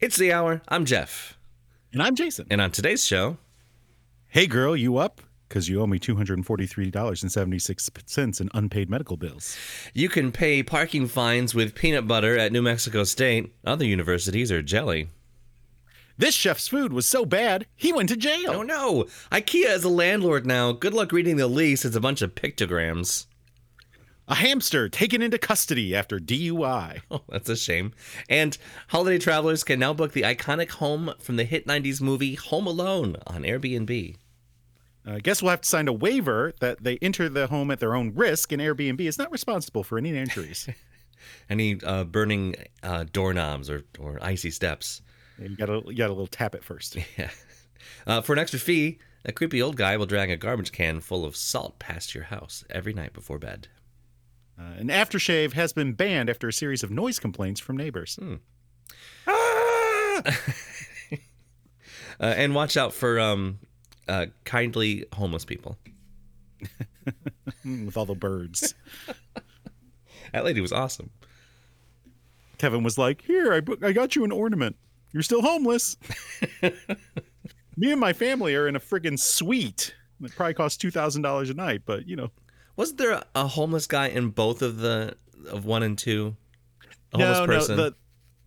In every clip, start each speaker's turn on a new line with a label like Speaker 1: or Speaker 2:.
Speaker 1: It's the hour. I'm Jeff.
Speaker 2: And I'm Jason.
Speaker 1: And on today's show,
Speaker 2: Hey, girl, you up? Because you owe me $243.76 in unpaid medical bills.
Speaker 1: you can pay parking fines with peanut butter at New Mexico State. Other universities are jelly.
Speaker 2: This chef's food was so bad, he went to jail.
Speaker 1: Oh no! IKEA is a landlord now. Good luck reading the lease. It's a bunch of pictograms.
Speaker 2: A hamster taken into custody after DUI.
Speaker 1: Oh, that's a shame. And holiday travelers can now book the iconic home from the hit 90s movie Home Alone on Airbnb.
Speaker 2: Uh, guess we'll have to sign a waiver that they enter the home at their own risk, and Airbnb is not responsible for any injuries.
Speaker 1: Any uh, burning uh, doorknobs or, or icy steps.
Speaker 2: you gotta, you gotta little tap it first.
Speaker 1: Yeah. Uh, for an extra fee, a creepy old guy will drag a garbage can full of salt past your house every night before bed.
Speaker 2: Uh, an aftershave has been banned after a series of noise complaints from neighbors.
Speaker 1: Ah! Uh, and watch out for um, uh, kindly homeless people.
Speaker 2: Mm, with all the birds.
Speaker 1: That lady was awesome.
Speaker 2: Kevin was like, "Here, I, bu- I got you an ornament. You're still homeless. Me and my family are in a friggin' suite that probably costs two thousand dollars a night, but you know,
Speaker 1: Wasn't there a homeless guy in both of the of one and two? A homeless
Speaker 2: no,
Speaker 1: person.
Speaker 2: no, the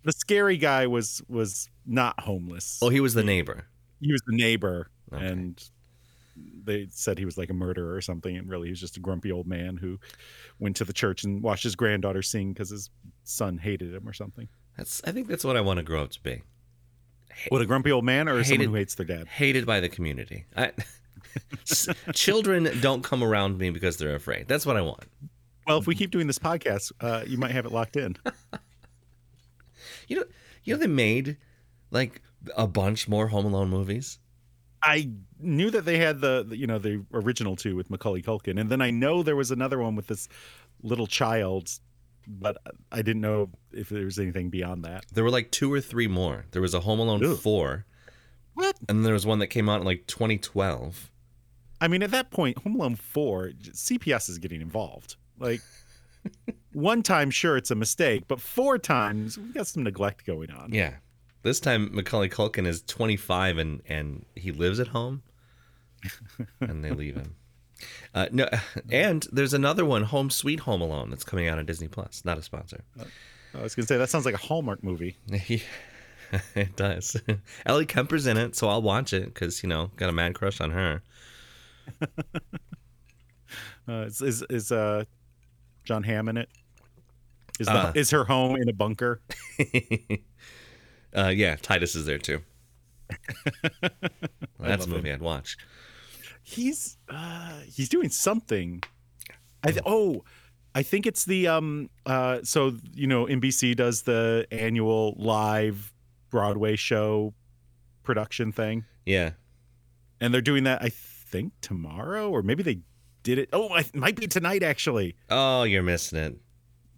Speaker 2: the scary guy was was not homeless.
Speaker 1: oh, he was the neighbor.
Speaker 2: he was the neighbor,
Speaker 1: Okay.
Speaker 2: and they said he was like a murderer or something, and really he was just a grumpy old man who went to the church and watched his granddaughter sing because his son hated him or something.
Speaker 1: That's I think that's what I want to grow up to be.
Speaker 2: What a grumpy old man or someone
Speaker 1: Hated-
Speaker 2: who hates their dad.
Speaker 1: Hated by the community. I, S- children don't come around me because they're afraid. That's what I want.
Speaker 2: Well, if we keep doing this podcast, uh, you might have it locked in.
Speaker 1: You know, you know they made like a bunch more Home Alone movies.
Speaker 2: I knew that they had the, the- you know the original two with Macaulay Culkin, and then I know there was another one with this little child, but I didn't know if there was anything beyond that.
Speaker 1: There were like two or three more. There was a Home Alone
Speaker 2: Ooh.
Speaker 1: four,
Speaker 2: What?
Speaker 1: and there was one that came out in like 2012.
Speaker 2: I mean, at that point, Home Alone four, CPS is getting involved. Like one time, sure, it's a mistake, but four times we got some neglect going on.
Speaker 1: Yeah, this time Macaulay Culkin is 25 and and he lives at home, and they leave him. Uh, no, and there's another one, Home Sweet Home Alone, that's coming out on Disney Plus. Not a sponsor.
Speaker 2: I was gonna say that sounds like a Hallmark movie.
Speaker 1: it does. Ellie Kemper's in it, so I'll watch it because you know got a mad crush on her.
Speaker 2: Uh, is is, is uh, John Hamm in it? Is, the,
Speaker 1: Uh.
Speaker 2: is her home in a bunker?
Speaker 1: Uh, yeah, Titus is there too. That's a
Speaker 2: love him.
Speaker 1: movie I'd watch.
Speaker 2: he's uh he's doing something i th- oh i think it's the um uh so you know nbc does the annual live broadway show production thing
Speaker 1: Yeah,
Speaker 2: and they're doing that i think tomorrow or maybe they did it oh it might be tonight actually
Speaker 1: Oh, you're missing it.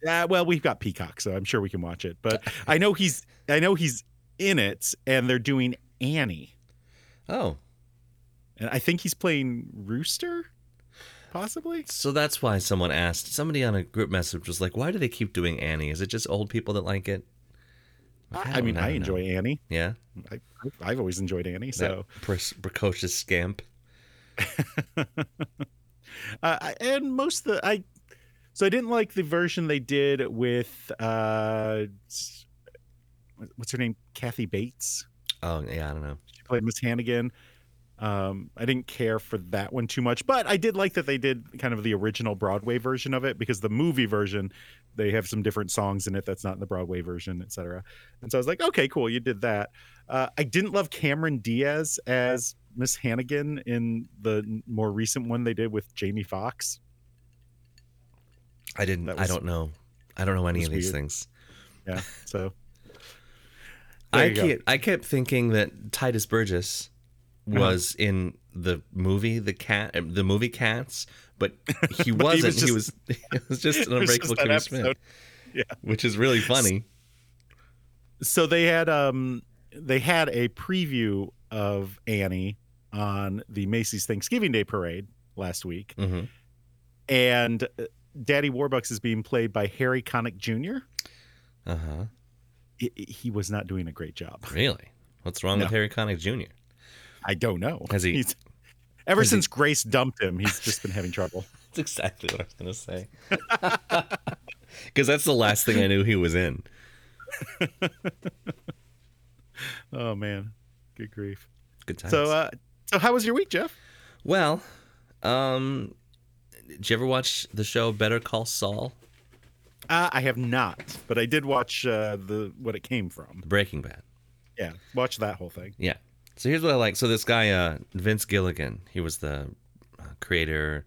Speaker 2: uh, well we've got peacock so i'm sure we can watch it but i know he's i know he's in it and they're doing annie
Speaker 1: Oh,
Speaker 2: and i think he's playing rooster possibly
Speaker 1: so that's why someone asked. Somebody on a group message was like, "Why do they keep doing Annie? Is it just old people that like it?"
Speaker 2: i,
Speaker 1: don't-
Speaker 2: mean i
Speaker 1: don't
Speaker 2: enjoy
Speaker 1: know.
Speaker 2: annie
Speaker 1: Yeah,
Speaker 2: I, I've always enjoyed Annie, so
Speaker 1: so pre- precocious scamp.
Speaker 2: uh, I- and most of the I, so I didn't like the version they did with uh, s- what's her name, Kathy Bates.
Speaker 1: Oh yeah, I don't know.
Speaker 2: She played Miss Hannigan. Um, I didn't care for that one too much, but I did like that they did kind of the original Broadway version of it because the movie version they have some different songs in it that's not in the Broadway version, etc. And so I was like, okay, cool, you did that. Uh, I didn't love Cameron Diaz as Miss Hannigan in the n- more recent one they did with Jamie Foxx.
Speaker 1: I didn't.
Speaker 2: That
Speaker 1: I
Speaker 2: was-
Speaker 1: don't know. I don't know any
Speaker 2: was
Speaker 1: of these
Speaker 2: weird.
Speaker 1: things.
Speaker 2: Yeah, so There
Speaker 1: I
Speaker 2: you go.
Speaker 1: kept, I kept thinking that Titus Burgess
Speaker 2: Uh-huh.
Speaker 1: was in the movie the cat uh, the movie Cats, but he wasn't.
Speaker 2: was
Speaker 1: He was he was just an
Speaker 2: It was just
Speaker 1: unbreakable
Speaker 2: that
Speaker 1: Kimmy Smith,
Speaker 2: episode. Yeah.
Speaker 1: which is really funny.
Speaker 2: so they had um they had a preview of Annie on the Macy's Thanksgiving Day Parade last week,
Speaker 1: hmm
Speaker 2: and uh, Daddy Warbucks is being played by Harry Connick Jr.
Speaker 1: Uh huh.
Speaker 2: i i- he was not doing a great job.
Speaker 1: Really? What's wrong with
Speaker 2: No.
Speaker 1: Harry Connick Jr.?
Speaker 2: I don't know.
Speaker 1: Has he-
Speaker 2: He's, ever
Speaker 1: has he-
Speaker 2: since Grace dumped him, he's just been having trouble.
Speaker 1: That's exactly what I was going to say. Because that's the last thing I knew he was in.
Speaker 2: Oh man, good grief.
Speaker 1: Good times.
Speaker 2: So, uh, so how was your week, Jeff?
Speaker 1: well, um, did you ever watch the show Better Call Saul?
Speaker 2: Uh, I have not, but I did watch uh, the what it came from.
Speaker 1: Breaking Bad.
Speaker 2: Yeah, watch that whole thing.
Speaker 1: Yeah. So here's what I like. So this guy, uh, Vince Gilligan, he was the uh, creator,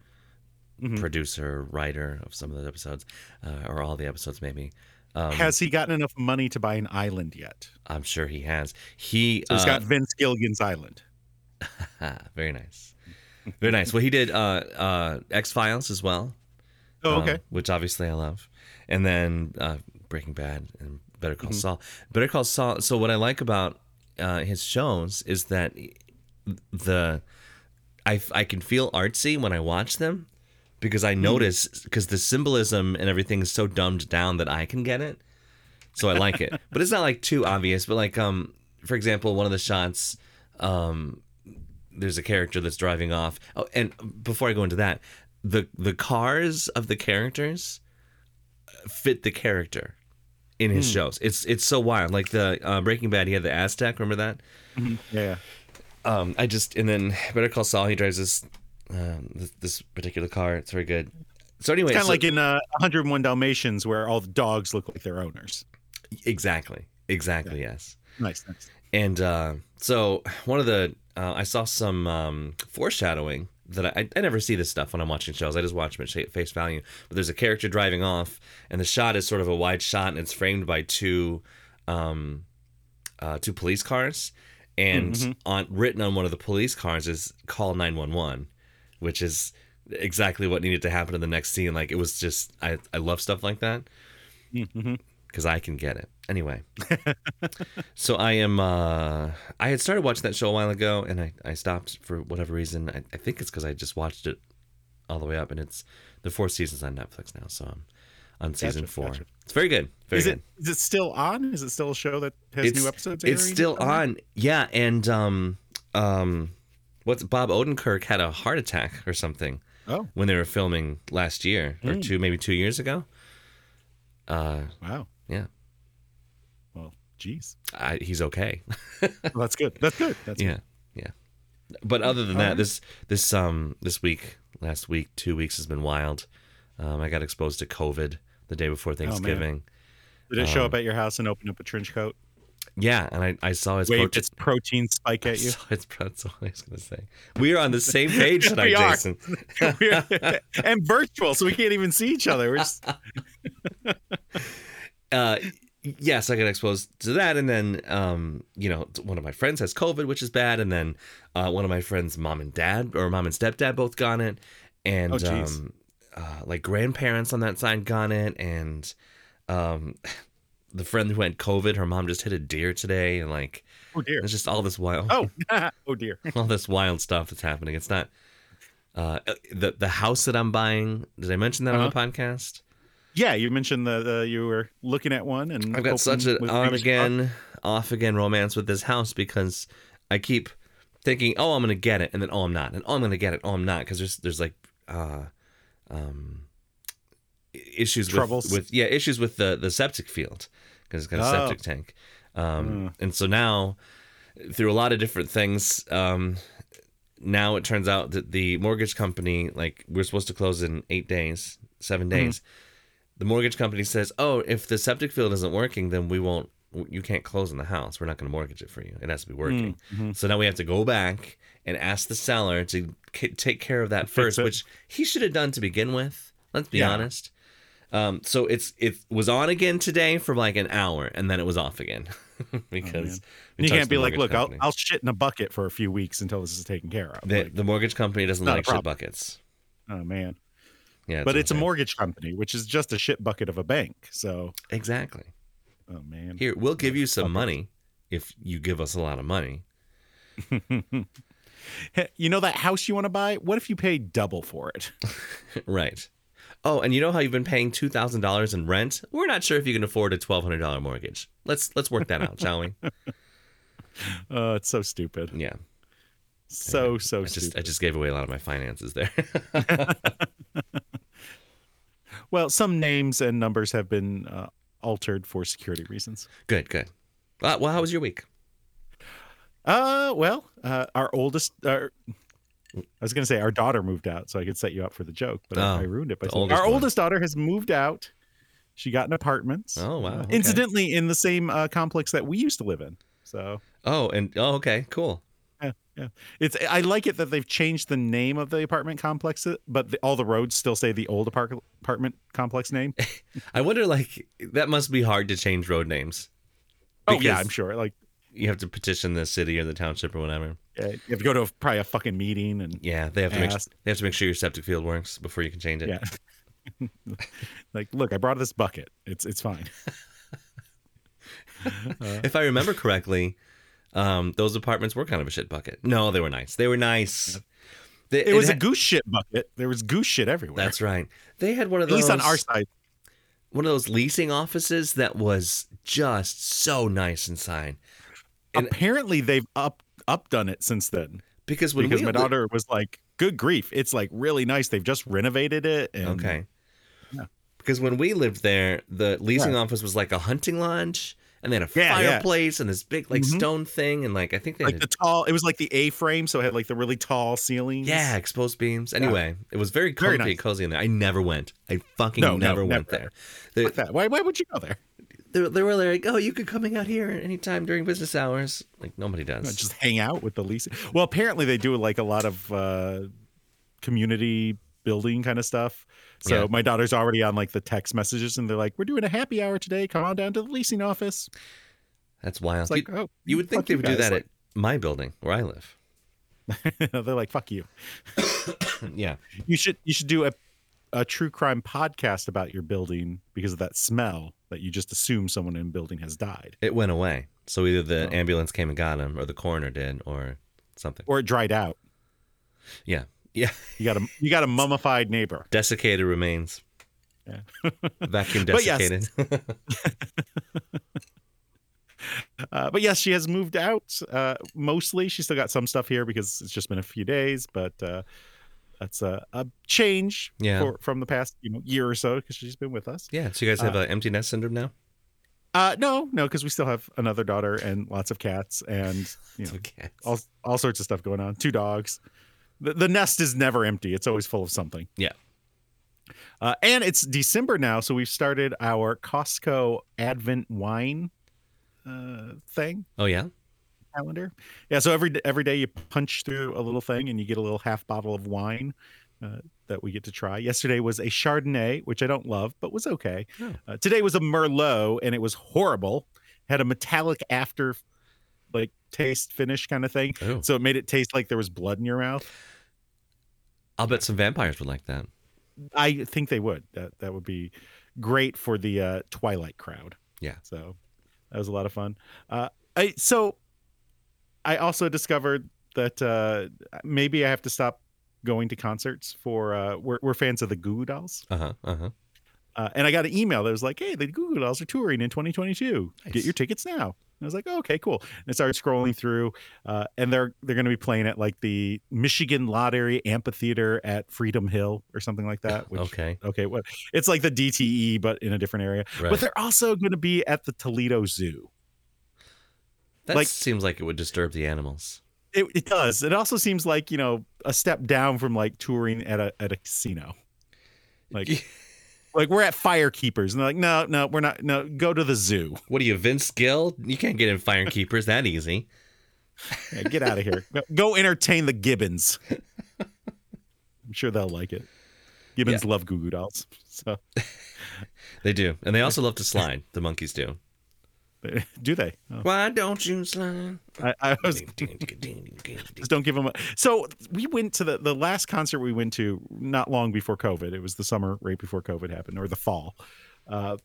Speaker 2: Mhm.
Speaker 1: producer, writer of some of those episodes, uh, or all the episodes, maybe. Um,
Speaker 2: Has he gotten enough money to buy an island yet?
Speaker 1: I'm sure he has. He
Speaker 2: So he's
Speaker 1: uh,
Speaker 2: got Vince Gilligan's Island.
Speaker 1: ah, very nice, very nice. Well, he did uh, uh, X Files as well.
Speaker 2: Oh,
Speaker 1: um,
Speaker 2: okay.
Speaker 1: which obviously I love. And then uh, Breaking Bad and Better
Speaker 2: Mm-hmm.
Speaker 1: Call Saul. Better Call Saul. So what I like about uh, his shows is that the I I can feel artsy when I watch them because
Speaker 2: Mm.
Speaker 1: I notice because the symbolism and everything is so dumbed down that I can get it. So I like it, but it's not like too obvious. But like um, for example, one of the shots um there's a character that's driving off. Oh, and before I go into that, the the cars of the characters fit the character in his shows. It's it's so wild. Like the uh, Breaking Bad, he had the Aztec. Remember that?
Speaker 2: Mm-hmm. Yeah.
Speaker 1: Um, I just and then Better Call Saul, he drives this um, this, this particular car. It's very good. So anyway,
Speaker 2: Kind of
Speaker 1: so-
Speaker 2: like in uh, 101 Dalmatians, where all the dogs look like their owners.
Speaker 1: exactly, exactly, yes.
Speaker 2: Nice. nice.
Speaker 1: And uh, so one of the uh, I saw some um, foreshadowing that I, I never see this stuff when I'm watching shows. I just watch them at sha- face value. But there's a character driving off, and the shot is sort of a wide shot, and it's framed by two um, uh, two police cars. And
Speaker 2: Mhm.
Speaker 1: on written on one of the police cars is "Call 911," which is exactly what needed to happen in the next scene. Like it was just I I love stuff like that
Speaker 2: Mhm.
Speaker 1: because I can get it. Anyway, so I am. Uh, I had started watching that show a while ago, and I, I stopped for whatever reason. I, I think it's because I just watched it all the way up, and it's the four seasons on Netflix now, so I'm on season
Speaker 2: Gotcha,
Speaker 1: four.
Speaker 2: gotcha.
Speaker 1: It's very good. Very
Speaker 2: Is
Speaker 1: good.
Speaker 2: it is it still on? Is it still a show that has
Speaker 1: It's-
Speaker 2: new episodes?
Speaker 1: It's
Speaker 2: airing?
Speaker 1: still on. Yeah, and um, um, what's Bob Odenkirk had a heart attack or something
Speaker 2: Oh
Speaker 1: when they were filming last year or
Speaker 2: Hmm.
Speaker 1: two, maybe two years ago. Uh,
Speaker 2: wow.
Speaker 1: Yeah.
Speaker 2: Well, geez,
Speaker 1: I, he's okay.
Speaker 2: Well, that's good. That's good. That's
Speaker 1: yeah yeah but other than that
Speaker 2: Alright.
Speaker 1: this this um this week last week two weeks has been wild um i got exposed to covid the day
Speaker 2: Oh,
Speaker 1: before thanksgiving
Speaker 2: Good. Did
Speaker 1: um,
Speaker 2: it show up at your house and open up a trench coat?
Speaker 1: yeah and i i saw his
Speaker 2: Waved
Speaker 1: protest-
Speaker 2: its protein spike at
Speaker 1: I
Speaker 2: you.
Speaker 1: saw his pro- that's what I was gonna say we are on the same page tonight
Speaker 2: We are.
Speaker 1: jason
Speaker 2: and virtual, so we can't even see each other. We're just,
Speaker 1: uh yes i got exposed to that and then um you know one of my friends has covid which is bad and then uh one of my friends mom and dad or mom and stepdad both got it and
Speaker 2: Oh, jeez.
Speaker 1: um uh, like grandparents on that side got it and um the friend who had covid her mom just hit a deer today and like
Speaker 2: oh dear.
Speaker 1: it's just all this wild
Speaker 2: Oh, oh dear.
Speaker 1: all this wild stuff that's happening it's not uh the the house that i'm buying did i mention that
Speaker 2: Uh-huh.
Speaker 1: on the podcast
Speaker 2: Yeah, you mentioned that uh, you were looking at one, and
Speaker 1: I've got
Speaker 2: hoping
Speaker 1: such an
Speaker 2: with
Speaker 1: on
Speaker 2: fingers
Speaker 1: again, off again romance with this house because I keep thinking, oh, I'm gonna get it, and then oh, I'm not, and oh, I'm gonna get it, oh, I'm not, because there's there's like, uh, um, i- issues
Speaker 2: Troubles?
Speaker 1: with, with yeah issues with the the septic field because it's got a
Speaker 2: Oh. Hmm.
Speaker 1: septic tank, um, and so now through a lot of different things, um, now it turns out that the mortgage company, like we're supposed to close in eight days, seven
Speaker 2: Mm-hmm.
Speaker 1: days. The mortgage company says, "Oh, if the septic field isn't working, then we won't. You can't close on the house. We're not going to mortgage it for you. It has to be
Speaker 2: Mm.
Speaker 1: working." Mm-hmm. So now we have to go back and ask the seller to k- take care of that first,
Speaker 2: it.
Speaker 1: which he should have done to begin with. Let's be
Speaker 2: Yeah.
Speaker 1: honest. Um, so it's it was on again today for like an hour, and then it was off again because we
Speaker 2: Oh, And you
Speaker 1: touched
Speaker 2: can't
Speaker 1: the
Speaker 2: be like,
Speaker 1: mortgage
Speaker 2: look, I'll,
Speaker 1: company."
Speaker 2: I'll shit in a bucket for a few weeks until this is taken care of.
Speaker 1: the,
Speaker 2: Like,
Speaker 1: the mortgage company doesn't
Speaker 2: not a
Speaker 1: like shit
Speaker 2: problem.
Speaker 1: buckets.
Speaker 2: oh man,
Speaker 1: Yeah,
Speaker 2: but it's a
Speaker 1: okay.
Speaker 2: mortgage company, which is just a shit bucket of a bank. So,
Speaker 1: exactly.
Speaker 2: oh man,
Speaker 1: Here, we'll give you some money if you give us a lot of money.
Speaker 2: Heh, you know that house you want to buy? What if you pay double for it?
Speaker 1: right. Oh, and you know how you've been paying two thousand dollars in rent? We're not sure if you can afford a twelve hundred dollar mortgage. Let's let's work that out, shall we?
Speaker 2: Uh, it's so stupid.
Speaker 1: Yeah.
Speaker 2: So so
Speaker 1: I just I
Speaker 2: stupid.
Speaker 1: just gave away a lot of my finances there.
Speaker 2: Well, some names and numbers have been uh, altered for security reasons.
Speaker 1: good, good. Uh, well, how was your week?
Speaker 2: Uh, well, uh, our oldest. Our, I was going to say our daughter moved out, so I could set you up for the joke, but I,
Speaker 1: Oh,
Speaker 2: I ruined it. By
Speaker 1: the
Speaker 2: saying-
Speaker 1: oldest
Speaker 2: our
Speaker 1: one.
Speaker 2: oldest daughter has moved out. She got an apartment. Uh,
Speaker 1: Oh wow. okay.
Speaker 2: Incidentally, in the same uh, complex that we used to live in. So
Speaker 1: Oh, and oh, okay, cool.
Speaker 2: it's I like it that they've changed the name of the apartment complex, but the, all the roads still say the old apart- apartment complex name.
Speaker 1: I wonder, like, that must be hard to change road names.
Speaker 2: oh yeah,
Speaker 1: Because
Speaker 2: I'm sure. Like
Speaker 1: You have to petition the city or the township or whatever.
Speaker 2: uh, you have to go to a, probably a fucking meeting and
Speaker 1: Yeah, they have to make
Speaker 2: Ask.
Speaker 1: they have to make sure your septic field works before you can change it.
Speaker 2: Yeah. like, look, I brought this bucket. It's it's fine. Uh,
Speaker 1: If I remember correctly, um, those apartments were kind of a shit bucket. No, they were nice. They were nice. They-
Speaker 2: It was a
Speaker 1: had-
Speaker 2: goose shit bucket. There was goose shit everywhere.
Speaker 1: That's right. They had one of
Speaker 2: at
Speaker 1: those
Speaker 2: least on our side.
Speaker 1: one of those leasing offices that was just so nice inside. And-
Speaker 2: Apparently, they've up updone it since then
Speaker 1: Because when
Speaker 2: because
Speaker 1: we
Speaker 2: my daughter was like, "Good grief, it's like really nice. They've just renovated it." And
Speaker 1: Okay.
Speaker 2: Yeah.
Speaker 1: Because when we lived there, the leasing office was like a hunting lodge, and they had a
Speaker 2: Yeah, yeah.
Speaker 1: fireplace and this big like
Speaker 2: Mhm.
Speaker 1: stone thing, and like I think they
Speaker 2: Like
Speaker 1: had
Speaker 2: the tall, it was like the A frame, so it had like the really tall ceilings.
Speaker 1: yeah exposed beams. Anyway, it was very comfy
Speaker 2: Very
Speaker 1: and
Speaker 2: nice.
Speaker 1: cozy in there. I never went. I fucking
Speaker 2: No, no,
Speaker 1: never went
Speaker 2: never.
Speaker 1: there.
Speaker 2: Fuck that. Why, why would you go there?
Speaker 1: They, they, they were like, "Oh, you could coming out here anytime during business hours." Like nobody does.
Speaker 2: Just hang out with the leasing. Well, apparently they do like a lot of uh, community building kind of stuff. So
Speaker 1: Yeah.
Speaker 2: my daughter's already on like the text messages, and they're like, "We're doing a happy hour today. Come on down to the leasing office."
Speaker 1: That's wild.
Speaker 2: It's like,
Speaker 1: you,
Speaker 2: oh,
Speaker 1: you would think
Speaker 2: fuck
Speaker 1: they
Speaker 2: you
Speaker 1: would do
Speaker 2: guys.
Speaker 1: that at my building where I live.
Speaker 2: Like, they're like, "Fuck you." Hmm.
Speaker 1: yeah.
Speaker 2: You should you should do a a true crime podcast about your building because of that smell that you just assume someone in a building has died
Speaker 1: It went away. So either the
Speaker 2: Oh.
Speaker 1: ambulance came and got him, or the coroner did, or something.
Speaker 2: or it dried out.
Speaker 1: Yeah. Yeah.
Speaker 2: You got a you got a mummified neighbor.
Speaker 1: Desiccated remains.
Speaker 2: Yeah.
Speaker 1: Vacuum
Speaker 2: But yes.
Speaker 1: desiccated.
Speaker 2: Uh, but yes, she has moved out. Uh, mostly, she's still got some stuff here because it's just been a few days. But uh, that's a, a change
Speaker 1: Yeah.
Speaker 2: for, from the past you know, year or so because she's been with us.
Speaker 1: yeah. So you guys have uh, empty nest syndrome now?
Speaker 2: Uh, no, no, because we still have another daughter and lots of cats and you know
Speaker 1: Okay.
Speaker 2: all all sorts of stuff going on. Two dogs. The, the nest is never empty. It's always full of something.
Speaker 1: Yeah.
Speaker 2: Uh, and it's December now, so we've started our Costco Advent wine uh, thing.
Speaker 1: Oh yeah.
Speaker 2: calendar. Yeah, so every every day you punch through a little thing and you get a little half bottle of wine uh, that we get to try. Yesterday was a Chardonnay, which I don't love, but was okay.
Speaker 1: Oh.
Speaker 2: Uh, today was a Merlot, and it was horrible. Had a metallic after, like taste finish kind of thing.
Speaker 1: Oh.
Speaker 2: So it made it taste like there was blood in your mouth.
Speaker 1: I'll bet some vampires would like that.
Speaker 2: I think they would. That that would be great for the uh, Twilight crowd.
Speaker 1: Yeah.
Speaker 2: So that was a lot of fun. Uh, I so I also discovered that uh, maybe I have to stop going to concerts for uh, we're, we're fans of the Goo Goo Dolls,
Speaker 1: Uh huh. Uh huh.
Speaker 2: uh, and I got an email that was like, "Hey, the Goo Goo Dolls are touring in 2022. Get
Speaker 1: Nice.
Speaker 2: your tickets now." And I was like, oh, "Okay, cool." And I started scrolling through, uh, and they're they're going to be playing at like the Michigan Lottery Amphitheater at Freedom Hill or something like that. Which,
Speaker 1: Okay.
Speaker 2: okay what it's like the dte but in a different area
Speaker 1: Right.
Speaker 2: but they're also going to be at the toledo zoo
Speaker 1: that
Speaker 2: like-
Speaker 1: seems like it would disturb the animals.
Speaker 2: it, it does it also seems like you know a step down from like touring at a at a casino like like we're at firekeepers and they're like no no we're not no go to the zoo
Speaker 1: what are you, Vince Gill? You can't get in firekeepers that easy.
Speaker 2: Yeah, get out of here Go- go entertain the gibbons i'm sure they'll like it gibbons love goo goo dolls so
Speaker 1: They do, and they also love to slide. The monkeys do.
Speaker 2: do they oh,
Speaker 1: Why don't you slide?
Speaker 2: I, I was Just don't give them a. So we went to the the last concert we went to not long before COVID. It was the summer right before COVID happened, or the fall. Uh,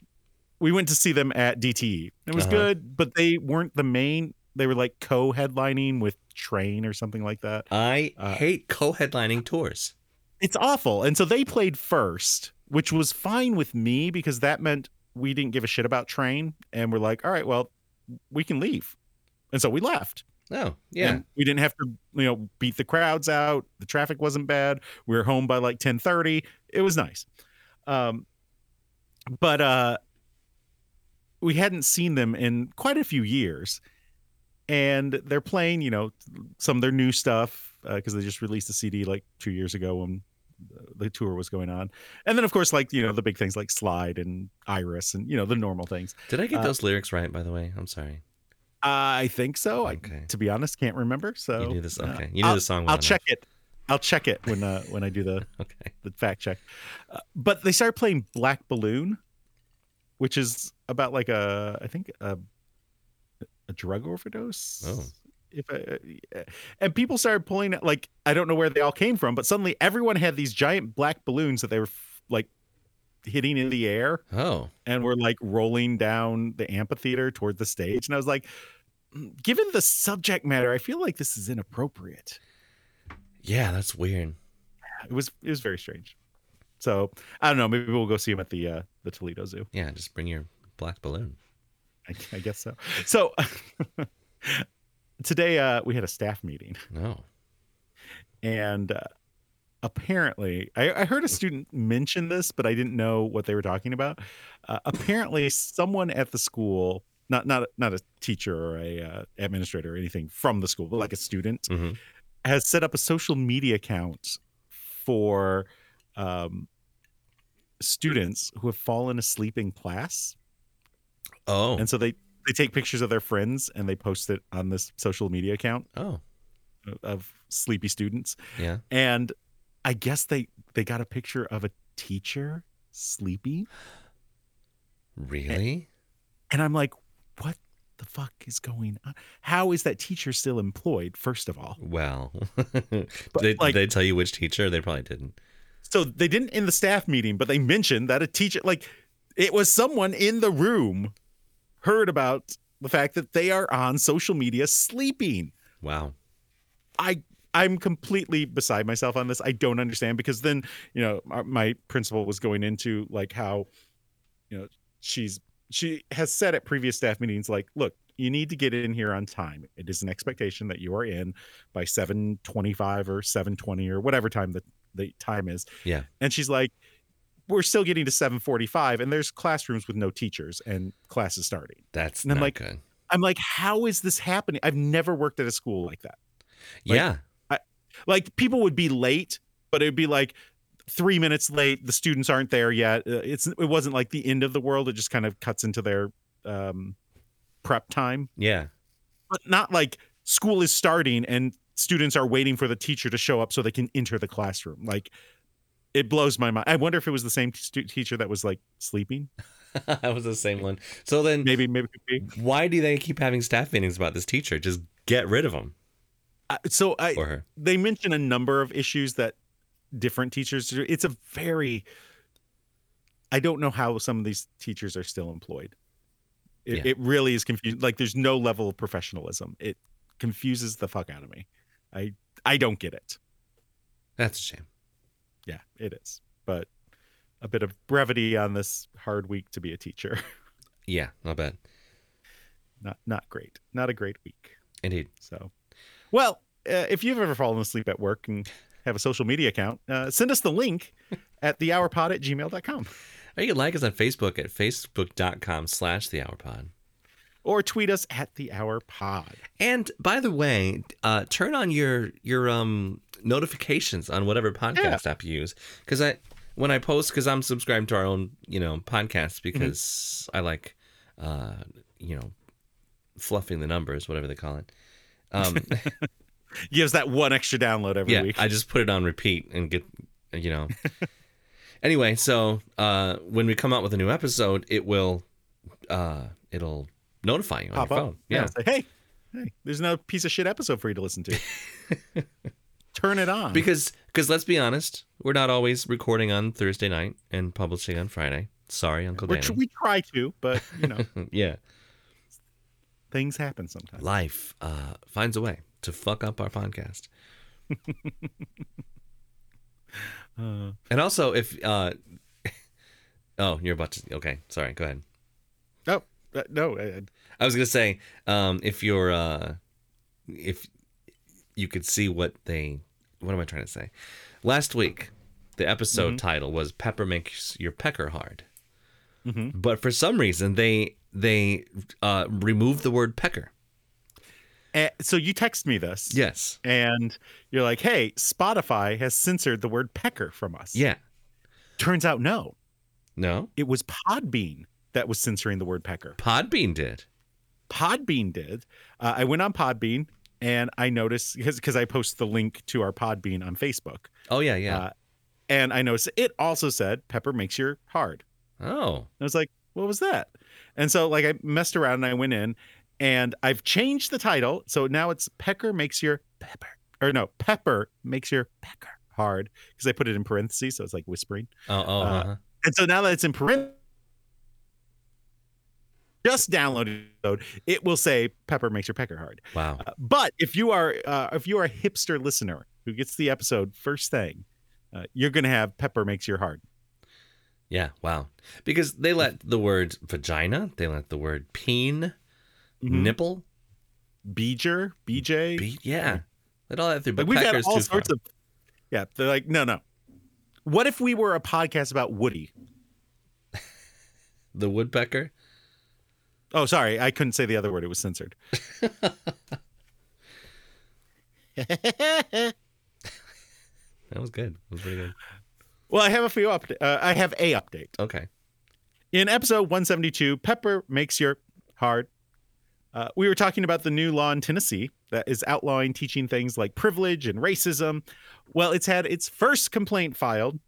Speaker 2: we went to see them at DTE. It was
Speaker 1: Uh-huh.
Speaker 2: good, but they weren't the main. They were like co-headlining with Train or something like that.
Speaker 1: I
Speaker 2: Uh,
Speaker 1: hate co-headlining tours.
Speaker 2: It's awful. And so they played first, which was fine with me because that meant we didn't give a shit about train and we're like all right well we can leave and so we left
Speaker 1: Oh, yeah.
Speaker 2: And we didn't have to you know beat the crowds out the traffic wasn't bad we were home by like 10:30 it was nice um but uh we hadn't seen them in quite a few years and they're playing you know some of their new stuff because they just released a cd like two years ago when the tour was going on and then of course like you know the big things like slide and iris and you know the normal things
Speaker 1: Did I get
Speaker 2: uh,
Speaker 1: those lyrics right, by the way? I'm sorry.
Speaker 2: i think so i
Speaker 1: Okay.
Speaker 2: to be honest can't remember so
Speaker 1: you knew this.
Speaker 2: uh,
Speaker 1: Okay. You knew the song well
Speaker 2: I'll
Speaker 1: enough.
Speaker 2: check it. I'll check it when uh, when I do the
Speaker 1: Okay.
Speaker 2: the fact check. Uh, but they started playing Black Balloon, which is about like a I think a a drug overdose.
Speaker 1: Oh.
Speaker 2: If I, uh, and people started pulling it like I don't know where they all came from, but suddenly everyone had these giant black balloons that they were f- like hitting in the air
Speaker 1: Oh,
Speaker 2: and were like rolling down the amphitheater toward the stage. And I was like, "Mm, given the subject matter, I feel like this is inappropriate.
Speaker 1: yeah. That's weird.
Speaker 2: it was it was very strange. So I don't know. Maybe we'll go see him at the uh, the Toledo Zoo.
Speaker 1: Yeah. Just bring your black balloon.
Speaker 2: I, I guess so. So today uh, we had a staff meeting,
Speaker 1: No.
Speaker 2: and uh, apparently I, I heard a student mention this, but I didn't know what they were talking about. Uh, apparently, someone at the school. Not, not not a teacher or a uh, administrator or anything from the school, but like a student
Speaker 1: hmm
Speaker 2: has set up a social media account for um, students who have fallen asleep in class,
Speaker 1: Oh.
Speaker 2: and so they they take pictures of their friends and they post it on this social media account
Speaker 1: oh.
Speaker 2: of- of sleepy students.
Speaker 1: Yeah.
Speaker 2: And I guess they they got a picture of a teacher sleepy,
Speaker 1: Really?
Speaker 2: and I'm like, what the fuck is going on? How is that teacher still employed? First of all,
Speaker 1: Well, did, they, did
Speaker 2: like-
Speaker 1: they tell you which teacher? They probably didn't.
Speaker 2: So they didn't in the staff meeting, but they mentioned that a teacher, like it was someone in the room, heard about the fact that they are on social media sleeping.
Speaker 1: Wow.
Speaker 2: I I'm completely beside myself on this. I don't understand because then you know my, my principal was going into like how you know she's she has said at previous staff meetings like look you need to get in here on time it is an expectation that you are in by 725 or 720 or whatever time the, the time is
Speaker 1: Yeah.
Speaker 2: and she's like we're still getting to 745 and there's classrooms with no teachers and class is starting
Speaker 1: That's
Speaker 2: And I'm
Speaker 1: not
Speaker 2: like,
Speaker 1: good.
Speaker 2: i'm like how is this happening i've never worked at a school like that
Speaker 1: yeah.
Speaker 2: like people would be late but it'd be like three minutes late the students aren't there yet Uh, it's it wasn't like the end of the world it just kind of cuts into their um prep time
Speaker 1: Yeah.
Speaker 2: but not like school is starting and students are waiting for the teacher to show up so they can enter the classroom like it blows my mind i wonder if it was the same stu- teacher that was like sleeping
Speaker 1: that was the same one. So then,
Speaker 2: maybe maybe it could be
Speaker 1: why do they keep having staff meetings about this teacher? Just get rid of him
Speaker 2: uh, so i
Speaker 1: or her.
Speaker 2: they mention a number of issues that different teachers do. It's a very I don't know how some of these teachers are still employed. It,
Speaker 1: Yeah.
Speaker 2: it really is confusing. Like there's no level of professionalism. It confuses the fuck out of me. I I don't get it.
Speaker 1: That's a shame.
Speaker 2: Yeah, it is. But a bit of brevity on this hard week to be a teacher.
Speaker 1: Yeah. Not bad.
Speaker 2: Not not great. Not a great week.
Speaker 1: Indeed.
Speaker 2: So, well, uh, if you've ever fallen asleep at work and have a social media account, uh, send us the link at thehourpod at gmail.com
Speaker 1: Or you can like us on Facebook at facebook.com slash the hour pod.
Speaker 2: or tweet us at the hour pod.
Speaker 1: And by the way, uh, turn on your your um notifications on whatever podcast app you use because I when I post because I'm subscribed to our own you know podcasts because I like uh you know fluffing the numbers whatever they call it. Um,
Speaker 2: Gives that one extra download every
Speaker 1: yeah,
Speaker 2: week.
Speaker 1: I just put it on repeat and get you know. anyway, so uh, when we come out with a new episode, it will uh it'll notify you on
Speaker 2: Pop
Speaker 1: your
Speaker 2: up.
Speaker 1: phone. Yeah.
Speaker 2: Say, hey, hey, there's another piece of shit episode for you to listen to. Turn it on.
Speaker 1: because because let's be honest, we're not always recording on Thursday night and publishing on Friday. Sorry, Uncle
Speaker 2: Which
Speaker 1: Danny.
Speaker 2: we try to, but you know,
Speaker 1: yeah,
Speaker 2: things happen sometimes.
Speaker 1: life uh, finds a way to fuck up our podcast.
Speaker 2: Uh,
Speaker 1: And also, if uh, Oh, you're about to. Okay, sorry. Go ahead.
Speaker 2: Oh, uh, no. I,
Speaker 1: I was gonna say, um, if you're, uh, if you could see what they, what am I trying to say? Last week, the episode
Speaker 2: Mm-hmm.
Speaker 1: title was "Pepper Makes Your Pecker Hard,"
Speaker 2: Mhm.
Speaker 1: but for some reason they they uh, removed the word pecker.
Speaker 2: Eh, so you text me this.
Speaker 1: Yes.
Speaker 2: And you're like, hey, Spotify has censored the word pecker from us.
Speaker 1: Yeah.
Speaker 2: Turns out, no,
Speaker 1: No.
Speaker 2: it was Podbean that was censoring the word pecker.
Speaker 1: Podbean did.
Speaker 2: Podbean did. Uh, I went on Podbean and I noticed because I post the link to our Podbean on Facebook.
Speaker 1: Oh yeah, yeah.
Speaker 2: Uh, and I noticed it also said pepper makes your hard.
Speaker 1: oh.
Speaker 2: And I was like, what was that? And so like I messed around and I went in and I've changed the title. So now it's Pecker makes your pepper or no, pepper makes your pecker hard because I put it in parentheses. So it's like whispering.
Speaker 1: Oh. Oh.
Speaker 2: uh,
Speaker 1: uh-huh.
Speaker 2: And so now that it's in parentheses, just downloaded it will say pepper makes your pecker hard.
Speaker 1: Wow.
Speaker 2: Uh, but if you are uh, if you are a hipster listener who gets the episode first thing, uh, you're gonna have pepper makes your hard.
Speaker 1: Yeah. Wow. Because they let the word vagina, they let the word peen,
Speaker 2: Mm-hmm.
Speaker 1: nipple,
Speaker 2: Beeger, BJ,
Speaker 1: be- yeah, let all that through. But
Speaker 2: like we've had
Speaker 1: peckers
Speaker 2: all
Speaker 1: too
Speaker 2: sorts
Speaker 1: far.
Speaker 2: of yeah they're like no no what if we were a podcast about woody
Speaker 1: the woodpecker.
Speaker 2: oh sorry i couldn't say the other word it was censored
Speaker 1: That was good. That was pretty good.
Speaker 2: well i have a few up uh, i have a update
Speaker 1: Okay.
Speaker 2: in episode 172 pepper makes your hard uh, we were talking about the new law in tennessee that is outlawing teaching things like privilege and racism well it's had its first complaint filed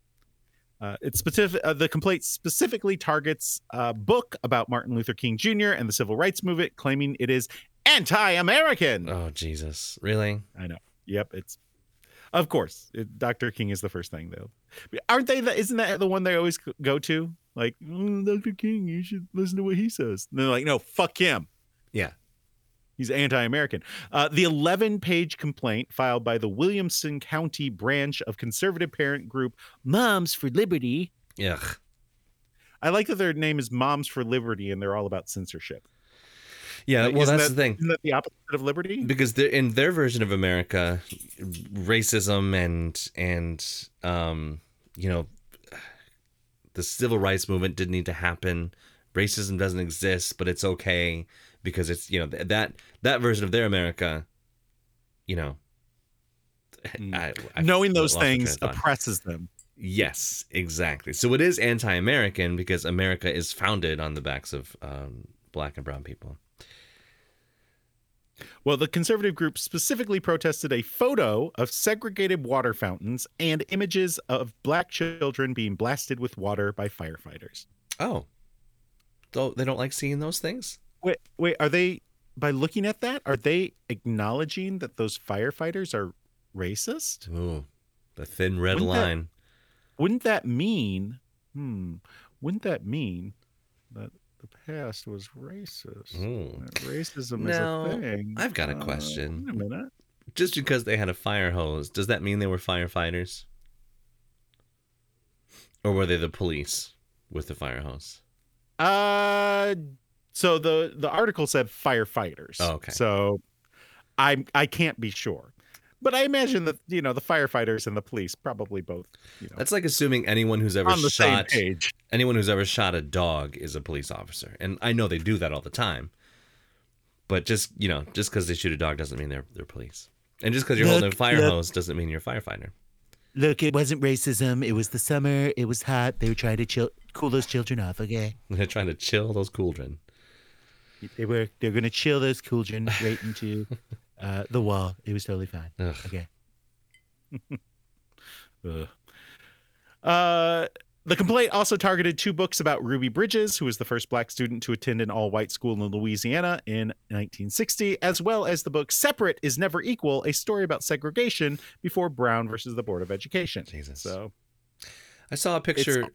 Speaker 2: uh, it's specific, uh, the complaint specifically targets a book about martin luther king jr and the civil rights movement claiming it is anti-american
Speaker 1: Oh Jesus, really?
Speaker 2: i know yep it's of course it, dr king is the first thing though aren't they the, isn't that the one they always c- go to like "Mm, dr king you should listen to what he says and they're like no fuck him
Speaker 1: Yeah.
Speaker 2: he's anti-american uh, the 11 page complaint filed by the williamson county branch of conservative parent group moms for liberty
Speaker 1: Ugh.
Speaker 2: i like that their name is moms for liberty and they're all about censorship
Speaker 1: Yeah. Well,
Speaker 2: Isn't
Speaker 1: that's
Speaker 2: that-
Speaker 1: the thing
Speaker 2: isn't that the opposite of liberty
Speaker 1: because they're, in their version of America, racism and and um, you know, the civil rights movement didn't need to happen. Racism doesn't exist, but it's okay because it's you know th- that that version of their America, you know.
Speaker 2: Mm.
Speaker 1: Mm-hmm. I, I
Speaker 2: knowing
Speaker 1: lo-
Speaker 2: those
Speaker 1: lost my train
Speaker 2: things
Speaker 1: of thought.
Speaker 2: oppresses them
Speaker 1: Yes, exactly. So it is anti-American because America is founded on the backs of um, black and brown people.
Speaker 2: Well, the conservative group specifically protested a photo of segregated water fountains and images of black children being blasted with water by firefighters.
Speaker 1: Oh, so they don't like seeing those things.
Speaker 2: Wait, wait, are they by looking at that, are they acknowledging that those firefighters are racist?
Speaker 1: Ooh, the thin red
Speaker 2: Wouldn't that-
Speaker 1: line.
Speaker 2: Wouldn't that mean hmm, wouldn't that mean that the past was racist?
Speaker 1: Ooh.
Speaker 2: That racism is
Speaker 1: Now,
Speaker 2: a thing.
Speaker 1: I've got a
Speaker 2: Uh,
Speaker 1: question.
Speaker 2: wait a minute.
Speaker 1: Just because they had a fire hose, does that mean they were firefighters? Or were they the police with the fire hose?
Speaker 2: Uh, so the the article said firefighters.
Speaker 1: Oh, okay.
Speaker 2: So I I can't be sure, but I imagine that you know the firefighters and the police probably both you know
Speaker 1: That's like assuming anyone who's ever
Speaker 2: on the
Speaker 1: shot
Speaker 2: same page.
Speaker 1: anyone who's ever shot a dog is a police officer and i know they do that all the time but just you know just because they shoot a dog doesn't mean they're, they're police and just because you're holding a
Speaker 3: Look,
Speaker 1: fire
Speaker 3: look.
Speaker 1: hose doesn't mean you're a firefighter
Speaker 3: Look, it wasn't racism. It was the summer. It was hot. They were trying to chill, cool those children off. Okay,
Speaker 1: they're trying to chill those cauldron
Speaker 3: they were. They're gonna chill those children right into uh, the wall. It was totally fine.
Speaker 1: Ugh.
Speaker 3: Okay.
Speaker 2: Ugh. Uh, the complaint also targeted two books about Ruby Bridges, who was the first black student to attend an all white school in Louisiana in 1960, as well as the book Separate is Never Equal, a story about segregation before Brown versus the Board of Education.
Speaker 1: Jesus.
Speaker 2: So,
Speaker 1: i saw a picture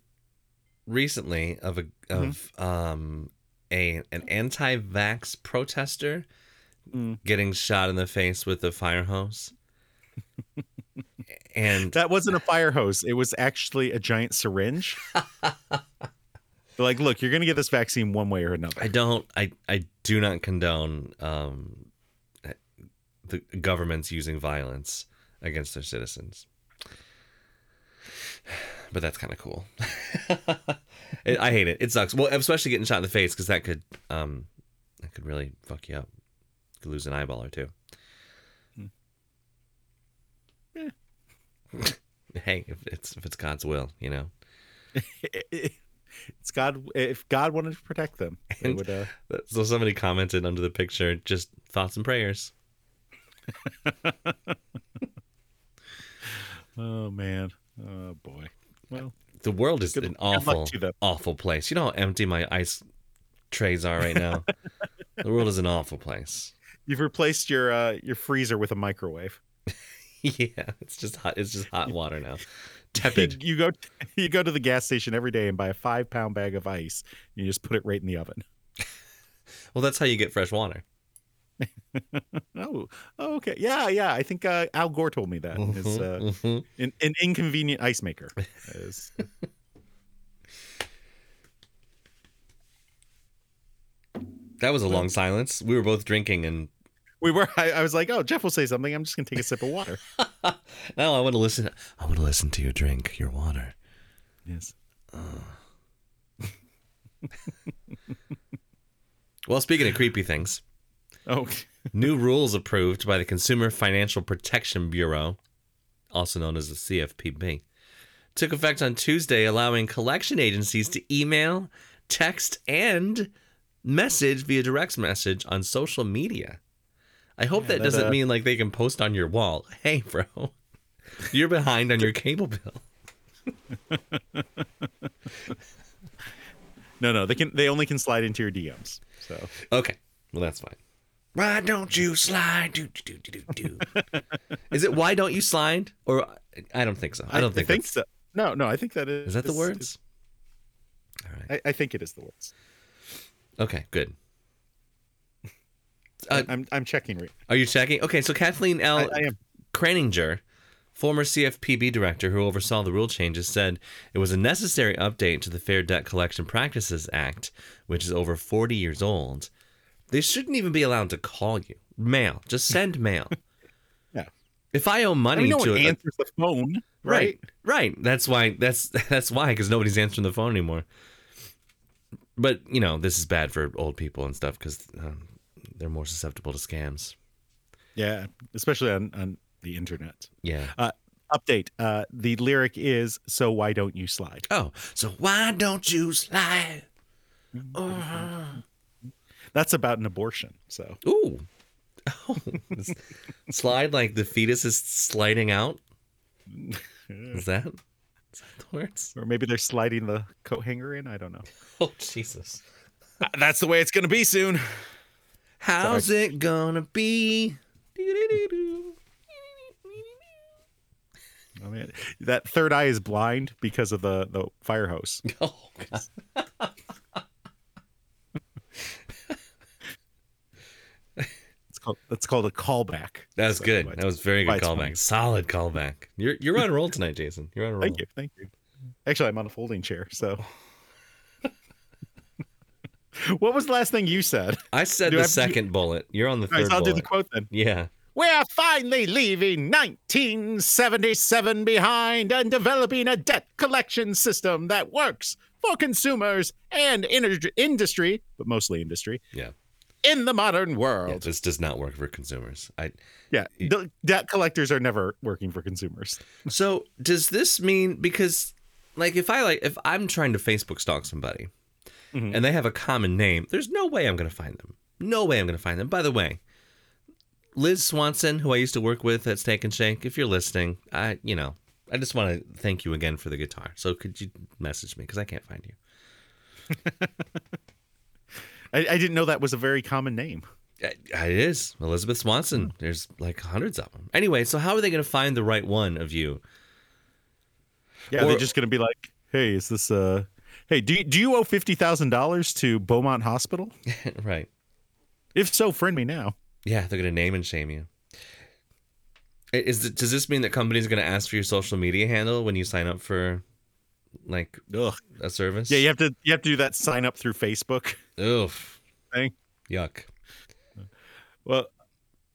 Speaker 1: recently of a
Speaker 2: Mm-hmm.
Speaker 1: of um a an anti-vax protester
Speaker 2: Mm.
Speaker 1: getting shot in the face with a fire hose and
Speaker 2: That wasn't a fire hose. It was actually a giant syringe. They're like, look, you're going to get this vaccine one way or another.
Speaker 1: I don't. I I do not condone um, the governments using violence against their citizens. But that's kind of cool. It- I hate it. It sucks. Well, especially getting shot in the face because that could um, that could really fuck you up. You could lose an eyeball or two.
Speaker 2: Hmm.
Speaker 1: hey, if it's if it's God's will, you know.
Speaker 2: it's God. If God wanted to protect them, they
Speaker 1: And-
Speaker 2: would. Uh,
Speaker 1: So somebody commented under the picture, just thoughts and prayers.
Speaker 2: oh man. Oh boy. Well,
Speaker 1: The world is
Speaker 2: Good-
Speaker 1: an
Speaker 2: good luck
Speaker 1: awful,
Speaker 2: to them.
Speaker 1: awful place. You know how empty my ice trays are right now. the world is an awful place.
Speaker 2: you've replaced your uh, your freezer with a microwave.
Speaker 1: yeah, it's just hot. It's just hot water now.
Speaker 2: You,
Speaker 1: Tepid.
Speaker 2: you go you go to the gas station every day and buy a five pound bag of ice. And you just put it right in the oven.
Speaker 1: Well, that's how you get fresh water.
Speaker 2: Oh, oh okay. Yeah, yeah. I think uh, Al Gore told me that. It's uh,
Speaker 1: Mhm, mhm.
Speaker 2: an, an inconvenient ice maker. That is-
Speaker 1: That was a long silence. We were both drinking, and
Speaker 2: we were. I, I was like, oh, Jeff will say something. I'm just gonna take a sip of water.
Speaker 1: now I want to listen. I want to listen to you drink your water.
Speaker 2: yes.
Speaker 1: Well, speaking of creepy things,
Speaker 2: Oh,
Speaker 1: New rules approved by the Consumer Financial Protection Bureau, also known as the CFPB, took effect on Tuesday, allowing collection agencies to email, text, and message via direct message on social media. I hope
Speaker 2: Yeah,
Speaker 1: that,
Speaker 2: that,
Speaker 1: doesn't
Speaker 2: uh,
Speaker 1: mean like they can post on your wall. Hey, bro, you're behind on your cable bill.
Speaker 2: no, no. They can. They only can slide into your DMs. So
Speaker 1: Okay, well that's fine. Why don't you slide? Do, do, do, do, do, do. Is it why don't you slide? Or I don't think so. I don't think, that's-
Speaker 2: so. No, no. I think that is.
Speaker 1: Is that the
Speaker 2: is-
Speaker 1: words?
Speaker 2: is-
Speaker 1: All right.
Speaker 2: I, I think it is the words.
Speaker 1: Okay, good. Uh,
Speaker 2: I'm I'm checking. Right.
Speaker 1: Are you checking? Okay, so Kathleen L.
Speaker 2: I, I am.
Speaker 1: Craninger, former CFPB director who oversaw the rule changes, said it was a necessary update to the Fair Debt Collection Practices Act, which is over 40 years old. They shouldn't even be allowed to call you. Mail. Just send mail.
Speaker 2: Yeah.
Speaker 1: If I owe
Speaker 2: I
Speaker 1: money
Speaker 2: mean, no
Speaker 1: to
Speaker 2: one
Speaker 1: a-
Speaker 2: answers the phone, right?
Speaker 1: right right that's why that's that's why because nobody's answering the phone anymore but you know this is bad for old people and stuff because um, they're more susceptible to scams
Speaker 2: Yeah, especially on on the internet.
Speaker 1: yeah
Speaker 2: Update. Uh, the lyric is "So why don't you slide?"
Speaker 1: oh so why don't you slide Uh-huh.
Speaker 2: That's about an abortion. So
Speaker 1: ooh oh. S- slide like the fetus is sliding out is that is that the words
Speaker 2: or maybe they're sliding the coat hanger in. I don't know.
Speaker 1: oh jesus
Speaker 2: That's the way it's gonna be soon.
Speaker 1: how's it gonna be Doo-doo-doo-doo.
Speaker 2: I mean, Oh, that third eye is blind because of the the fire hose.
Speaker 1: Oh god.
Speaker 2: It's called that's called a callback.
Speaker 1: That was
Speaker 2: So,
Speaker 1: good.
Speaker 2: but-
Speaker 1: That was very good
Speaker 2: it's
Speaker 1: callback.
Speaker 2: funny.
Speaker 1: Solid callback. You're you're on a roll tonight, Jason. You're on a roll.
Speaker 2: Thank you, thank you. Actually, I'm on a folding chair. So, what was the last thing you said?
Speaker 1: I said
Speaker 2: Do
Speaker 1: the
Speaker 2: I have to do-
Speaker 1: second bullet. You're on the
Speaker 2: All right,
Speaker 1: third
Speaker 2: so I'll do
Speaker 1: bullet.
Speaker 2: the quote then.
Speaker 1: yeah.
Speaker 2: We're finally leaving 1977 behind and developing a debt collection system that works for consumers and inter- industry, but mostly industry.
Speaker 1: Yeah.
Speaker 2: In the modern
Speaker 1: yeah.
Speaker 2: world.
Speaker 1: This does not work for consumers. I
Speaker 2: Yeah. The debt collectors are never working for consumers.
Speaker 1: So does this mean because like if I like if I'm trying to Facebook stalk somebody
Speaker 2: Mhm.
Speaker 1: and they have a common name, there's no way I'm gonna find them. No way I'm gonna find them. By the way, Liz Swanson, who I used to work with at Steak and Shake, if you're listening, I you know, I just wanna thank you again for the guitar. So could you message me? Because I can't find you.
Speaker 2: I, I didn't know that was a very common name.
Speaker 1: Uh, It is Elizabeth Swanson. There's like hundreds of them. Anyway, so how are they going to find the right one of you?
Speaker 2: Yeah,
Speaker 1: Or-
Speaker 2: they're just going to be like, hey, is this, uh, hey, do you, do you owe $50,000 to Beaumont Hospital?
Speaker 1: right.
Speaker 2: If so, friend me now.
Speaker 1: Yeah, they're going to name and shame you. I- Is th- does this mean that companies are going to ask for your social media handle when you sign up for like
Speaker 2: Ugh.
Speaker 1: a service?
Speaker 2: Yeah, you have to you have to do that sign up through Facebook.
Speaker 1: Oof.
Speaker 2: Thing.
Speaker 1: Yuck.
Speaker 2: Well,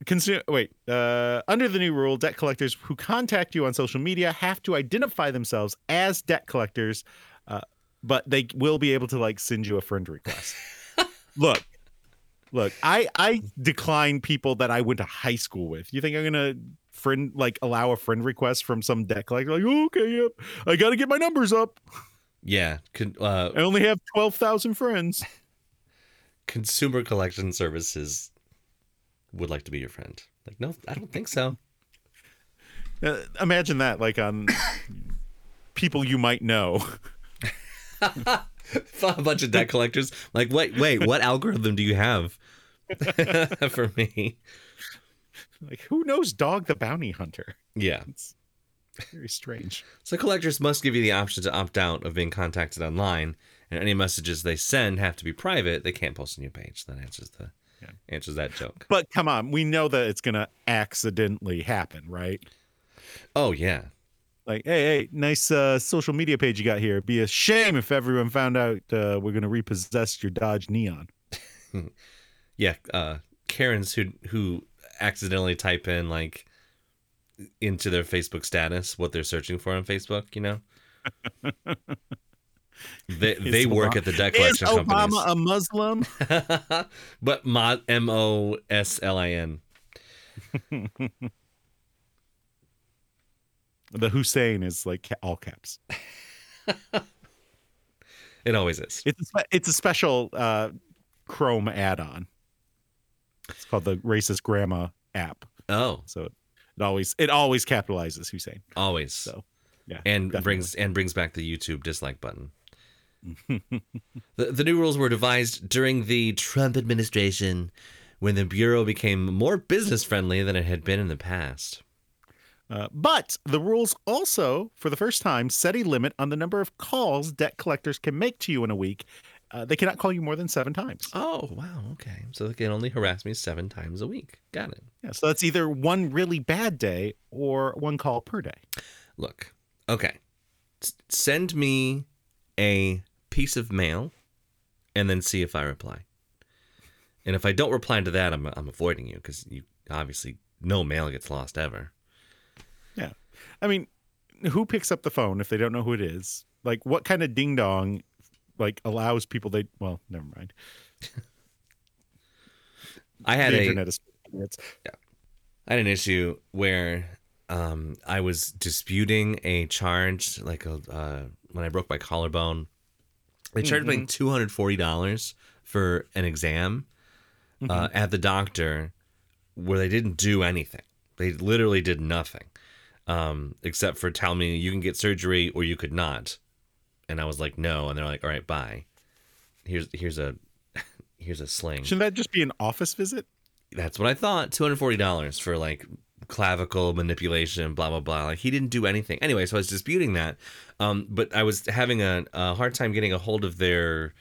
Speaker 2: consume. Wait. Uh, under the new rule, debt collectors who contact you on social media have to identify themselves as debt collectors, uh, but they will be able to like send you a friend request. look, look. I I decline people that I went to high school with. You think I'm gonna friend like allow a friend request from some debt collector? Like, okay, yep. I got to get my numbers up.
Speaker 1: Yeah. Con- uh,
Speaker 2: I only have twelve thousand friends.
Speaker 1: consumer collection services would like to be your friend. Like, no, I don't think so.
Speaker 2: Uh, imagine that, like on people you might know.
Speaker 1: a bunch of debt collectors. Like, wait, wait, what algorithm do you have for me?
Speaker 2: Like, who knows Dog the Bounty Hunter?
Speaker 1: Yeah.
Speaker 2: Very strange.
Speaker 1: So collectors must give you the option to opt out of being contacted online, and any messages they send have to be private. They can't post on your page. That answers the
Speaker 2: Yeah.
Speaker 1: answers that joke.
Speaker 2: But come on, we know that it's gonna accidentally happen, right?
Speaker 1: Oh yeah,
Speaker 2: Like, hey, hey, nice uh, social media page you got here. Be a shame if everyone found out uh, we're gonna repossess your Dodge Neon.
Speaker 1: yeah. Uh, Karens who who accidentally type in like into their Facebook status what they're searching for on Facebook. You know, they they
Speaker 2: Is
Speaker 1: work
Speaker 2: Obama-
Speaker 1: at the debt
Speaker 2: Is
Speaker 1: collection
Speaker 2: Obama
Speaker 1: companies.
Speaker 2: a Muslim?
Speaker 1: but mod M O S L I N.
Speaker 2: the Hussein is like ca- all caps.
Speaker 1: It always is.
Speaker 2: It's a spe- it's a special uh, Chrome add-on. It's called the Racist Grandma app.
Speaker 1: Oh,
Speaker 2: So it always it always capitalizes Hussein.
Speaker 1: always.
Speaker 2: So, yeah,
Speaker 1: and
Speaker 2: definitely.
Speaker 1: brings and brings back the YouTube dislike button. the, the new rules were devised during the Trump administration, when the bureau became more business friendly than it had been in the past.
Speaker 2: Uh, but the rules also, for the first time, set a limit on the number of calls debt collectors can make to you in a week. Uh, they cannot call you more than seven times.
Speaker 1: Oh wow, okay. So they can only harass me seven times a week. Got it.
Speaker 2: Yeah, so that's either one really bad day or one call per day.
Speaker 1: Look, okay. S- send me a piece of mail, and then see if I reply. And if I don't reply to that, I'm I'm avoiding you because you obviously no mail gets lost ever.
Speaker 2: Yeah. I mean, who picks up the phone if they don't know who it is? Like, what kind of ding dong, like, allows people they, well, never mind.
Speaker 1: I had
Speaker 2: the
Speaker 1: a
Speaker 2: internet is. It's,
Speaker 1: I had an issue where um, I was disputing a charge, like a, uh, when I broke my collarbone. They charged me two hundred forty dollars for an exam
Speaker 2: Mm-hmm.
Speaker 1: uh, at the doctor, where they didn't do anything. They literally did nothing, um, except for tell me you can get surgery or you could not. And I was like, no. And they're like, all right, bye. Here's here's a here's a sling.
Speaker 2: shouldn't that just be an office visit?
Speaker 1: That's what I thought. Two hundred forty dollars for like clavicle manipulation, blah blah blah. Like he didn't do anything. Anyway, so I was disputing that, um, but I was having a, a hard time getting a hold of their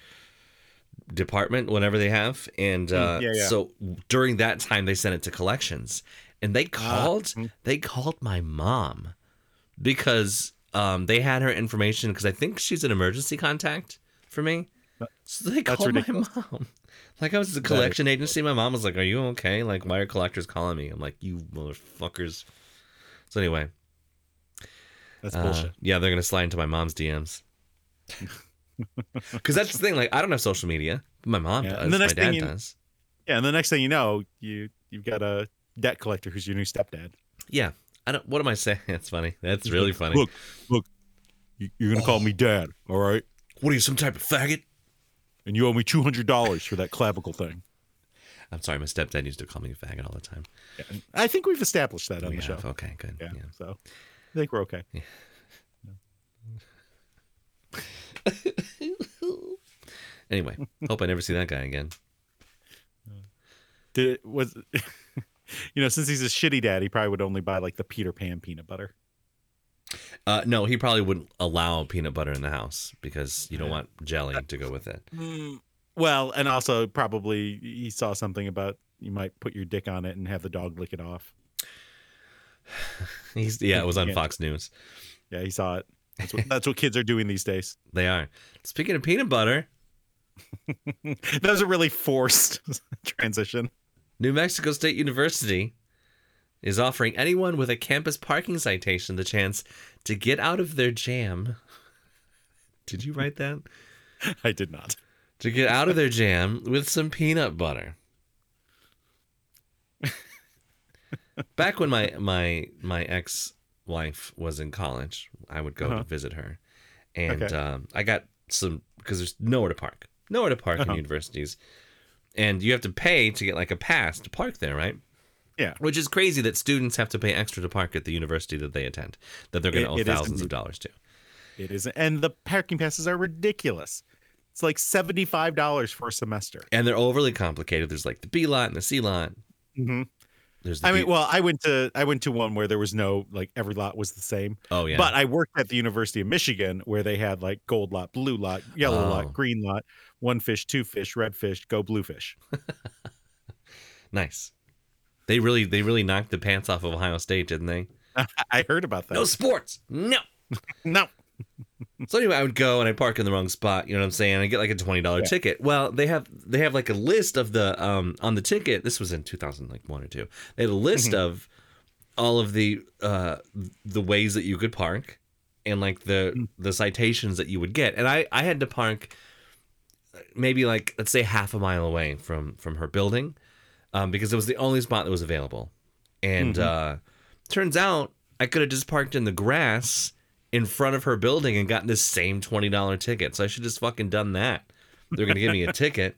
Speaker 1: department, whatever they have, and uh,
Speaker 2: Mm, yeah, yeah.
Speaker 1: so during that time they sent it to collections, and
Speaker 2: Ah,
Speaker 1: they called
Speaker 2: mm.
Speaker 1: they called my mom because um, they had her information because I think she's an emergency contact for me. So they
Speaker 2: That's
Speaker 1: called my
Speaker 2: ridiculous.
Speaker 1: mom. Like I was at the collection agency. My mom was like, "Are you okay? Like, why are collectors calling me?" I'm like, "You motherfuckers." So anyway,
Speaker 2: That's
Speaker 1: uh,
Speaker 2: bullshit.
Speaker 1: yeah, they're gonna slide into my mom's DMs. Because that's the thing. Like, I don't have social media. But my mom
Speaker 2: Yeah,
Speaker 1: does.
Speaker 2: and the next
Speaker 1: my dad
Speaker 2: thing you-
Speaker 1: does.
Speaker 2: Yeah. And the next thing you know, you, you've got a debt collector who's your new stepdad.
Speaker 1: Yeah, I don't. What am I saying? That's funny. That's really funny.
Speaker 2: Look, look, you- you're gonna call me dad, all right?
Speaker 1: what are you, some type of faggot?
Speaker 2: And you owe me two hundred dollars for that clavicle thing.
Speaker 1: I'm sorry. My stepdad used to call me a faggot all the time.
Speaker 2: I think we've established that on
Speaker 1: We
Speaker 2: the show.
Speaker 1: have. Okay, good.
Speaker 2: Yeah,
Speaker 1: yeah.
Speaker 2: so I think we're okay.
Speaker 1: Anyway, hope I never see that guy again.
Speaker 2: Did it, was, you know, since he's a shitty dad, he probably would only buy like the Peter Pan peanut butter.
Speaker 1: Uh, no, he probably wouldn't allow peanut butter in the house because you don't
Speaker 2: Yeah.
Speaker 1: want jelly to go with it.
Speaker 2: Well, and also probably he saw something about you might put your dick on it and have the dog lick it off.
Speaker 1: He's, yeah, it was on
Speaker 2: Yeah.
Speaker 1: Fox News.
Speaker 2: Yeah, he saw it. That's what, that's what kids are doing these days.
Speaker 1: They are. Speaking of peanut butter,
Speaker 2: That was a really forced transition.
Speaker 1: New Mexico State University is offering anyone with a campus parking citation the chance to get out of their jam. Did you write that?
Speaker 2: I did not.
Speaker 1: to get out of their jam with some peanut butter. Back when my my my ex wife was in college, I would go
Speaker 2: Uh-huh.
Speaker 1: to visit her, and
Speaker 2: Okay.
Speaker 1: um, I got some because there's nowhere to park, nowhere to park
Speaker 2: Uh-huh.
Speaker 1: in universities, and you have to pay to get like a pass to park there, right?
Speaker 2: Yeah.
Speaker 1: which is crazy that students have to pay extra to park at the university that they attend, that they're going
Speaker 2: It-
Speaker 1: to owe
Speaker 2: it is
Speaker 1: thousands of
Speaker 2: indeed.
Speaker 1: dollars to.
Speaker 2: It is, and the parking passes are ridiculous. It's like seventy-five dollars for a semester.
Speaker 1: And they're overly complicated. There's like the B lot and the C lot.
Speaker 2: Mm-hmm.
Speaker 1: There's the
Speaker 2: I
Speaker 1: B-
Speaker 2: mean, well, I went to I went to one where there was no like every lot was the same.
Speaker 1: oh yeah,
Speaker 2: But I worked at the University of Michigan where they had like gold lot, blue lot, yellow
Speaker 1: Oh.
Speaker 2: lot, green lot, one fish, two fish, red fish, go blue fish.
Speaker 1: Nice. They really they really knocked the pants off of Ohio State, didn't they?
Speaker 2: I heard about that.
Speaker 1: No sports. No.
Speaker 2: no.
Speaker 1: So anyway, I would go and I would park in the wrong spot. You know what I'm saying? I get like a twenty dollar
Speaker 2: Yeah.
Speaker 1: ticket. Well, they have they have like a list of the um on the ticket. This was in two thousand like one or two. They had a list of all of the uh the ways that you could park and like the the citations that you would get. And I I had to park uh, maybe like let's say half a mile away from from her building um, because it was the only spot that was available. And uh, turns out I could have just parked in the grass in front of her building and gotten the same twenty dollar ticket. So I should just fucking done that. They're gonna give me a ticket,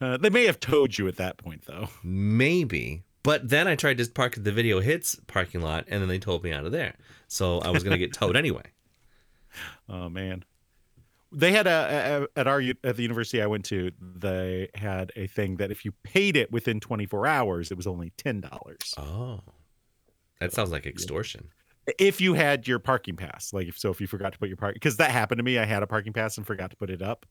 Speaker 2: Uh, they may have towed you at that point though.
Speaker 1: maybe. But then I tried to park at the Video Hits parking lot, and then they told me out of there. So I was gonna get towed anyway.
Speaker 2: Oh man. They had a, a at our u- at the university I went to, they had a thing that if you paid it within 24 hours, it was only $10.
Speaker 1: Oh, that sounds like extortion.
Speaker 2: if you had your parking pass like if so if you forgot to put your park because that happened to me i had a parking pass and forgot to put it up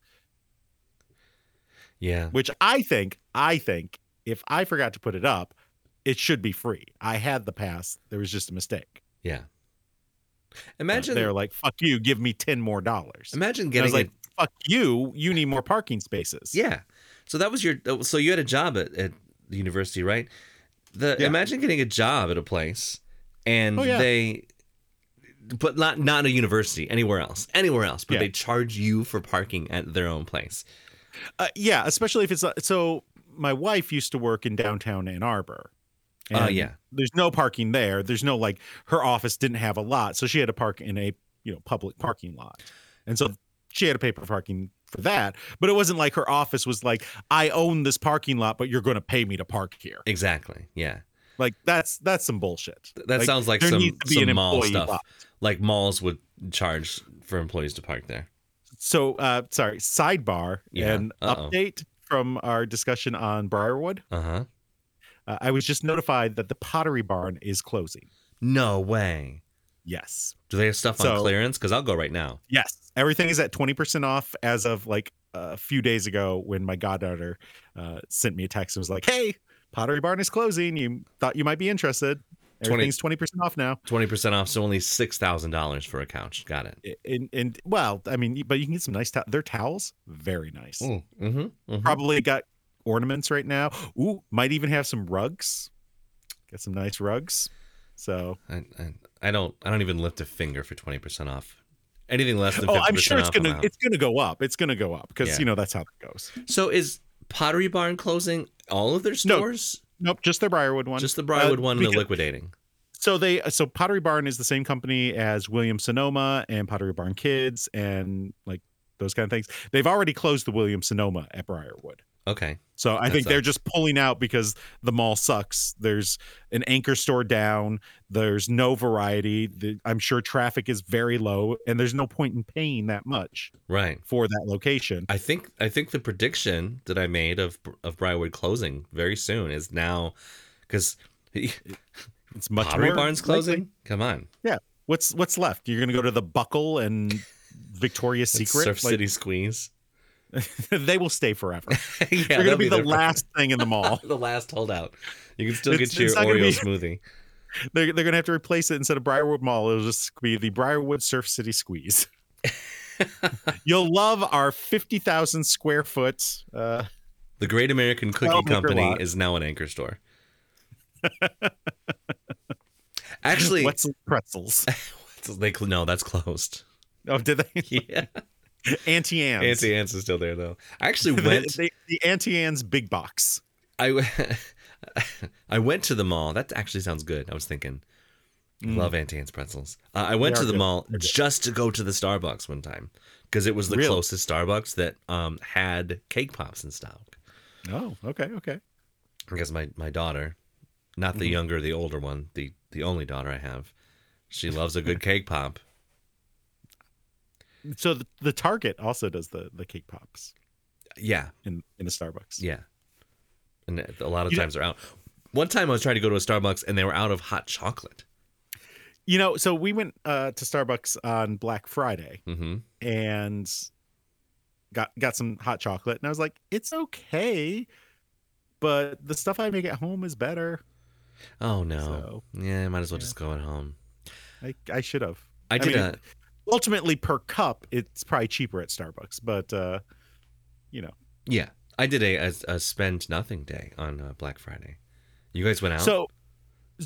Speaker 1: Yeah,
Speaker 2: which i think i think if i forgot to put it up it should be free i had the pass there was just a mistake
Speaker 1: yeah.
Speaker 2: Uh,
Speaker 1: Imagine
Speaker 2: they're like fuck you give me 10 more dollars
Speaker 1: imagine
Speaker 2: and i
Speaker 1: getting
Speaker 2: was
Speaker 1: a-
Speaker 2: like fuck you you need more parking spaces
Speaker 1: Yeah. So that was your. So you had a job at, at the university, right? The
Speaker 2: Yeah.
Speaker 1: imagine getting a job at a place, and
Speaker 2: Oh, yeah.
Speaker 1: they, but not not a university, anywhere else, anywhere else, but
Speaker 2: Yeah.
Speaker 1: they charge you for parking at their own place.
Speaker 2: uh, yeah especially if it's uh, so my wife used to work in downtown ann arbor
Speaker 1: Oh
Speaker 2: and
Speaker 1: yeah,
Speaker 2: there's no parking there there's no like her office didn't have a lot so she had to park in a you know public parking lot and so she had to pay for parking for that but it wasn't like her office was like i own this parking lot but you're going to pay me to park here
Speaker 1: exactly. Yeah,
Speaker 2: like that's that's some bullshit
Speaker 1: Th- that sounds like
Speaker 2: there
Speaker 1: some,
Speaker 2: needs to be
Speaker 1: some
Speaker 2: an
Speaker 1: mall
Speaker 2: employee
Speaker 1: stuff.
Speaker 2: lot.
Speaker 1: Like malls would charge for employees to park there.
Speaker 2: so uh sorry sidebar
Speaker 1: Yeah,
Speaker 2: and
Speaker 1: uh-oh.
Speaker 2: update from our discussion on briarwood
Speaker 1: Uh huh.
Speaker 2: uh, i was just notified that the pottery barn is closing
Speaker 1: No way.
Speaker 2: yes
Speaker 1: Do they have stuff on
Speaker 2: So-
Speaker 1: clearance? Because I'll go right now.
Speaker 2: Yes. Everything is at 20% off as of like a few days ago when my goddaughter uh, sent me a text and was like, hey, Pottery Barn is closing. You thought you might be interested.
Speaker 1: 20
Speaker 2: Everything's 20% off now.
Speaker 1: Twenty percent off, so only six thousand dollars for a couch. Got it.
Speaker 2: And, and well, I mean, but you can get some nice towels. Their towels, very nice.
Speaker 1: mm-hmm,
Speaker 2: Probably got ornaments right now. Ooh, might even have some rugs. Got some nice rugs. So,
Speaker 1: I, I, I don't I don't even lift a finger for twenty percent off. Anything less than 50%
Speaker 2: oh, I'm sure it's
Speaker 1: off, I'm
Speaker 2: gonna
Speaker 1: out.
Speaker 2: it's gonna go up. It's gonna go up because
Speaker 1: Yeah.
Speaker 2: you know that's how that goes.
Speaker 1: So is Pottery Barn closing all of their stores?
Speaker 2: Nope, just their Briarwood one.
Speaker 1: Just the Briarwood
Speaker 2: Uh,
Speaker 1: one they're
Speaker 2: because-
Speaker 1: liquidating.
Speaker 2: So they so Pottery Barn is the same company as Williams Sonoma and Pottery Barn Kids and like those kind of things. They've already closed the Williams Sonoma at Briarwood.
Speaker 1: Okay.
Speaker 2: So I
Speaker 1: That
Speaker 2: think they're
Speaker 1: sucks.
Speaker 2: just pulling out because the mall sucks. There's an anchor store down. There's no variety. The, I'm sure traffic is very low, and there's no point in paying that much
Speaker 1: Right.
Speaker 2: for that location.
Speaker 1: I think I think the prediction that I made of of Briarwood closing very soon is now because
Speaker 2: It's much
Speaker 1: Pottery
Speaker 2: more
Speaker 1: Barn's
Speaker 2: likely.
Speaker 1: closing. Come on,
Speaker 2: What's what's left? You're gonna go to the Buckle and Victoria's
Speaker 1: It's
Speaker 2: Secret.
Speaker 1: Surf
Speaker 2: Like,
Speaker 1: City Squeeze.
Speaker 2: they will stay forever.
Speaker 1: yeah,
Speaker 2: They're
Speaker 1: they'll
Speaker 2: gonna be the
Speaker 1: there for-
Speaker 2: last thing in the mall.
Speaker 1: the last holdout. You can still
Speaker 2: It's-
Speaker 1: get your
Speaker 2: it's not
Speaker 1: Oreo
Speaker 2: gonna be-
Speaker 1: smoothie.
Speaker 2: They're, they're gonna have to replace it instead of Briarwood Mall. It'll just be the Briarwood Surf City Squeeze. You'll love our fifty thousand square foot. Uh,
Speaker 1: The Great American Cookie
Speaker 2: Well, Mr.
Speaker 1: Company
Speaker 2: Watt.
Speaker 1: is now an anchor store. Actually,
Speaker 2: Wetzel's pretzels.
Speaker 1: they cl- no, that's closed.
Speaker 2: Oh, did they?
Speaker 1: Yeah,
Speaker 2: Auntie Anne's.
Speaker 1: Auntie Anne's is still there though. I actually
Speaker 2: the,
Speaker 1: went.
Speaker 2: the, the Auntie Anne's big box.
Speaker 1: I w- I went to the mall. That actually sounds good. I was thinking, love Auntie Anne's pretzels. Uh, I went
Speaker 2: Mm.
Speaker 1: to
Speaker 2: They are
Speaker 1: the
Speaker 2: good.
Speaker 1: mall just to go to the Starbucks one time because it was the
Speaker 2: Really?
Speaker 1: closest Starbucks that um, had cake pops in stock.
Speaker 2: Oh, okay, okay.
Speaker 1: because my my daughter, not
Speaker 2: Mm-hmm.
Speaker 1: the younger, the older one, the the only daughter I have, she loves a good cake pop.
Speaker 2: So the, the Target also does the the cake pops
Speaker 1: Yeah,
Speaker 2: in in the Starbucks.
Speaker 1: yeah, and a lot of
Speaker 2: You know-
Speaker 1: times they're out. One time I was trying to go to a Starbucks and they were out of hot chocolate.
Speaker 2: You know, so we went uh, to Starbucks on Black Friday
Speaker 1: Mm-hmm.
Speaker 2: and got got some hot chocolate, and I was like, it's okay, but the stuff I make at home is better.
Speaker 1: Oh no.
Speaker 2: So
Speaker 1: Yeah, might as well
Speaker 2: Yeah.
Speaker 1: just go at home.
Speaker 2: I I should have.
Speaker 1: I
Speaker 2: I
Speaker 1: did
Speaker 2: mean,
Speaker 1: a
Speaker 2: Ultimately, per cup, it's probably cheaper at Starbucks, but uh, you know.
Speaker 1: yeah, I did a a, a spend nothing day on uh, Black Friday. You guys went out.
Speaker 2: So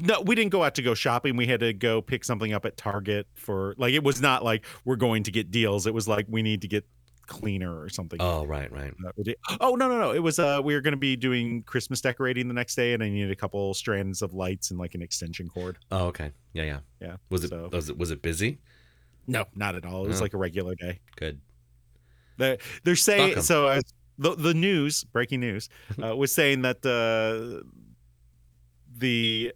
Speaker 2: no, we didn't go out to go shopping. We had to go pick something up at Target for like it was not like we're going to get deals. It was like we need to get cleaner or something.
Speaker 1: oh right, right.
Speaker 2: Not really- Oh no no no! It was uh we were gonna be doing Christmas decorating the next day, and I needed a couple strands of lights and like an extension cord.
Speaker 1: Oh okay. Yeah, yeah.
Speaker 2: Yeah,
Speaker 1: Was it
Speaker 2: so-
Speaker 1: was it was it busy?
Speaker 2: No, not at all. It was
Speaker 1: No.
Speaker 2: like a regular day.
Speaker 1: Good.
Speaker 2: They're, they're saying
Speaker 1: Fuck 'em.
Speaker 2: so. Uh, the the news, breaking news, uh, was saying that uh, the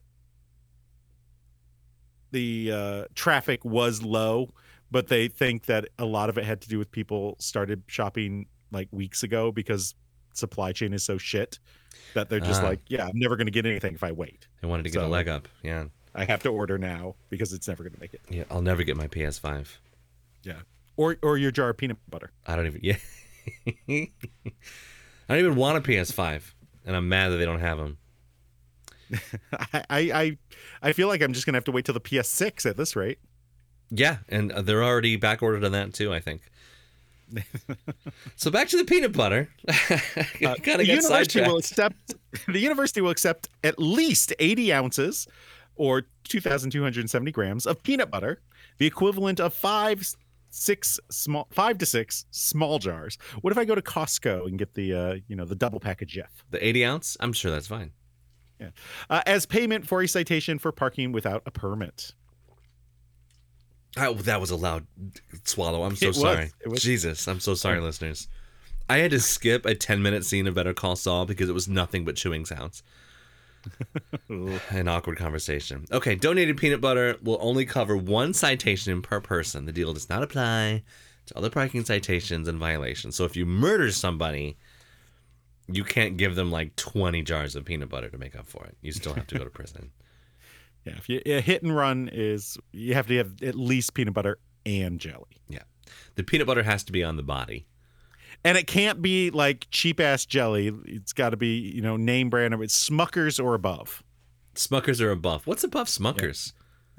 Speaker 2: the uh, traffic was low, but they think that a lot of it had to do with people started shopping like weeks ago because supply chain is so shit that they're just
Speaker 1: Ah.
Speaker 2: like, yeah, I'm never going to get anything if I wait.
Speaker 1: I wanted to get a
Speaker 2: So-
Speaker 1: leg up. Yeah.
Speaker 2: I have to order now because it's never going to make it.
Speaker 1: Yeah. I'll never get my PS Five.
Speaker 2: Or or your jar of peanut butter.
Speaker 1: I don't even. Yeah. I don't even want a PS5, and I'm mad that they don't have them.
Speaker 2: I I I feel like I'm just going to have to wait till the PS6 at this rate.
Speaker 1: Yeah, and uh, they're already back ordered on that too. I think. so back to the peanut butter.
Speaker 2: Uh,
Speaker 1: kind of
Speaker 2: the
Speaker 1: got
Speaker 2: university will
Speaker 1: sidetracked.
Speaker 2: accept the university will accept at least 80 ounces or 2270 grams of peanut butter the equivalent of five six small five to six small jars what if i go to costco and get the uh, you know the double pack of jeff
Speaker 1: The 80 ounce. I'm sure that's fine.
Speaker 2: uh, as payment for a citation for parking without a permit
Speaker 1: Oh, that was a loud swallow. I'm so
Speaker 2: It was.
Speaker 1: sorry.
Speaker 2: It was.
Speaker 1: Jesus, I'm so sorry, listeners. I had to skip a 10 minute scene of Better Call Saul because it was nothing but chewing sounds. an awkward conversation. Okay, donated peanut butter will only cover one citation per person. The deal does not apply to other parking citations and violations. So if you murder somebody, you can't give them like 20 jars of peanut butter to make up for it. You still have to go to prison.
Speaker 2: yeah if you a hit and run is you have to have at least peanut butter and jelly
Speaker 1: The peanut butter has to be on the body.
Speaker 2: and it can't be like cheap ass jelly it's got to be you know name brand or it's smuckers or above
Speaker 1: Smuckers are above. What's above Smuckers?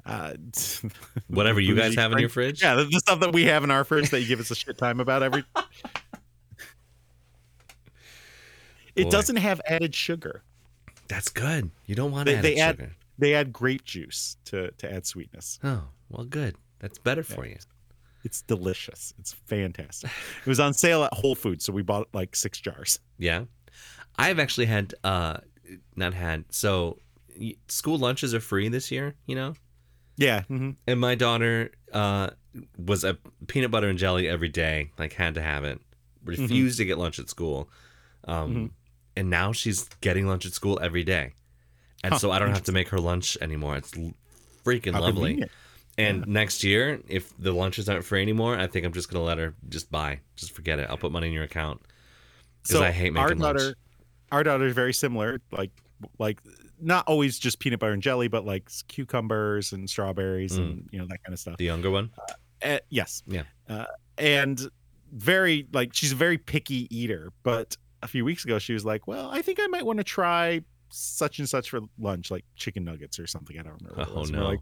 Speaker 2: uh,
Speaker 1: Whatever you guys
Speaker 2: bougie
Speaker 1: have in your
Speaker 2: drink.
Speaker 1: fridge?
Speaker 2: Yeah, the, the stuff that we have in our fridge that you give us a shit time about every. it
Speaker 1: Boy.
Speaker 2: doesn't have added sugar.
Speaker 1: That's good. You don't want to
Speaker 2: They-
Speaker 1: add
Speaker 2: they add-
Speaker 1: sugar.
Speaker 2: They add grape juice to to add sweetness.
Speaker 1: Oh, well, good. That's better for you.
Speaker 2: It's delicious. It's fantastic. It was on sale at Whole Foods, so we bought like six jars.
Speaker 1: Yeah. I've actually had uh not had so y- school lunches are free this year, you know.
Speaker 2: Yeah, hmm
Speaker 1: And my daughter uh was a peanut butter and jelly every day, like had to have it.
Speaker 2: Mm-hmm.
Speaker 1: Refused to get lunch at school. Um
Speaker 2: Mhm.
Speaker 1: and now she's getting lunch at school every day. And
Speaker 2: Huh,
Speaker 1: so I don't have to make her lunch anymore. It's l- freaking
Speaker 2: How
Speaker 1: lovely.
Speaker 2: convenient.
Speaker 1: And next year, if the lunches aren't free anymore, I think I'm just gonna let her just buy. Just forget it. I'll put money in your account. Because I hate making
Speaker 2: our
Speaker 1: lunch.
Speaker 2: daughter, Our daughter is very similar, like like not always just peanut butter and jelly, but like cucumbers and strawberries and you know that kind of stuff.
Speaker 1: The younger one?
Speaker 2: Uh, yes.
Speaker 1: Mm. Eh, Yeah.
Speaker 2: Uh, and very like she's a very picky eater, but a few weeks ago she was like, "Well, I think I might want to try such and such for lunch, like chicken nuggets or something. I don't remember. what it
Speaker 1: Oh,
Speaker 2: was.
Speaker 1: no.
Speaker 2: We're Uh, like,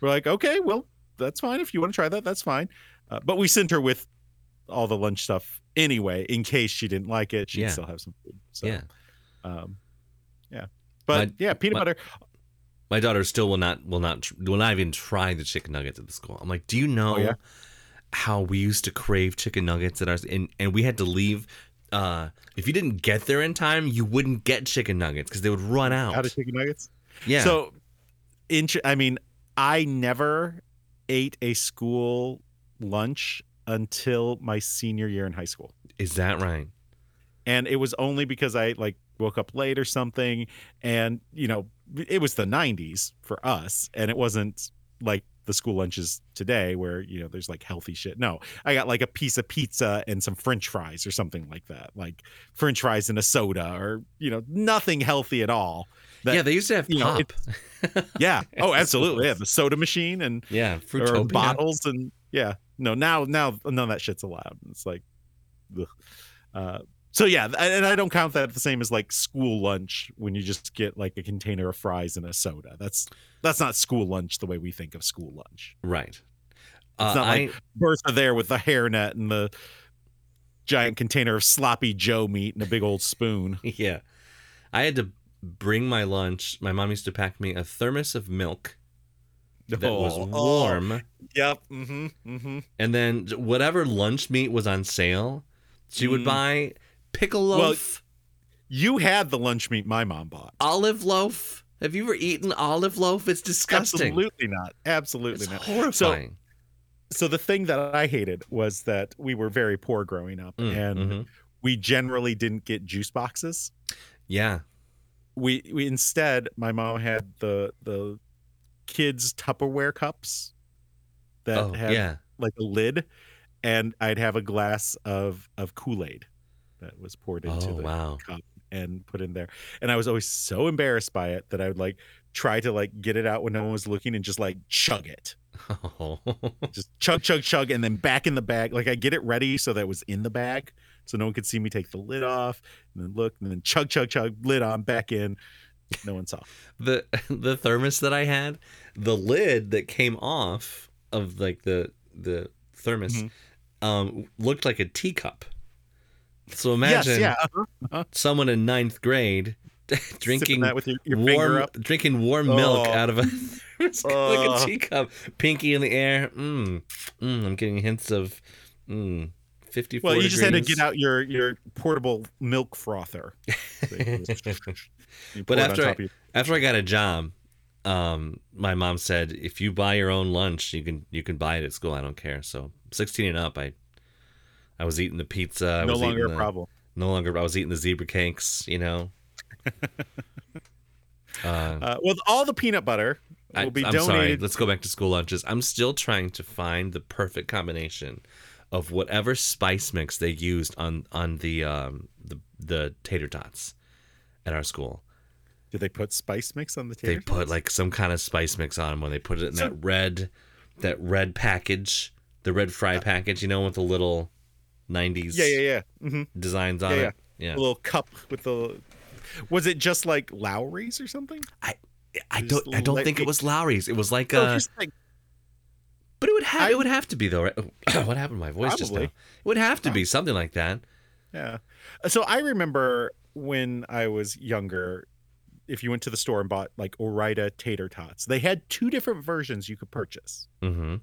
Speaker 2: we're like, okay, well, that's fine. If you want to try that, that's fine. Uh, but we sent her with all the lunch stuff anyway, in case she didn't like it. She'd
Speaker 1: Yeah.
Speaker 2: still have some food. So,
Speaker 1: yeah.
Speaker 2: Um, yeah. But
Speaker 1: My-
Speaker 2: yeah, peanut
Speaker 1: my-
Speaker 2: butter.
Speaker 1: My daughter still will not will not tr- will not even try the chicken nuggets at the school. I'm like, do you know
Speaker 2: Oh, yeah?
Speaker 1: how we used to crave chicken nuggets at our and and we had to leave. Uh, if you didn't get there in time, you wouldn't get chicken nuggets because they would run out.
Speaker 2: Out of chicken nuggets.
Speaker 1: yeah,
Speaker 2: So, int- I mean, I never ate a school lunch until my senior year in high school.
Speaker 1: is that right?
Speaker 2: And it was only because I like woke up late or something. And, you know, it was the 90s for us. And it wasn't like the school lunches today where, you know, there's like healthy shit. No, I got like a piece of pizza and some french fries or something like that, like french fries and a soda or, you know, nothing healthy at all. That-
Speaker 1: yeah, they used to have
Speaker 2: you know,
Speaker 1: pop.
Speaker 2: Yeah. Oh, absolutely. Yeah. The soda machine and,
Speaker 1: yeah,
Speaker 2: or
Speaker 1: Fruitopia.
Speaker 2: bottles and yeah no now now none of that shit's allowed it's like ugh. uh so yeah th- and i don't count that the same as like school lunch when you just get like a container of fries and a soda that's that's not school lunch the way we think of school lunch
Speaker 1: Right. Uh,
Speaker 2: not
Speaker 1: I,
Speaker 2: like- bertha there with the hairnet and the giant container of sloppy joe meat and a big old spoon
Speaker 1: yeah, I had to bring my lunch. My mom used to pack me a thermos of milk that was
Speaker 2: Oh, oh,
Speaker 1: warm.
Speaker 2: yep mm-hmm, mm-hmm.
Speaker 1: and then whatever lunch meat was on sale, she would
Speaker 2: Mm.
Speaker 1: buy pickle
Speaker 2: Well-
Speaker 1: loaf,
Speaker 2: you had the lunch meat my mom bought
Speaker 1: olive loaf. Have you ever eaten olive loaf? It's disgusting.
Speaker 2: absolutely not absolutely
Speaker 1: It's
Speaker 2: not
Speaker 1: horrifying.
Speaker 2: so the thing that I hated was that we were very poor growing up
Speaker 1: Mm,
Speaker 2: and
Speaker 1: mhm.
Speaker 2: we generally didn't get juice boxes.
Speaker 1: yeah,
Speaker 2: We we instead my mom had the the kids Tupperware cups that
Speaker 1: oh
Speaker 2: had
Speaker 1: yeah,
Speaker 2: like a lid and I'd have a glass of of Kool-Aid that was poured into
Speaker 1: oh
Speaker 2: the
Speaker 1: wow,
Speaker 2: and put in there. And I was always so embarrassed by it that I would like try to like get it out when no one was looking and just like chug it.
Speaker 1: oh.
Speaker 2: just chug chug chug and then back in the bag like i get it ready so that it was in the bag so no one could see me take the lid off and then look and then chug chug chug lid on back in no one saw
Speaker 1: the the thermos that I had, the lid that came off of like the the thermos,
Speaker 2: Mhm.
Speaker 1: um, looked like a teacup. So imagine
Speaker 2: yes yeah
Speaker 1: someone in ninth grade
Speaker 2: Sipping
Speaker 1: drinking
Speaker 2: that with your, your
Speaker 1: warm,
Speaker 2: finger up
Speaker 1: drinking warm milk
Speaker 2: Oh.
Speaker 1: out of a like
Speaker 2: Oh.
Speaker 1: a teacup, pinky in the air. Mm, mm, I'm getting hints of mm, 54
Speaker 2: well you just had to
Speaker 1: degrees.
Speaker 2: get out your your portable milk frother So you just- you
Speaker 1: But
Speaker 2: pour it on
Speaker 1: after
Speaker 2: top
Speaker 1: I-
Speaker 2: of your-
Speaker 1: After I got a job, um, my mom said, "If you buy your own lunch, you can you can buy it at school. I don't care." So 16 and up, I I was eating the pizza. I
Speaker 2: no
Speaker 1: was
Speaker 2: longer
Speaker 1: eating
Speaker 2: a
Speaker 1: the-
Speaker 2: problem
Speaker 1: No longer. I was eating the zebra cakes. You know. Uh,
Speaker 2: uh, well all the peanut butter will
Speaker 1: I,
Speaker 2: be
Speaker 1: am sorry.
Speaker 2: donated
Speaker 1: Let's go back to school lunches. I'm still trying to find the perfect combination of whatever spice mix they used on on the um the the tater tots at our school.
Speaker 2: did they put spice mix on the
Speaker 1: They
Speaker 2: tater
Speaker 1: put
Speaker 2: tots?
Speaker 1: like some kind of spice mix on them when they put it in
Speaker 2: So-
Speaker 1: that red that red package, the red fry package, you know, with the little 90s
Speaker 2: Uh, yeah yeah yeah hmm
Speaker 1: designs on
Speaker 2: Yeah,
Speaker 1: it. Yeah.
Speaker 2: a little cup with the was it just like lowry's or something Oh,
Speaker 1: I
Speaker 2: just
Speaker 1: don't I don't
Speaker 2: like-
Speaker 1: think it was Lowry's. It was like
Speaker 2: No,
Speaker 1: uh
Speaker 2: just like
Speaker 1: But it would have
Speaker 2: I-
Speaker 1: it would have to be though. Right? what happened to my voice just now?
Speaker 2: Probably.
Speaker 1: It would have to be something like that.
Speaker 2: Yeah. Uh, So I remember when I was younger, if you went to the store and bought like Orida tater tots, they had two different versions you could purchase.
Speaker 1: Mhm.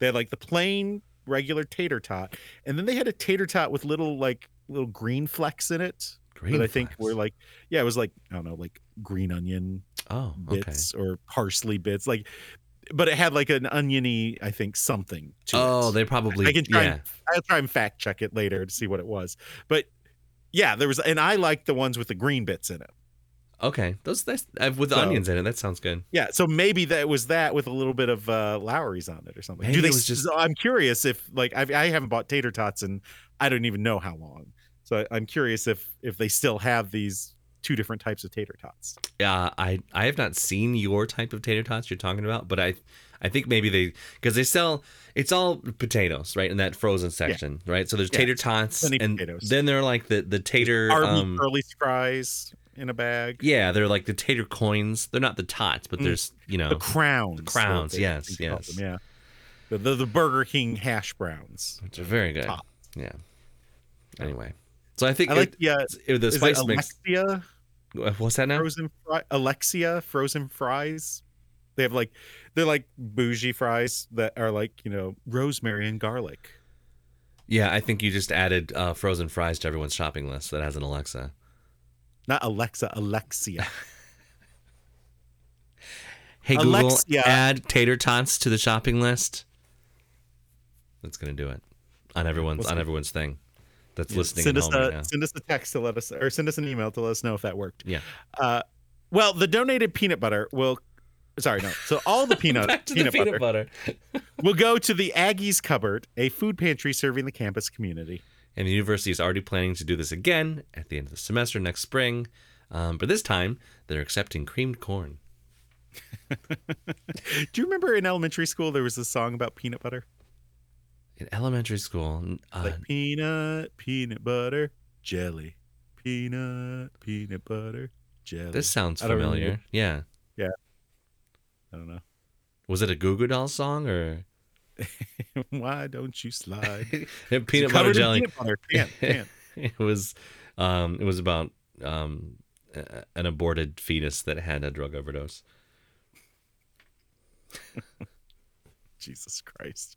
Speaker 2: They had like the plain regular tater tot, and then they had a tater tot with little like little green flecks in it
Speaker 1: Green
Speaker 2: that I think
Speaker 1: flags.
Speaker 2: were like yeah, it was like I don't know, like green onion
Speaker 1: oh okay.
Speaker 2: bits or parsley bits, like but it had like an oniony, I think, something to it.
Speaker 1: Oh, they probably
Speaker 2: I can try
Speaker 1: yeah.
Speaker 2: and, I'll try and fact check it later to see what it was. But yeah, there was, and I liked the ones with the green bits in it.
Speaker 1: Okay, those that's, uh, with the
Speaker 2: So-
Speaker 1: onions in it. That sounds good.
Speaker 2: Yeah, so maybe that was that with a little bit of uh, Lowry's on it or something.
Speaker 1: Maybe
Speaker 2: Do
Speaker 1: it
Speaker 2: they?
Speaker 1: was just-
Speaker 2: Just... I'm curious if like I've, I haven't bought tater tots in I don't even know how long. So I- I'm curious if if they still have these two different types of tater tots.
Speaker 1: Uh, I I have not seen your type of tater tots you're talking about, but I I think maybe they because they sell it's all potatoes right in that frozen section right. So there's
Speaker 2: Yeah.
Speaker 1: tater tots
Speaker 2: Plenty of
Speaker 1: and
Speaker 2: potatoes.
Speaker 1: then they're like the the tater
Speaker 2: Arby's
Speaker 1: um,
Speaker 2: curly fries. in a bag.
Speaker 1: Yeah, they're like the tater coins. They're not the tots, but there's you know
Speaker 2: Mm. The crowns. what
Speaker 1: crowns,
Speaker 2: they-
Speaker 1: yes,
Speaker 2: they call
Speaker 1: yes.
Speaker 2: them, yeah. The, the the Burger King hash browns.
Speaker 1: which are very good.
Speaker 2: Top.
Speaker 1: Yeah. Anyway, so I think
Speaker 2: I like
Speaker 1: it-
Speaker 2: yeah.
Speaker 1: it- the
Speaker 2: Is it
Speaker 1: spice mix.
Speaker 2: Alexia
Speaker 1: What's that now?
Speaker 2: frozen fry, Alexia frozen fries. They have like they're like bougie fries that are like you know rosemary and garlic.
Speaker 1: Yeah, I think you just added uh, frozen fries to everyone's shopping list that has an Alexa.
Speaker 2: Not Alexa, Alexia.
Speaker 1: Hey Google,
Speaker 2: Alexia.
Speaker 1: add tater tots to the shopping list. That's gonna do it on everyone's
Speaker 2: What's
Speaker 1: on
Speaker 2: that?
Speaker 1: everyone's thing that's listening
Speaker 2: send
Speaker 1: at
Speaker 2: us
Speaker 1: home
Speaker 2: a
Speaker 1: right now.
Speaker 2: send us a text to let us or send us an email to let us know if that worked.
Speaker 1: Yeah.
Speaker 2: Uh, well, the donated peanut butter will. Sorry, no. So all the peanut
Speaker 1: Back to
Speaker 2: peanut,
Speaker 1: the
Speaker 2: butter, will go to the Aggies Cupboard, a food pantry serving the campus community.
Speaker 1: And the university is already planning to do this again at the end of the semester next spring. Um, but this time, they're accepting creamed corn.
Speaker 2: Do you remember in elementary school there was a song about peanut butter?
Speaker 1: In elementary school, uh,
Speaker 2: Like peanut, peanut butter, jelly, peanut, peanut butter, jelly.
Speaker 1: this sounds
Speaker 2: I don't remember.
Speaker 1: familiar. Yeah.
Speaker 2: I don't know.
Speaker 1: Was it a Goo Goo Doll song or
Speaker 2: Why don't you slide?
Speaker 1: peanut butter
Speaker 2: Covered in
Speaker 1: jelly?
Speaker 2: Peanut butter. Can't, can't.
Speaker 1: It was, um, it was about um, a- an aborted fetus that had a drug overdose.
Speaker 2: Jesus Christ.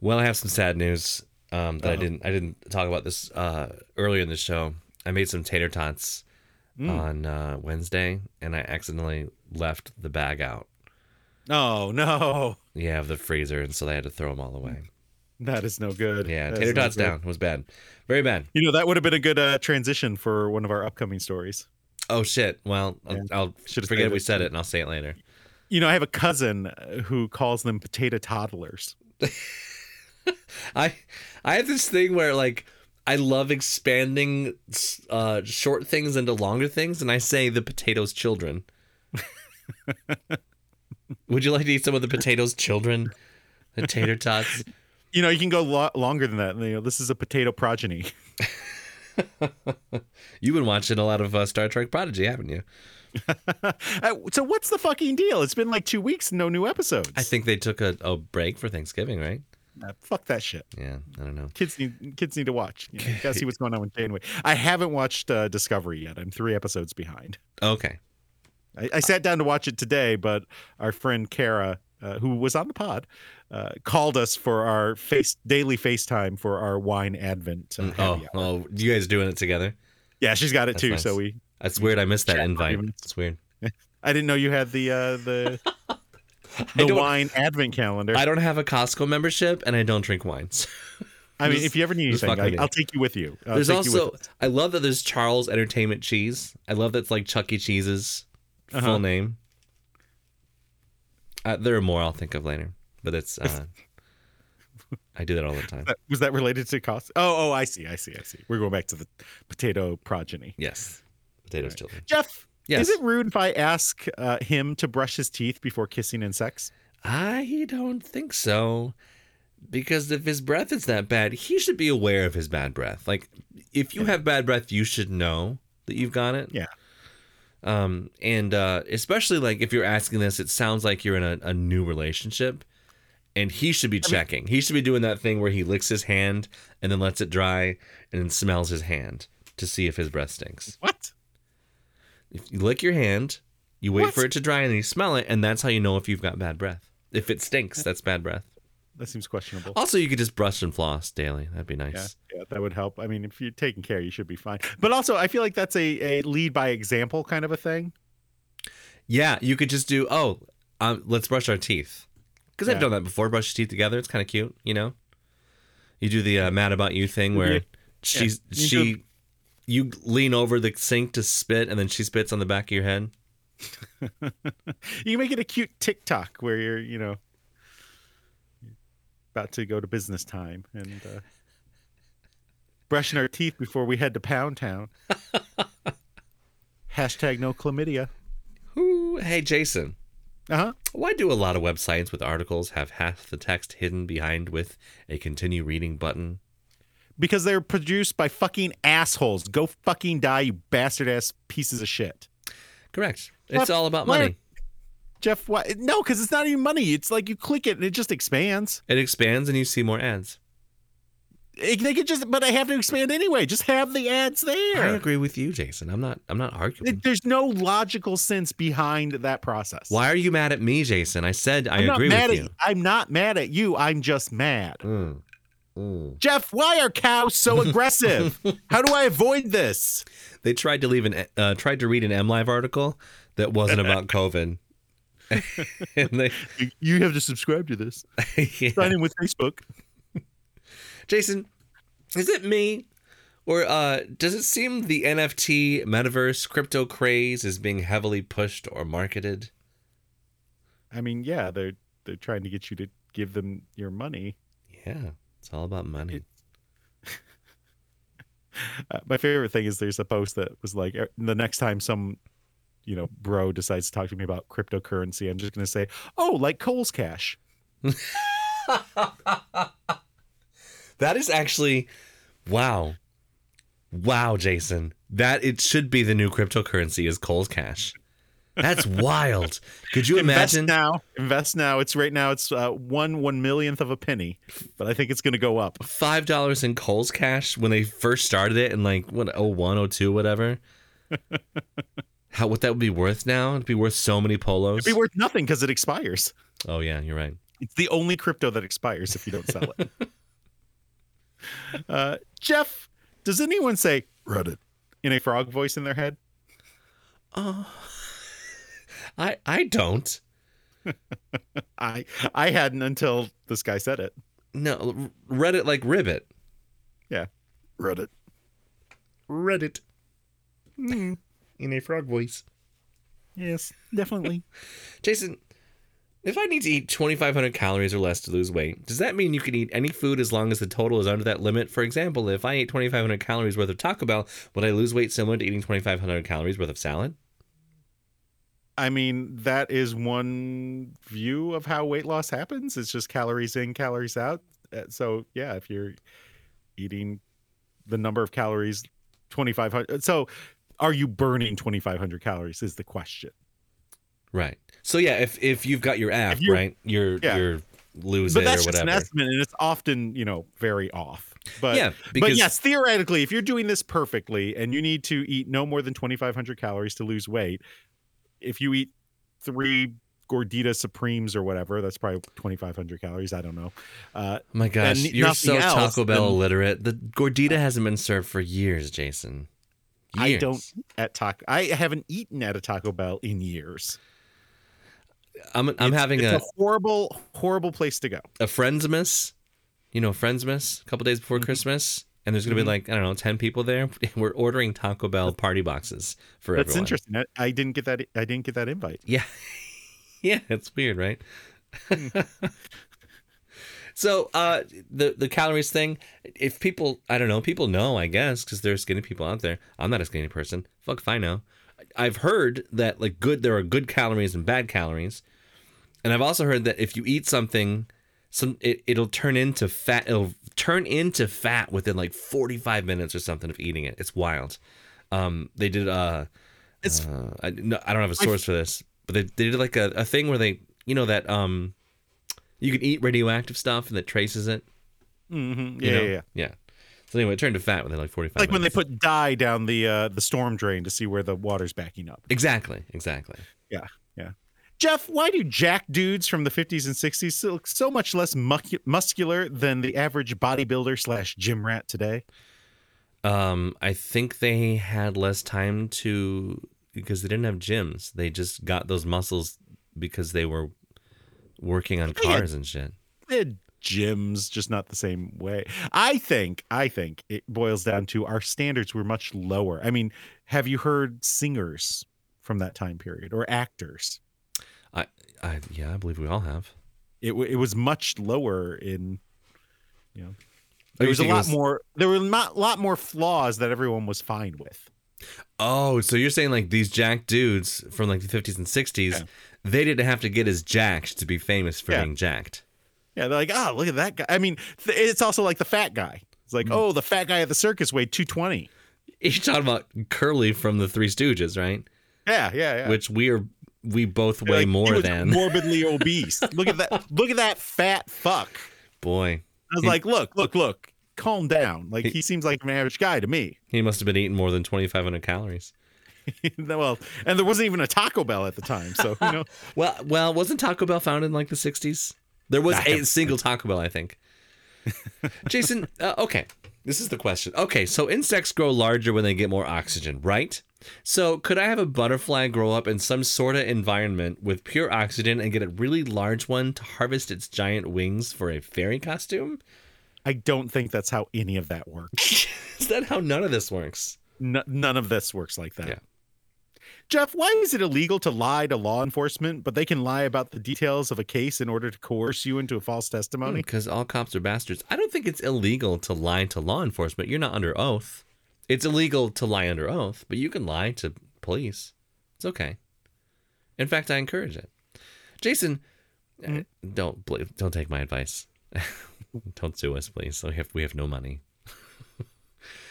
Speaker 1: Well, I have some sad news um, that I
Speaker 2: Uh-oh.
Speaker 1: didn't I didn't talk about this uh, earlier in the show. I made some tater tots
Speaker 2: Mm.
Speaker 1: on uh, Wednesday, and I accidentally left the bag out.
Speaker 2: Oh no,
Speaker 1: Yeah, of the freezer, and so they had to throw them all away.
Speaker 2: that is no good.
Speaker 1: Yeah,
Speaker 2: That is
Speaker 1: tater
Speaker 2: no
Speaker 1: tots
Speaker 2: good.
Speaker 1: down It was bad, very bad.
Speaker 2: You know that would have been a good uh, transition for one of our upcoming stories.
Speaker 1: Oh shit! Well, I'll,
Speaker 2: Yeah.
Speaker 1: I'll
Speaker 2: Should've
Speaker 1: forget
Speaker 2: said
Speaker 1: we
Speaker 2: it.
Speaker 1: said it, and I'll say it later.
Speaker 2: You know, I have a cousin uh, who calls them potato toddlers.
Speaker 1: I I have this thing where like I love expanding uh, short things into longer things, and I say the potatoes children. Would you like to eat some of the potatoes children? The tater tots.
Speaker 2: You know, you can go lo- longer than that. You know, this is a potato progeny.
Speaker 1: You've been watching a lot of uh, Star Trek Prodigy, haven't you?
Speaker 2: Uh, so what's the fucking deal? It's been like two weeks, and no new episodes.
Speaker 1: I think they took a, a break for Thanksgiving, right?
Speaker 2: Uh, fuck that shit.
Speaker 1: Yeah, I don't know.
Speaker 2: Kids need kids need to watch. You, know, you gotta see what's going on with Janeway. I haven't watched uh, Discovery yet. I'm three episodes behind.
Speaker 1: Okay.
Speaker 2: I, I sat down to watch it today, but our friend Kara, uh, who was on the pod, uh, called us for our face daily FaceTime for our wine advent. Uh, happy
Speaker 1: Oh,
Speaker 2: hour.
Speaker 1: oh, you guys doing it together?
Speaker 2: yeah, she's got it
Speaker 1: That's
Speaker 2: too.
Speaker 1: nice.
Speaker 2: So we,
Speaker 1: That's weird. I missed that
Speaker 2: Chat
Speaker 1: invite.
Speaker 2: arguments.
Speaker 1: It's weird.
Speaker 2: I didn't know you had the uh, the
Speaker 1: I
Speaker 2: the
Speaker 1: don't-
Speaker 2: wine advent calendar.
Speaker 1: I
Speaker 2: I,
Speaker 1: don't have a Costco membership, and I don't drink wines.
Speaker 2: mean,
Speaker 1: this-
Speaker 2: if you ever need
Speaker 1: this
Speaker 2: anything,
Speaker 1: fucking
Speaker 2: I, I'll take you with you. I'll
Speaker 1: there's
Speaker 2: take you with
Speaker 1: also I love that there's Charles Entertainment Cheese. I love that's like Chuck E. Cheese's
Speaker 2: Uh-huh.
Speaker 1: full name. Uh, there are more I'll think of later, but it's uh, I do that all the time.
Speaker 2: that- was that related to cost? Oh, oh, I see, I see, I see. We're going back to the potato progeny.
Speaker 1: Yes, potatoes children.
Speaker 2: Jeff,
Speaker 1: Yes,
Speaker 2: is it rude if I ask uh, him to brush his teeth before kissing and sex?
Speaker 1: I don't think so, because if his breath is that bad, he should be aware of his bad breath. Like if you have bad breath, you should know that you've got it.
Speaker 2: Yeah.
Speaker 1: Um, and uh, especially like if you're asking this, it sounds like you're in a, a new relationship, and he should be checking. he should be doing that thing where he licks his hand and then lets it dry and then smells his hand to see if his breath stinks.
Speaker 2: What?
Speaker 1: If you lick your hand, you wait
Speaker 2: What?
Speaker 1: for it to dry, and then you smell it, and that's how you know if you've got bad breath. If it stinks, that's bad breath.
Speaker 2: That seems questionable.
Speaker 1: Also, you could just brush and floss daily. That'd be nice.
Speaker 2: Yeah, yeah, that would help. I mean, if you're taking care, you should be fine. But also, I feel like that's a, a lead by example kind of a thing.
Speaker 1: Yeah, you could just do oh, um, let's brush our teeth because
Speaker 2: Yeah.
Speaker 1: I've done that before. Brush your teeth together. It's kind of cute, you know. You do the uh, mad about you thing where
Speaker 2: Yeah.
Speaker 1: she's
Speaker 2: You
Speaker 1: she you lean over the sink to spit and then she spits on the back of your head.
Speaker 2: You can make it a cute TikTok where you're, you know, about to go to business time and uh, brushing our teeth before we head to Pound Town. Hashtag no chlamydia.
Speaker 1: Whoo. Hey, Jason.
Speaker 2: Uh huh.
Speaker 1: Why do a lot of websites with articles have half the text hidden behind with a continue reading button?
Speaker 2: Because they're produced by fucking assholes. Go fucking die, you bastard ass pieces of shit.
Speaker 1: Correct.
Speaker 2: What?
Speaker 1: It's all about
Speaker 2: What?
Speaker 1: money.
Speaker 2: Jeff, why? No, because it's not even money. It's like you click it and it just expands.
Speaker 1: It expands and you see more ads.
Speaker 2: It- they could just, but I have to expand anyway. Just have the ads
Speaker 1: I
Speaker 2: there.
Speaker 1: agree with you, Jason. I'm not I'm not arguing.
Speaker 2: It- there's no logical sense behind that process.
Speaker 1: Why are you mad at me, Jason? I said I
Speaker 2: I'm not
Speaker 1: agree
Speaker 2: mad
Speaker 1: with
Speaker 2: at
Speaker 1: you.
Speaker 2: I'm not mad at you. I'm just mad.
Speaker 1: Mm. Mm.
Speaker 2: Jeff, why are cows so aggressive? How do I avoid this?
Speaker 1: They tried to leave an uh, tried to read an M Live article that wasn't about COVID. and they,
Speaker 2: You have to subscribe to this.
Speaker 1: yeah.
Speaker 2: Sign in with Facebook.
Speaker 1: Jason, is it me? Or uh, does it seem the NFT, metaverse, crypto craze is being heavily pushed or marketed?
Speaker 2: I mean, yeah, they're they're trying to get you to give them your money.
Speaker 1: Yeah, it's all about money.
Speaker 2: Uh, my favorite thing is there's a post that was like er, the next time some you know bro decides to talk to me about cryptocurrency, I'm just gonna say, oh, like Cole's Cash.
Speaker 1: That is actually, wow, wow, Jason. That it should be the new cryptocurrency is Cole's cash. That's wild. Could you imagine?
Speaker 2: Invest now. Invest now. It's right now. It's uh, one one millionth of a penny, but I think it's gonna go up.
Speaker 1: five dollars in Cole's cash when they first started it in like what oh one oh two whatever. How what that would be worth now? It'd be worth so many polos.
Speaker 2: It'd be worth nothing because it expires.
Speaker 1: oh yeah, you're right.
Speaker 2: It's the only crypto that expires if you don't sell it. uh, Jeff, does anyone say Reddit in a frog voice in their head?
Speaker 1: Oh, I I don't.
Speaker 2: I I hadn't until this guy said it.
Speaker 1: No, Reddit like Ribbit.
Speaker 2: Reddit.
Speaker 1: Reddit Hmm. in a frog voice.
Speaker 2: yes, definitely.
Speaker 1: Jason, if I need to eat 2,500 calories or less to lose weight, does that mean you can eat any food as long as the total is under that limit? For example, if I ate 2,500 calories worth of Taco Bell, would I lose weight similar to eating 2,500 calories worth of salad?
Speaker 2: I mean, that is one view of how weight loss happens. It's just calories in, calories out. Uh, So yeah, if you're eating the number of calories, twenty five hundred. So are you burning twenty five hundred calories? Is the question.
Speaker 1: Right. So yeah, if if you've got your app,
Speaker 2: If you-
Speaker 1: right, you're
Speaker 2: yeah.
Speaker 1: you're lose it
Speaker 2: but that's
Speaker 1: or
Speaker 2: just
Speaker 1: whatever.
Speaker 2: an estimate and it's often you know very off but
Speaker 1: yeah,
Speaker 2: but
Speaker 1: because
Speaker 2: yes theoretically if you're doing this perfectly and you need to eat no more than 2500 calories to lose weight if you eat three gordita supremes or whatever that's probably 2500 calories i don't know uh
Speaker 1: oh my gosh,
Speaker 2: and
Speaker 1: you're so
Speaker 2: nothing else,
Speaker 1: Taco Bell
Speaker 2: then-
Speaker 1: illiterate. The gordita hasn't been served for years, Jason.
Speaker 2: i don't
Speaker 1: Years.
Speaker 2: at taco i haven't eaten at a taco bell in years
Speaker 1: I'm I'm having
Speaker 2: it's
Speaker 1: a
Speaker 2: a horrible horrible place to go
Speaker 1: a friendsmas, you know, friendsmas, a couple days
Speaker 2: Mm-hmm.
Speaker 1: before Christmas, and there's gonna
Speaker 2: Mhm.
Speaker 1: be like I don't know, ten people there. We're ordering Taco Bell party boxes for
Speaker 2: that's
Speaker 1: everyone.
Speaker 2: interesting I, I didn't get that i didn't get that invite
Speaker 1: Yeah, yeah, it's weird, right? so uh, the the calories thing, if people, I don't know, people know, I guess, because there's skinny people out there. I'm not a skinny person. Fuck if I know. I've heard that like good, there are good calories and bad calories, and I've also heard that if you eat something, some it, it'll turn into fat. It'll turn into fat within like 45 minutes or something of eating it. It's wild. Um, they did uh,
Speaker 2: It's-
Speaker 1: uh, I, no, I don't have a source for this, but they, they did like a, a thing where they, you know, that um, you can eat radioactive stuff and that traces it.
Speaker 2: hmm
Speaker 1: you
Speaker 2: yeah,
Speaker 1: know?
Speaker 2: yeah yeah
Speaker 1: yeah. So anyway, it turned to fat within like 45
Speaker 2: like when they
Speaker 1: minutes.
Speaker 2: put dye down the uh, the storm drain to see where the water's backing up.
Speaker 1: Exactly, exactly.
Speaker 2: Jeff, why do jack dudes from the 50s and 60s still look so much less muc- muscular than the average bodybuilder slash gym rat today?
Speaker 1: Um, I think they had less time to because they didn't have gyms. They just got those muscles because they were working on
Speaker 2: They had-
Speaker 1: cars and shit.
Speaker 2: They had gyms, just not the same way. I think, I think it boils down to our standards were much lower. I mean, have you heard singers from that time period or actors?
Speaker 1: I, yeah, I believe we all have.
Speaker 2: it, w- it was much lower in you know
Speaker 1: you
Speaker 2: there was a
Speaker 1: think it
Speaker 2: lot
Speaker 1: was-
Speaker 2: more there were a lot, lot more flaws that everyone was fine with
Speaker 1: Oh, so you're saying like these jack dudes from like the 50s and 60s,
Speaker 2: Yeah.
Speaker 1: they didn't have to get as jacked to be famous for
Speaker 2: Yeah.
Speaker 1: being jacked.
Speaker 2: Yeah, they're like, oh, look at that guy. I mean, th- it's also like the fat guy. It's
Speaker 1: Mm.
Speaker 2: like, oh, the fat guy at the circus weighed 220.
Speaker 1: You're talking about Curly from the Three Stooges, right?
Speaker 2: Yeah, yeah, yeah.
Speaker 1: Which we are we both weigh
Speaker 2: Like, he
Speaker 1: more
Speaker 2: was
Speaker 1: than.
Speaker 2: morbidly obese. Look at that. Look at that fat fuck.
Speaker 1: Boy,
Speaker 2: I was
Speaker 1: He-
Speaker 2: like, look, look, look. Calm down. Like
Speaker 1: He-
Speaker 2: he seems like an average guy to me.
Speaker 1: he must have been eating more than 2,500 calories.
Speaker 2: well, and there wasn't even a Taco Bell at the time, so you know.
Speaker 1: Well, well, wasn't Taco Bell founded in like the 60s? There was
Speaker 2: I
Speaker 1: a
Speaker 2: have-
Speaker 1: single Taco Bell, I think. Jason, uh, okay. This is the question. Okay, so insects grow larger when they get more oxygen, right? So, could I have a butterfly grow up in some sort of environment with pure oxygen and get a really large one to harvest its giant wings for a fairy costume?
Speaker 2: I don't think that's how any of that works.
Speaker 1: Is that how none of this works?
Speaker 2: N- none of this works like that.
Speaker 1: Yeah.
Speaker 2: Jeff, why is it illegal to lie to law enforcement, but they can lie about the details of a case in order to coerce you into a false testimony?
Speaker 1: Because Mm. all cops are bastards. I don't think it's illegal to lie to law enforcement. You're not under oath. It's illegal to lie under oath, but you can lie to police. It's okay. In fact, I encourage it. Jason, eh, don't bl- don't take my advice. don't sue us, please. We have we have no money.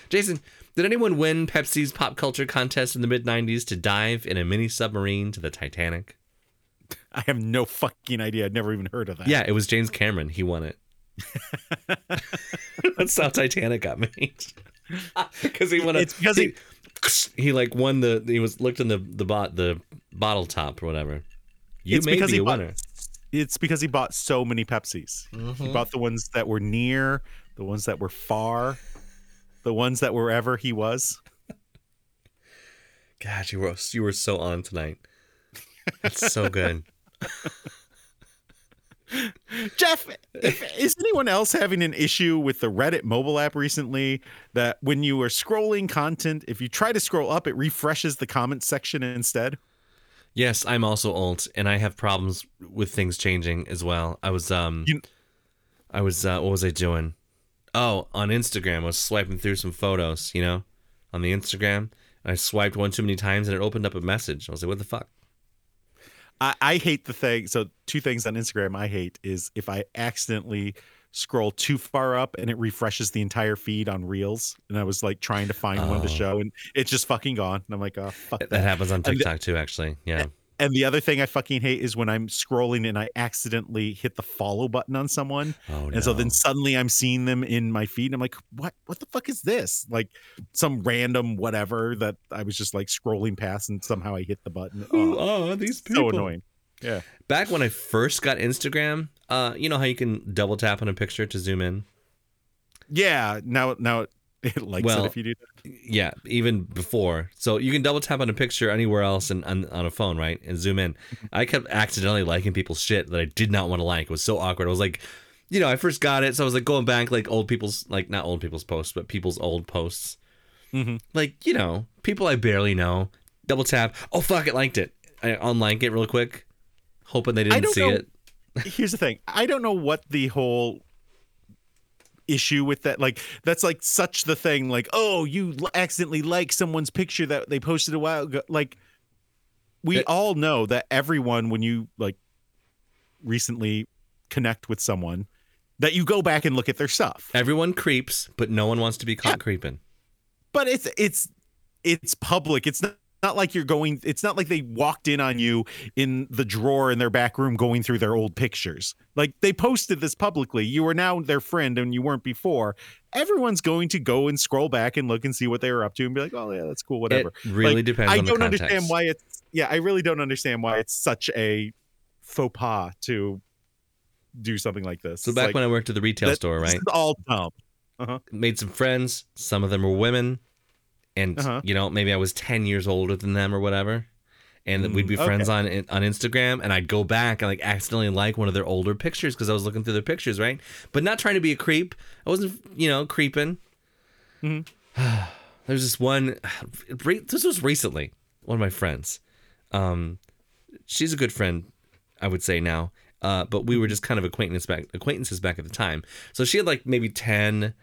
Speaker 1: Jason, did anyone win Pepsi's pop culture contest in the mid '90s to dive in a mini submarine to the Titanic?
Speaker 2: I have no fucking idea. I'd never even heard of that.
Speaker 1: Hmm. Yeah, it was James Cameron. He won it. That's how Titanic got made. Because he won. A,
Speaker 2: It's because he-
Speaker 1: he, he like won the. He was looked in the the bot the bottle top or whatever. You
Speaker 2: It's
Speaker 1: may
Speaker 2: because
Speaker 1: be
Speaker 2: he
Speaker 1: a
Speaker 2: bought-
Speaker 1: winner.
Speaker 2: It's because he bought so many Pepsis.
Speaker 1: Mm-hmm.
Speaker 2: He bought the ones that were near, the ones that were far, the ones that wherever he was.
Speaker 1: God, you were you were so on tonight. That's so good.
Speaker 2: Jeff, if, is anyone else having an issue with the Reddit mobile app recently that when you are scrolling content, if you try to scroll up, it refreshes the comment section instead?
Speaker 1: yes, I'm also old, and I have problems with things changing as well. I was um,
Speaker 2: You-
Speaker 1: I was uh, what was I doing? Oh, on Instagram, I was swiping through some photos, you know, on the Instagram. And I swiped one too many times, and it opened up a message. I was like, "What the fuck?"
Speaker 2: I, I hate the thing. So two things on Instagram I hate is if I accidentally scroll too far up and it refreshes the entire feed on Reels, and I was like trying to find one of the
Speaker 1: Oh.
Speaker 2: show, and it's just fucking gone. And I'm like, oh fuck
Speaker 1: That
Speaker 2: that.
Speaker 1: happens on
Speaker 2: the-
Speaker 1: TikTok too, actually. Yeah.
Speaker 2: And the other thing I fucking hate is when I'm scrolling and I accidentally hit the follow button on someone,
Speaker 1: Oh no.
Speaker 2: and so then suddenly I'm seeing them in my feed, and I'm like, what? What the fuck is this? Like some random whatever that I was just like scrolling past, and somehow I hit the button.
Speaker 1: who
Speaker 2: Oh,
Speaker 1: are these people?
Speaker 2: so annoying. Yeah.
Speaker 1: Back when I first got Instagram, uh, you know how you can double tap on a picture to zoom in.
Speaker 2: Yeah, now now it, it likes
Speaker 1: Well,
Speaker 2: it if you do that.
Speaker 1: Yeah, even before. So you can double tap on a picture anywhere else and on, on a phone, right? And zoom in. I kept accidentally liking people's shit that I did not want to like. It was so awkward. I was like, you know, I first got it, so I was like going back like old people's like not old people's posts, but people's old posts.
Speaker 2: Mhm.
Speaker 1: Like, you know, people I barely know. Double tap. Oh fuck, it liked it. I unlike it real quick. Hoping they didn't
Speaker 2: don't
Speaker 1: see
Speaker 2: know-
Speaker 1: it.
Speaker 2: Here's the thing. I don't know what the whole issue with that like that's like such the thing like oh you l- accidentally like someone's picture that they posted a while ago like we
Speaker 1: It-
Speaker 2: all know that everyone when you like recently connect with someone that you go back and look at their stuff
Speaker 1: Everyone creeps, but no one wants to be caught creeping.
Speaker 2: but it's it's it's public it's not not like you're going it's not like they walked in on you in the drawer in their back room going through their old pictures like they posted this publicly you are now their friend and you weren't before everyone's going to go and scroll back and look and see what they were up to and be like oh yeah that's cool whatever
Speaker 1: It really
Speaker 2: Like,
Speaker 1: depends
Speaker 2: i
Speaker 1: on the
Speaker 2: don't
Speaker 1: context.
Speaker 2: understand why it's yeah i really don't understand why it's such a faux pas to do something like this
Speaker 1: So back when I worked at the retail store, right?
Speaker 2: it's all dumb
Speaker 1: made some friends. Some of them were women, and
Speaker 2: Uh-huh.
Speaker 1: you know maybe I was ten years older than them or whatever, and
Speaker 2: Mm,
Speaker 1: we'd be
Speaker 2: okay.
Speaker 1: friends on on Instagram. And I'd go back and like accidentally like one of their older pictures because I was looking through their pictures, right? But not trying to be a creep. I wasn't, you know, creeping.
Speaker 2: Mhm.
Speaker 1: There's this one. re- This was recently. One of my friends. Um, she's a good friend, I would say now. Uh, but we were
Speaker 2: Mm-hmm.
Speaker 1: just kind of acquaintances back acquaintances back at the time. So she had like maybe ten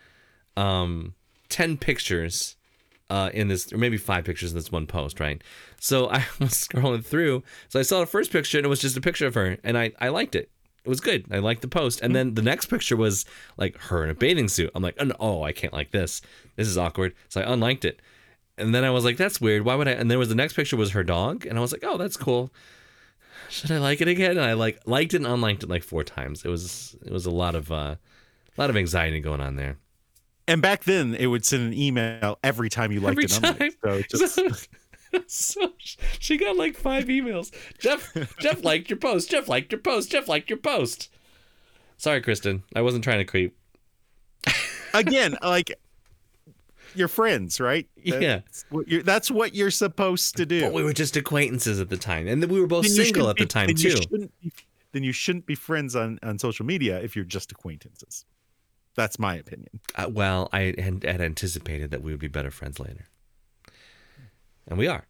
Speaker 1: um 10 pictures uh, in this, or maybe five pictures in this one post, right? So I was scrolling through. So I saw the first picture and it was just a picture of her, and I, I liked it. It was good. I liked the post. And then the next picture was like her in a bathing suit. I'm like, oh, no, oh, I can't like this. This is awkward. So I unliked it. And then I was like, that's weird. Why would I? And then was the next picture was her dog, and I was like, oh, that's cool. Should I like it again? And I like liked it and unliked it like four times. It was it was a lot of uh, a lot of anxiety going on there.
Speaker 2: And back then, it would send an email every time you liked
Speaker 1: Every
Speaker 2: it. unliked. So just
Speaker 1: So, so she got like five emails. Jeff, Jeff liked your post. Jeff liked your post. Jeff liked your post. Sorry, Kristen. I wasn't trying to creep.
Speaker 2: again, like your friends, right?
Speaker 1: Yeah.
Speaker 2: That's what you're, that's what you're supposed to do.
Speaker 1: But we were just acquaintances at the time, and then we were both
Speaker 2: Then you
Speaker 1: single
Speaker 2: shouldn't
Speaker 1: at the
Speaker 2: be-
Speaker 1: time
Speaker 2: then you
Speaker 1: too.
Speaker 2: shouldn't be- then you shouldn't be friends on on social media if you're just acquaintances. That's my opinion.
Speaker 1: Uh, well, I had, had anticipated that we would be better friends later, and we are.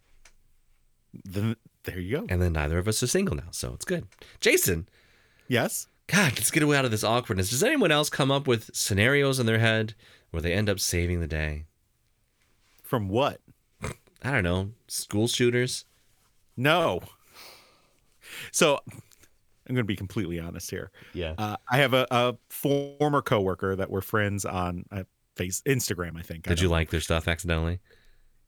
Speaker 2: Then there you go.
Speaker 1: And then neither of us are single now, so it's good. Jason,
Speaker 2: Yes.
Speaker 1: God, let's get away out of this awkwardness. Does anyone else come up with scenarios in their head where they end up saving the day?
Speaker 2: From what?
Speaker 1: I don't know, school shooters.
Speaker 2: No. So I'm going to be completely honest here.
Speaker 1: Yeah.
Speaker 2: Uh, I have a, a former coworker that we're friends on uh, face Instagram. I think. I
Speaker 1: Did you
Speaker 2: don't-
Speaker 1: like their stuff accidentally?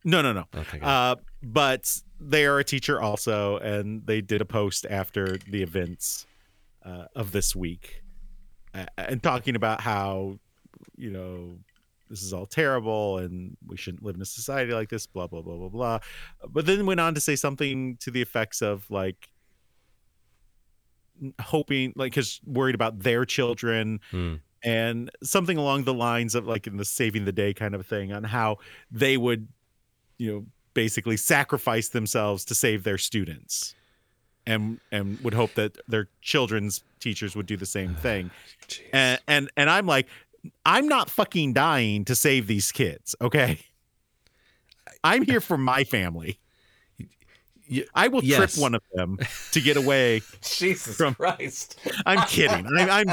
Speaker 2: No, no, no.
Speaker 1: Okay. good.
Speaker 2: Uh, but they are a teacher also, and they did a post after the events uh, of this week, uh, and talking about how, you know, this is all terrible, and we shouldn't live in a society like this. Blah blah blah blah blah. But then went on to say something to the effects of like hoping like because worried about their children
Speaker 1: Hmm.
Speaker 2: and something along the lines of like in the saving the day kind of thing on how they would you know basically sacrifice themselves to save their students and and would hope that their children's teachers would do the same thing
Speaker 1: Jeez.
Speaker 2: and and, and i'm like i'm not fucking dying to save these kids okay i'm here for my family
Speaker 1: Y-
Speaker 2: i will
Speaker 1: yes.
Speaker 2: trip one of them to get away
Speaker 1: Jesus
Speaker 2: from-
Speaker 1: Christ!
Speaker 2: i'm kidding I, i'm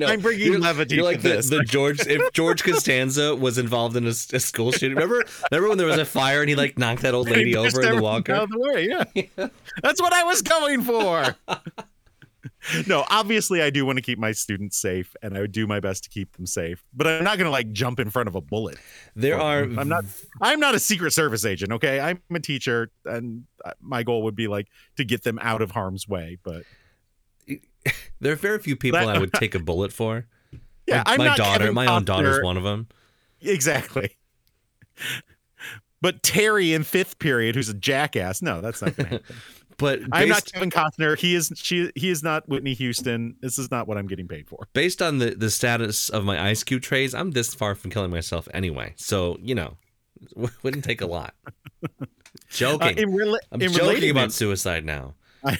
Speaker 1: No,
Speaker 2: i'm bringing
Speaker 1: you're,
Speaker 2: levity
Speaker 1: you're
Speaker 2: to
Speaker 1: like the,
Speaker 2: this
Speaker 1: the George. If George Costanza was involved in a, s- a school shooting, remember? Remember when there was a fire and he like knocked that old lady
Speaker 2: They pushed
Speaker 1: over in the
Speaker 2: everyone
Speaker 1: walker?
Speaker 2: down the way, yeah. That's what I was going for. no, obviously, I do want to keep my students safe, and I would do my best to keep them safe. But I'm not going to like jump in front of a bullet.
Speaker 1: There are.
Speaker 2: I'm not. I'm not a Secret Service agent. Okay, I'm a teacher, and uh, my goal would be like to get them out of harm's way. But
Speaker 1: There are very few people
Speaker 2: That-
Speaker 1: I would take a bullet for.
Speaker 2: yeah,
Speaker 1: my,
Speaker 2: I'm
Speaker 1: my
Speaker 2: not
Speaker 1: daughter,
Speaker 2: Kevin
Speaker 1: my own daughter's
Speaker 2: Costner.
Speaker 1: one of them.
Speaker 2: Exactly. But Terry in fifth period, who's a jackass, no, that's not going to happen.
Speaker 1: But
Speaker 2: I'm not
Speaker 1: based,
Speaker 2: Kevin Costner. He is she. He is not Whitney Houston. This is not what I'm getting paid for.
Speaker 1: based on the, the status of my ice cube trays, I'm this far from killing myself anyway. So you know, w- wouldn't take a lot.
Speaker 2: Uh,
Speaker 1: joking.
Speaker 2: in rela-
Speaker 1: I'm
Speaker 2: in
Speaker 1: joking
Speaker 2: related
Speaker 1: about
Speaker 2: news-
Speaker 1: suicide now.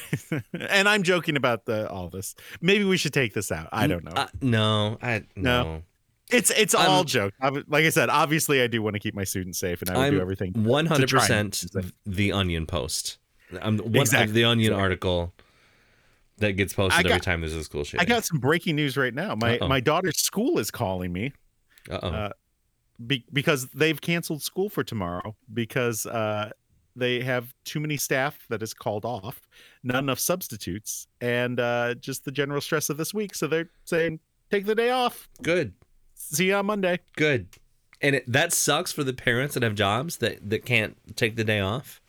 Speaker 2: and I'm joking about the all this. Maybe we should take this out. I don't know.
Speaker 1: Uh, no, I no.
Speaker 2: No. it's it's all
Speaker 1: I'm-
Speaker 2: joke. I would- like I said, obviously I do want to keep my students safe, and I would
Speaker 1: I'm
Speaker 2: do everything.
Speaker 1: One hundred
Speaker 2: try
Speaker 1: percent
Speaker 2: and-
Speaker 1: the Onion post. I'm one,
Speaker 2: Exactly.
Speaker 1: the Onion article that gets
Speaker 2: I
Speaker 1: posted
Speaker 2: got-
Speaker 1: every time there's a school shooting.
Speaker 2: I got some breaking news right now. My
Speaker 1: Uh-oh.
Speaker 2: my daughter's school is calling me
Speaker 1: Uh-oh.
Speaker 2: uh, be- because they've canceled school for tomorrow because uh, they have too many staff that is called off, not enough substitutes, and uh, just the general stress of this week. So they're saying take the day off.
Speaker 1: Good,
Speaker 2: See you on Monday.
Speaker 1: good. And it, that sucks for the parents that have jobs that that can't take the day off.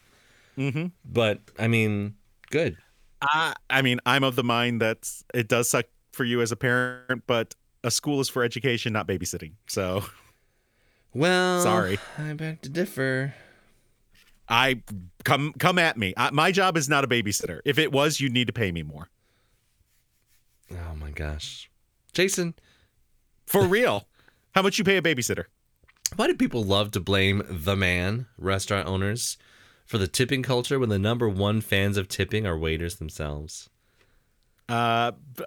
Speaker 2: Mm-hmm.
Speaker 1: But I mean, good.
Speaker 2: I, I mean, I'm of the mind that it does suck for you as a parent, but a school is for education, not babysitting. So
Speaker 1: Well,
Speaker 2: Sorry.
Speaker 1: I beg to differ.
Speaker 2: I come come at me. I, my job is not a babysitter. If it was, you'd need to pay me more.
Speaker 1: Oh my gosh, Jason,
Speaker 2: For real. How much you pay a babysitter?
Speaker 1: why do people love to blame the man restaurant owners for the tipping culture when the number one fans of tipping are waiters themselves?
Speaker 2: Uh, b-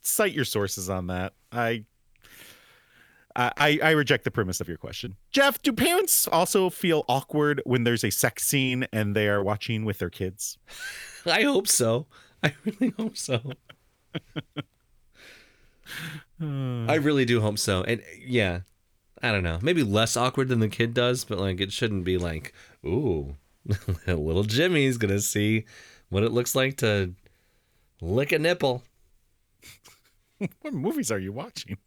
Speaker 2: cite your sources on that. I, I, I- I reject the premise of your question, Jeff. Do parents also feel awkward when there's a sex scene and they are watching with their kids?
Speaker 1: I hope so. I really hope so. I really do hope so. And yeah, I don't know. Maybe less awkward than the kid does, but like it shouldn't be like, ooh, little Jimmy's gonna see what it looks like to lick a nipple.
Speaker 2: What movies are you watching?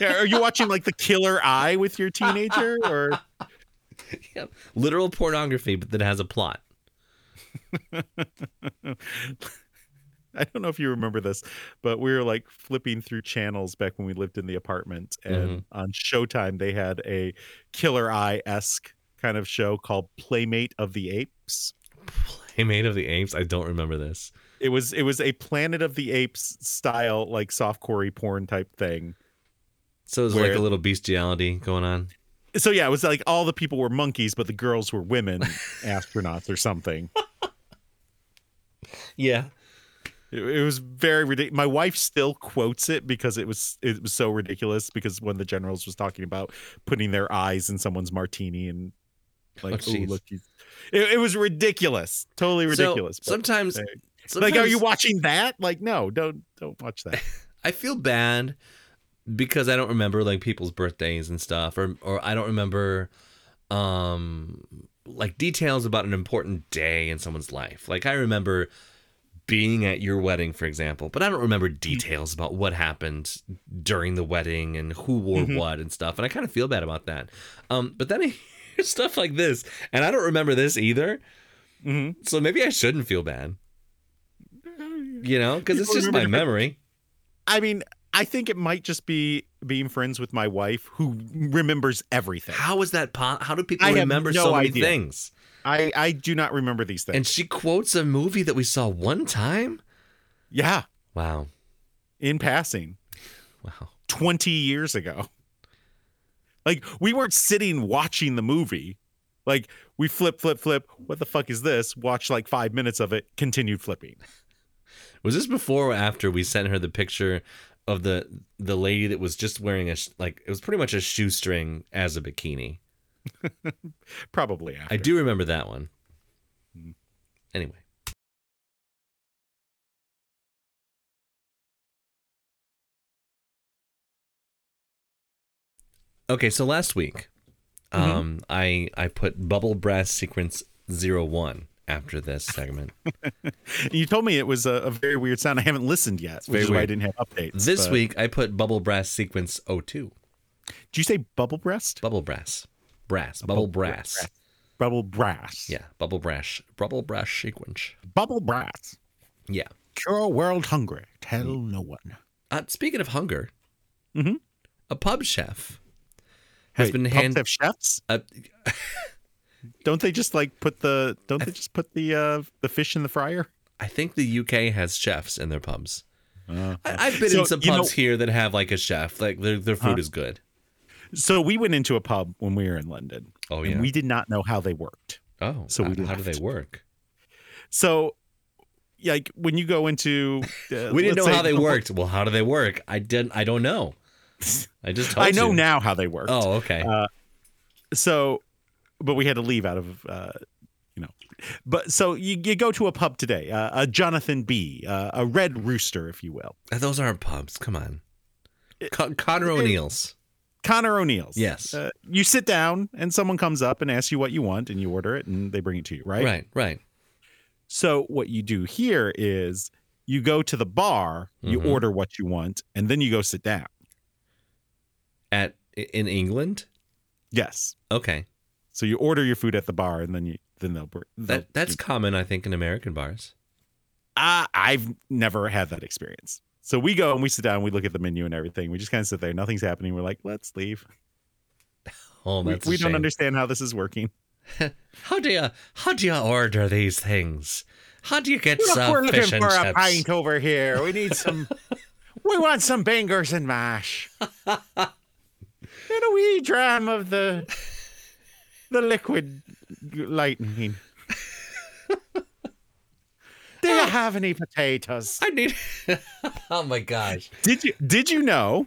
Speaker 2: Yeah, are you watching like The Killer Eye with your teenager or
Speaker 1: Yeah, literal pornography, but that has a plot.
Speaker 2: I don't know if you remember this, but we were like flipping through channels back when we lived in the apartment, and on Showtime they had a Killer Eye esque kind of show called Playmate of the Apes.
Speaker 1: Playmate of the Apes. I don't remember this.
Speaker 2: It was it was a Planet of the Apes style like softcore porn type thing.
Speaker 1: So it was
Speaker 2: Where-
Speaker 1: like a little bestiality going on.
Speaker 2: So yeah, it was like all the people were monkeys, but the girls were women astronauts or something.
Speaker 1: Yeah.
Speaker 2: It, it was very ridiculous. My wife still quotes it because it was it was so ridiculous. Because one of the generals was talking about putting their eyes in someone's martini and like,
Speaker 1: Oh,
Speaker 2: oh,
Speaker 1: jeez.
Speaker 2: look, he's... It, it was ridiculous, totally ridiculous.
Speaker 1: So,
Speaker 2: but-
Speaker 1: sometimes,
Speaker 2: Hey.
Speaker 1: sometimes,
Speaker 2: like, are you watching that? Like, no, don't don't watch that.
Speaker 1: I feel bad because I don't remember like people's birthdays and stuff, or or I don't remember um like details about an important day in someone's life. Like I remember being at your wedding, for example, but I don't remember
Speaker 2: Mm-hmm.
Speaker 1: details about what happened during the wedding and who wore
Speaker 2: Mhm.
Speaker 1: what and stuff. And I kind of feel bad about that. Um, but then I hear stuff like this, and I don't remember this either.
Speaker 2: hmm
Speaker 1: So maybe I shouldn't feel bad, you know, because it's
Speaker 2: People
Speaker 1: just
Speaker 2: remember
Speaker 1: my
Speaker 2: different-
Speaker 1: memory.
Speaker 2: I mean, I think it might just be being friends with my wife who remembers everything.
Speaker 1: How is that? Po- how do people
Speaker 2: I have
Speaker 1: remember
Speaker 2: no
Speaker 1: so many
Speaker 2: idea.
Speaker 1: things?
Speaker 2: I I do not remember these things.
Speaker 1: And she quotes a movie that we saw one time.
Speaker 2: yeah,
Speaker 1: Wow,
Speaker 2: in passing.
Speaker 1: wow.
Speaker 2: 20 years ago. Like we weren't sitting watching the movie. Like we flip, flip, flip. What the fuck is this? Watch like five minutes of it, continued flipping.
Speaker 1: Was this before or after we sent her the picture of the the lady that was just wearing a sh- like it was pretty much a shoestring as a bikini?
Speaker 2: Probably after.
Speaker 1: I do remember that one. Anyway, okay. So last week, um, I I put bubble brass sequence zero one after this segment.
Speaker 2: You told me it was a, a very weird sound. I haven't listened yet, which
Speaker 1: very
Speaker 2: is why I
Speaker 1: weird.
Speaker 2: didn't have updates.
Speaker 1: This
Speaker 2: but-
Speaker 1: week I put bubble brass sequence 02.
Speaker 2: did you say bubble breast?
Speaker 1: Bubble brass. Brass. Bubble brass.
Speaker 2: Bubble brass.
Speaker 1: Yeah. Bubble brass. Bubble brass sequence.
Speaker 2: Bubble brass.
Speaker 1: Yeah.
Speaker 2: Cure world hungry. Tell no one.
Speaker 1: Uh, speaking of hunger, Mm-hmm.
Speaker 2: Mhm.
Speaker 1: a pub chef has
Speaker 2: Wait,
Speaker 1: been
Speaker 2: pubs
Speaker 1: hand.
Speaker 2: have chefs.
Speaker 1: uh,
Speaker 2: Don't they just like put the? Don't they just put the uh the fish in the fryer?
Speaker 1: I think the UK has chefs in their pubs.
Speaker 2: Uh,
Speaker 1: I, I've been
Speaker 2: So,
Speaker 1: in some
Speaker 2: you know-
Speaker 1: pubs here that have like a chef. Like their their food is good.
Speaker 2: So we went into a pub when we were in London.
Speaker 1: Oh
Speaker 2: and
Speaker 1: yeah.
Speaker 2: we did not know how they worked.
Speaker 1: oh. So
Speaker 2: so we
Speaker 1: how do they
Speaker 2: left.
Speaker 1: work?
Speaker 2: So, yeah, like when you go into, uh,
Speaker 1: We didn't
Speaker 2: let's
Speaker 1: know
Speaker 2: say-
Speaker 1: how they worked. Well, how do they work? I didn't. I don't know. I just. Told
Speaker 2: I know Uh,
Speaker 1: you.
Speaker 2: now how they worked.
Speaker 1: Oh okay.
Speaker 2: So, but we had to leave out of, uh, you know, but so you, you go to a pub today, uh, a Jonathan B, uh, a Red Rooster, if you will,
Speaker 1: Uh, Those aren't pubs. Come on. Con- Connor O'Neill's.
Speaker 2: Connor O'Neill's.
Speaker 1: Yes.
Speaker 2: Uh, you sit down and someone comes up and asks you what you want, and you order it, and they bring it to you, right?
Speaker 1: Right, right.
Speaker 2: So what you do here is you go to the bar, you
Speaker 1: Mhm.
Speaker 2: order what you want, and then you go sit down.
Speaker 1: At in England?
Speaker 2: Yes.
Speaker 1: Okay.
Speaker 2: So you order your food at the bar, and then you then they'll bring.
Speaker 1: That that's common I think in American bars.
Speaker 2: I, I've never had that experience. So we go and we sit down, we look at the menu and everything. We just kind of sit there, nothing's happening. We're like, let's leave.
Speaker 1: Oh,
Speaker 2: we
Speaker 1: that's a
Speaker 2: we don't
Speaker 1: shame.
Speaker 2: understand how this is working.
Speaker 1: How do you how do you order these things? How do you get some fish and chips?
Speaker 2: over here. We need some. we want some bangers and mash. and a wee dram of the the liquid lightning. Do you have any potatoes?
Speaker 1: I need. oh my gosh!
Speaker 2: Did you did you know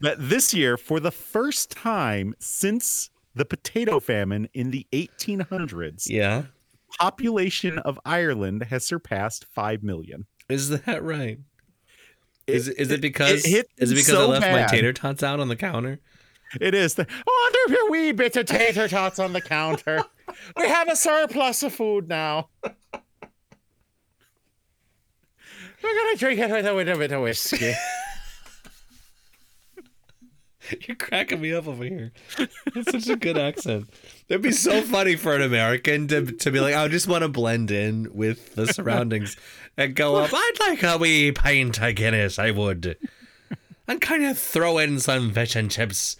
Speaker 2: that this year, for the first time since the potato famine in the 1800s,
Speaker 1: Yeah,
Speaker 2: population of Ireland has surpassed five million?
Speaker 1: is that right? Is is it
Speaker 2: it-
Speaker 1: because
Speaker 2: it hit
Speaker 1: is it because I
Speaker 2: so
Speaker 1: left my
Speaker 2: bad.
Speaker 1: tater tots out on the counter?
Speaker 2: It is. The,
Speaker 3: Oh, there's a wee bit of tater tots on the counter. we have a surplus of food now. We're gonna drink it with a little bit of whiskey.
Speaker 1: You're cracking me up over here. That's such a good accent. That'd be so funny for an American to, to be like, I just want to blend in with the surroundings and go up, I'd like a wee pint of Guinness, I would. And kind of throw in some fish and chips.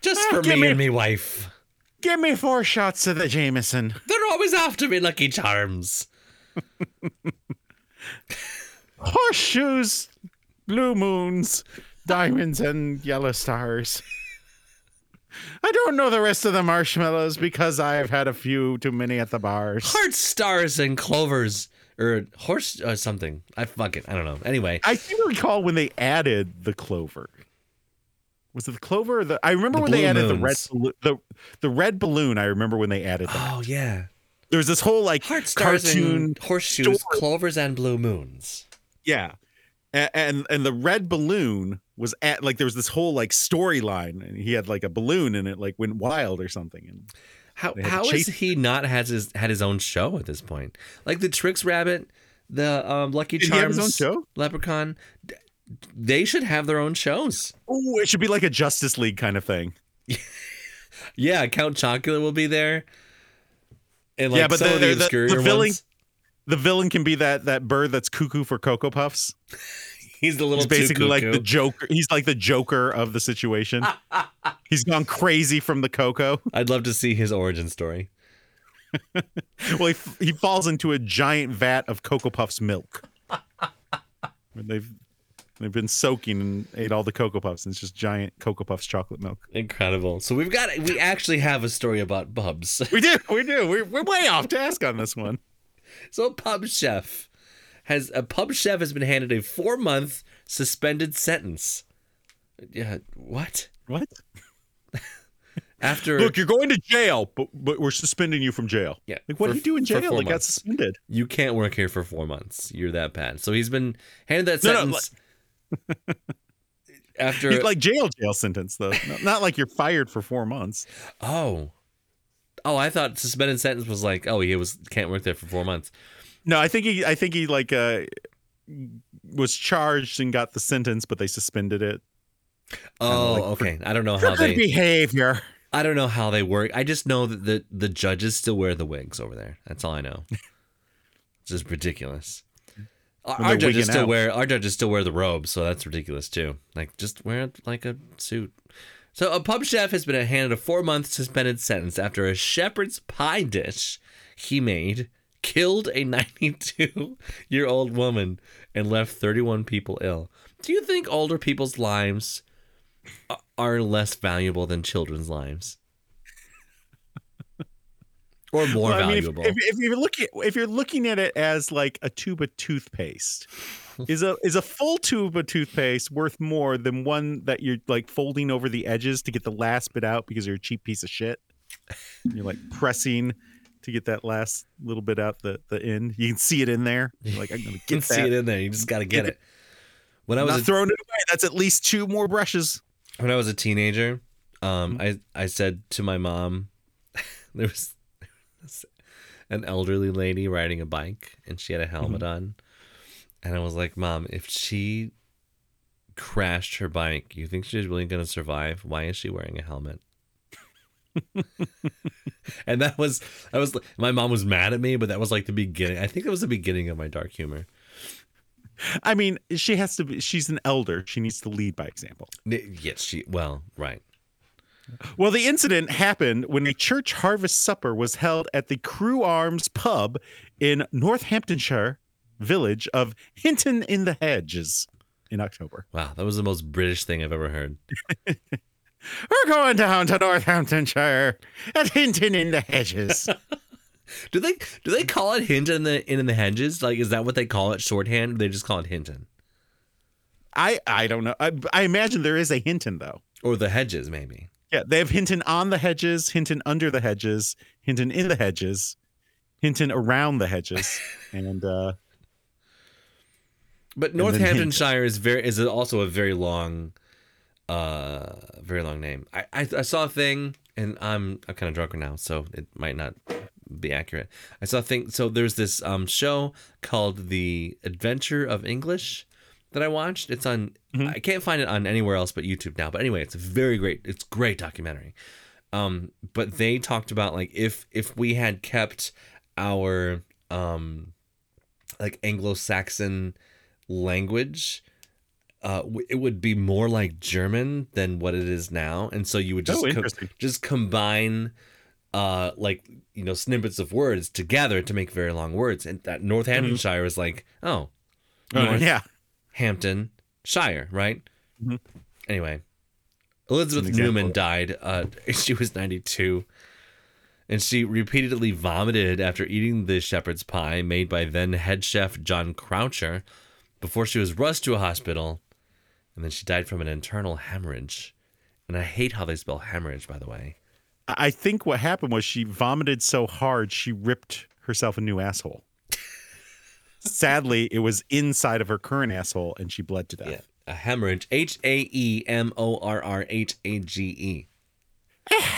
Speaker 1: Just
Speaker 3: Ah,
Speaker 1: for Oh, me,
Speaker 3: give me-
Speaker 1: and me wife.
Speaker 3: Give me four shots of the Jameson.
Speaker 1: They're always after me, Lucky Charms.
Speaker 2: horseshoes,
Speaker 3: Blue moons, diamonds, and yellow stars. I don't know the rest of the marshmallows because I've had a few too many at the bars.
Speaker 1: Heart stars and clovers. Or horse or something. I fuck it. I don't know. Anyway.
Speaker 2: I seem to recall when they added the clover. Was it the clover? Or the I remember
Speaker 1: The
Speaker 2: when they
Speaker 1: blue moons.
Speaker 2: added the red ballo- the the red balloon. I remember when they added that.
Speaker 1: Oh yeah.
Speaker 2: There was this whole like
Speaker 1: Heart stars
Speaker 2: cartoon.
Speaker 1: and horseshoes,
Speaker 2: story.
Speaker 1: clovers and blue moons.
Speaker 2: Yeah, A- and and the red balloon was at like there was this whole like storyline, and he had like a balloon and it like went wild or something. And
Speaker 1: How
Speaker 2: They had to
Speaker 1: how
Speaker 2: chase-
Speaker 1: has he not has his had his own show at this point? Like the Tricks Rabbit, the um, Lucky
Speaker 2: did he have
Speaker 1: Charms,
Speaker 2: his own show?
Speaker 1: Leprechaun, d- they should have their own shows.
Speaker 2: Oh, it should be like a Justice League kind of thing.
Speaker 1: Yeah, Count Chocula will be there. And like
Speaker 2: Yeah, but
Speaker 1: some of the,
Speaker 2: the- the- the
Speaker 1: obscure
Speaker 2: villain-
Speaker 1: ones.
Speaker 2: The villain can be that that bird that's cuckoo for cocoa puffs.
Speaker 1: He's the little
Speaker 2: He's basically like the
Speaker 1: cuckoo.
Speaker 2: Joker. He's like the Joker of the situation. he's gone crazy from the cocoa.
Speaker 1: I'd love to see his origin story.
Speaker 2: Well, he, f- he falls into a giant vat of Cocoa Puffs milk. And they've they've been soaking and ate all the Cocoa Puffs, and it's just giant Cocoa Puffs chocolate milk.
Speaker 1: Incredible. So we've got we actually have a story about Bubs.
Speaker 2: We do, we do. We're, we're way off task on this one.
Speaker 1: So a pub chef has a pub chef has been handed a four month suspended sentence. Yeah, what?
Speaker 2: What?
Speaker 1: After
Speaker 2: Look, you're going to jail, but but we're suspending you from jail.
Speaker 1: Yeah,
Speaker 2: Like, what
Speaker 1: for-
Speaker 2: do you do in
Speaker 1: for
Speaker 2: jail?
Speaker 1: four
Speaker 2: Like, got
Speaker 1: months.
Speaker 2: suspended.
Speaker 1: you can't work here for four months, you're that bad. So he's been handed that
Speaker 2: No, no,
Speaker 1: sentence. after
Speaker 2: He's like jail, jail sentence though. Not- not like you're fired for four months.
Speaker 1: oh, oh, I thought suspended sentence was like oh he was can't work there for four months.
Speaker 2: No, I think he I think he like uh was charged and got the sentence, but they suspended it.
Speaker 1: Oh,
Speaker 2: like,
Speaker 1: okay. I don't know how they.
Speaker 2: behavior.
Speaker 1: I don't know how they work. I just know that the the judges still wear the wigs over there. That's all I know. it's just ridiculous. Our,
Speaker 2: When
Speaker 1: our
Speaker 2: they're
Speaker 1: judges
Speaker 2: wigging
Speaker 1: still
Speaker 2: out.
Speaker 1: wear our judges still wear the robe, so that's ridiculous too. Like just wear it like a suit. So a pub chef has been handed a four month suspended sentence after a shepherd's pie dish he made killed a 92 year old woman and left 31 people ill. Do you think older people's lives a- are less valuable than children's lives? Or more
Speaker 2: Well, I mean, if,
Speaker 1: valuable?
Speaker 2: if, if you're looking if you're looking at it as like a tube of toothpaste, is a is a full tube of toothpaste worth more than one that you're like folding over the edges to get the last bit out because you're a cheap piece of shit? And you're like pressing to get that last little bit out the the end. You can see it in there. You're like I'm gonna
Speaker 1: you can
Speaker 2: get
Speaker 1: see
Speaker 2: that.
Speaker 1: it in there. You just got to get
Speaker 2: Get
Speaker 1: it. When I was
Speaker 2: Not
Speaker 1: a-
Speaker 2: throwing it away. That's at least two more brushes.
Speaker 1: when I was a teenager, um, I I said to my mom, there was an elderly lady riding a bike, and she had a helmet on, and I was like, "Mom, if she crashed her bike, you think she's really gonna survive? Why is she wearing a helmet?" and that was I was my mom was mad at me, but that was like the beginning. I think that was the beginning of my dark humor.
Speaker 2: I mean, she has to be she's an elder. She needs to lead by example.
Speaker 1: N- Yes, she well, right.
Speaker 2: Well, the incident happened when a church harvest supper was held at the Crew Arms pub in Northamptonshire village of Hinton in the Hedges in October.
Speaker 1: Wow, that was the most British thing I've ever heard.
Speaker 3: We're going down to Northamptonshire at Hinton in the Hedges.
Speaker 1: Do they do they call it Hinton in the in, in the hedges? Like, is that what they call it? Shorthand? They just call it Hinton
Speaker 2: I I don't know. I, I imagine there is a Hinton though.
Speaker 1: or the hedges, maybe.
Speaker 2: Yeah, they have Hinton on the hedges, Hinton under the hedges, Hinton in the hedges, Hinton around the hedges, and uh
Speaker 1: But
Speaker 2: then Hinton.
Speaker 1: Northamptonshire is very is also a very long Uh, very long name. I, I I saw a thing, and I'm I'm kind of drunk right now, so it might not be accurate. I saw a thing. So there's this um show called The Adventure of English that I watched. It's on.
Speaker 2: Mm-hmm.
Speaker 1: I can't find it on anywhere else but YouTube now. But anyway, it's a very great. It's great documentary. Um, but they talked about like if if we had kept our um like Anglo-Saxon language, uh, w- it would be more like German than what it is now, and so you would just
Speaker 2: Oh,
Speaker 1: co-
Speaker 2: interesting.
Speaker 1: just combine, uh, like you know snippets of words together to make very long words. And that Northamptonshire is like, oh,
Speaker 2: Mm-hmm. Oh, yeah.
Speaker 1: Hampton Shire, right?
Speaker 2: Mhm.
Speaker 1: Anyway, Elizabeth
Speaker 2: An example.
Speaker 1: Newman died. Uh, she was 92, and she repeatedly vomited after eating the shepherd's pie made by then head chef John Croucher before she was rushed to a hospital, and then she died from an internal hemorrhage. And I hate how they spell hemorrhage, by the way.
Speaker 2: I I think what happened was she vomited so hard she ripped herself a new asshole. Sadly, it was inside of her current asshole and she bled to death.
Speaker 1: Yeah, a hemorrhage. H A E M O R R H A G E.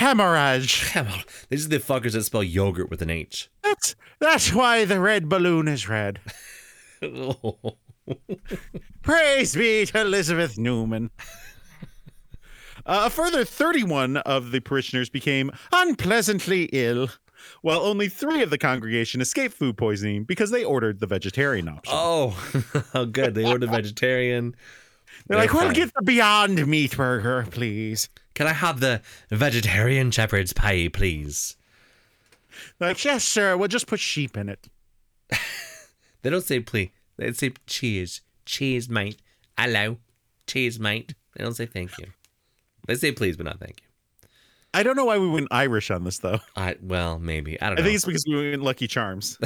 Speaker 3: Hemorrhage.
Speaker 1: Hemorrhage. These are the fuckers that spell yogurt with an H.
Speaker 3: That's that's why the red balloon is red. Praise be to Elizabeth Newman.
Speaker 2: Uh, a further 31 of the parishioners became unpleasantly ill, while only three of the congregation escaped food poisoning because they ordered the vegetarian option.
Speaker 1: Oh, oh, good. They ordered vegetarian.
Speaker 3: They're like,
Speaker 1: They're
Speaker 3: we'll
Speaker 1: fine.
Speaker 3: get the Beyond Meat burger, please.
Speaker 1: Can I have the vegetarian shepherd's pie, please?
Speaker 3: Like, yes, sir. We'll just put sheep in it.
Speaker 1: They don't say please. They say cheers. Cheers, mate. Hello. Cheers, mate. They don't say thank you. They say please, but not thank you.
Speaker 2: I don't know why we went Irish on this, though.
Speaker 1: I well, maybe. I don't
Speaker 2: I
Speaker 1: know.
Speaker 2: think it's because we went Lucky Charms.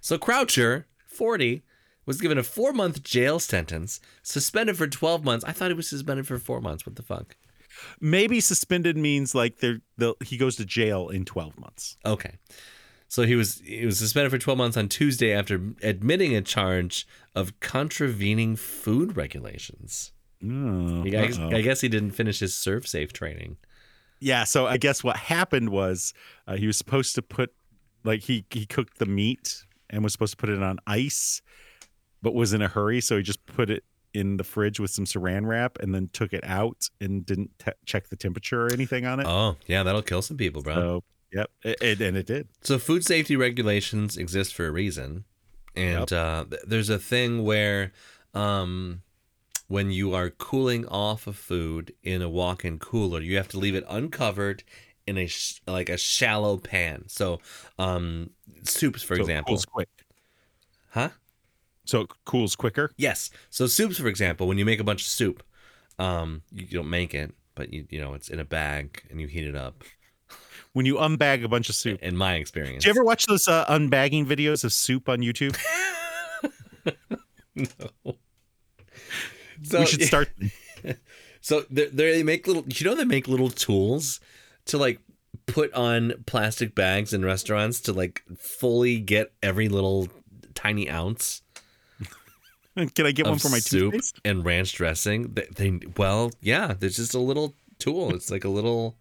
Speaker 1: So Croucher, 40, was given a four month jail sentence, suspended for 12 months. I thought he was suspended for four months. What the fuck?
Speaker 2: Maybe suspended means like they're, they'll- he goes to jail in 12 months.
Speaker 1: Okay. So he was he was suspended for 12 months on Tuesday after admitting a charge of contravening food regulations.
Speaker 2: Oh,
Speaker 1: I guess,
Speaker 2: uh-oh.
Speaker 1: I guess he didn't finish his serve safe training.
Speaker 2: Yeah, so I guess what happened was uh, he was supposed to put like he he cooked the meat and was supposed to put it on ice, but was in a hurry, so he just put it in the fridge with some saran wrap and then took it out and didn't te- check the temperature or anything on it.
Speaker 1: Oh, yeah, that'll kill some people, bro.
Speaker 2: so yep, it, it- and it did.
Speaker 1: So food safety regulations exist for a reason, and uh, th- there's a thing where, um, when you are cooling off a food in a walk-in cooler, you have to leave it uncovered in a sh- like a shallow pan. So, um, soups, for
Speaker 2: so
Speaker 1: example,
Speaker 2: it cools quick.
Speaker 1: huh?
Speaker 2: So it cools quicker.
Speaker 1: Yes. So soups, for example, when you make a bunch of soup, um, you, you don't make it, but you you know it's in a bag and you heat it up.
Speaker 2: When you unbag a bunch of soup,
Speaker 1: In my experience,
Speaker 2: do you ever watch those uh, unbagging videos of soup on YouTube?
Speaker 1: so,
Speaker 2: we should start.
Speaker 1: So they they make little you know they make little tools to like put on plastic bags in restaurants to like fully get every little tiny ounce
Speaker 2: Can I get one
Speaker 1: of
Speaker 2: for my
Speaker 1: soup
Speaker 2: toothpaste?
Speaker 1: and ranch dressing. They, they well yeah there's just a little tool. It's like a little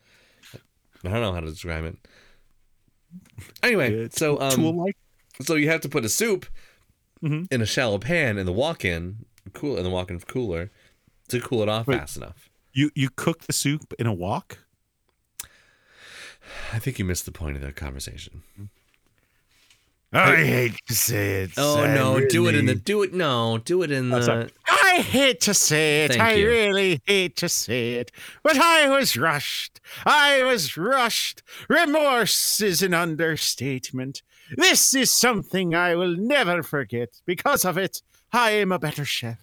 Speaker 1: I don't know how to describe it. Anyway,
Speaker 2: Yeah,
Speaker 1: so um,
Speaker 2: Tool like.
Speaker 1: so you have to put a soup
Speaker 2: Mhm.
Speaker 1: in a shallow pan in the walk-in cool in the walk-in cooler to cool it off
Speaker 2: Wait.
Speaker 1: fast enough.
Speaker 2: You you cook the soup in a wok?
Speaker 1: I think you missed the point of the conversation.
Speaker 3: I hate to say it.
Speaker 1: Oh
Speaker 3: I
Speaker 1: no, do it in the
Speaker 3: really-
Speaker 1: do it no, do it in the
Speaker 2: Oh, sorry.
Speaker 3: I hate to say it.
Speaker 1: Thank
Speaker 3: I
Speaker 1: you.
Speaker 3: really hate to say it. But I was rushed. I was rushed. Remorse is an understatement. This is something I will never forget. Because of it, I am a better chef.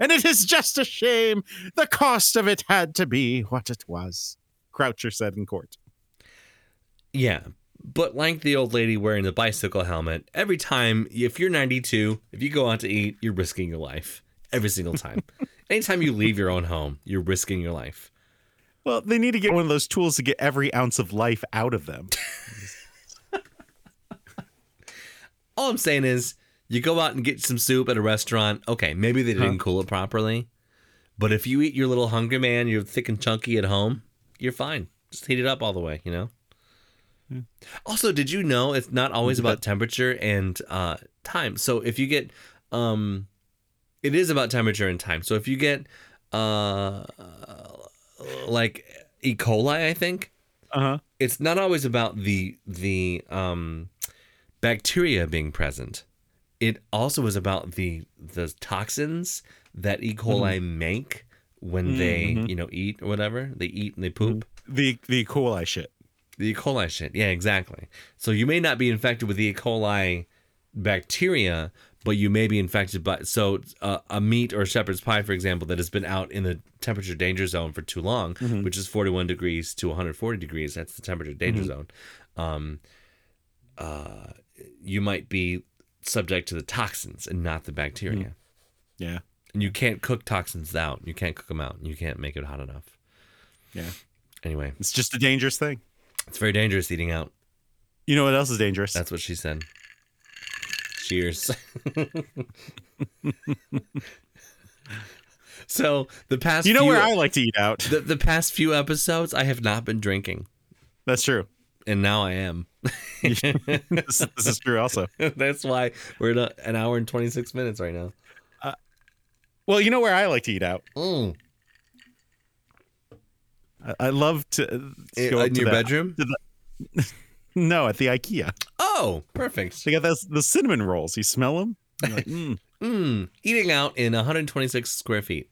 Speaker 3: And it is just a shame the cost of it had to be what it was.
Speaker 2: Croucher said in court.
Speaker 1: Yeah. But like the old lady wearing the bicycle helmet, every time if you're 92, if you go out to eat, you're risking your life every single time. Anytime you leave your own home, you're risking your life.
Speaker 2: Well, they need to get one of those tools to get every ounce of life out of them.
Speaker 1: All I'm saying is, you go out and get some soup at a restaurant. Okay, maybe they didn't cool it properly, But if you eat your little Hungry Man, you're thick and chunky at home, you're fine. Just heat it up all the way, you know? Also, did you know it's not always about temperature and uh, time? So if you get, um, it is about temperature and time. So if you get, uh, like E. coli, I think
Speaker 2: Uh
Speaker 3: Uh-huh.
Speaker 2: huh.
Speaker 1: it's not always about the the um, bacteria being present. It also is about the the toxins that E. coli make when they you know eat or whatever they eat and they poop.
Speaker 2: The the E. coli shit.
Speaker 1: The E. coli shit. Yeah, exactly. So you may not be infected with the E. coli bacteria, but you may be infected by so uh, a meat or shepherd's pie, for example, that has been out in the temperature danger zone for too long, which is 41 degrees to 140 degrees. That's the temperature danger zone. Um, uh, you might be subject to the toxins and not the bacteria.
Speaker 2: Yeah.
Speaker 1: And you can't cook toxins out. You can't cook them out. You can't make it hot enough.
Speaker 2: Yeah.
Speaker 1: Anyway,
Speaker 2: It's just a dangerous thing.
Speaker 1: it's very dangerous eating out.
Speaker 2: You know what else is dangerous?
Speaker 1: That's what she said. Cheers. so the past
Speaker 2: you know
Speaker 1: few,
Speaker 2: where I like to eat out.
Speaker 1: the, the past few episodes I have not been drinking,
Speaker 2: That's true.
Speaker 1: and now I am.
Speaker 2: this, this is true also.
Speaker 1: That's why we're at a- an hour and twenty six minutes right now.
Speaker 2: Well, you know where I like to eat out.
Speaker 1: Mm.
Speaker 2: I, I love to, to
Speaker 1: In, uh,
Speaker 2: go up
Speaker 1: in
Speaker 2: to
Speaker 1: your
Speaker 2: the-
Speaker 1: bedroom?
Speaker 2: No, at the IKEA.
Speaker 1: Oh, perfect.
Speaker 2: They got those the cinnamon rolls. You smell them. You're like, mm.
Speaker 1: Mm. Eating out in one hundred twenty six square feet.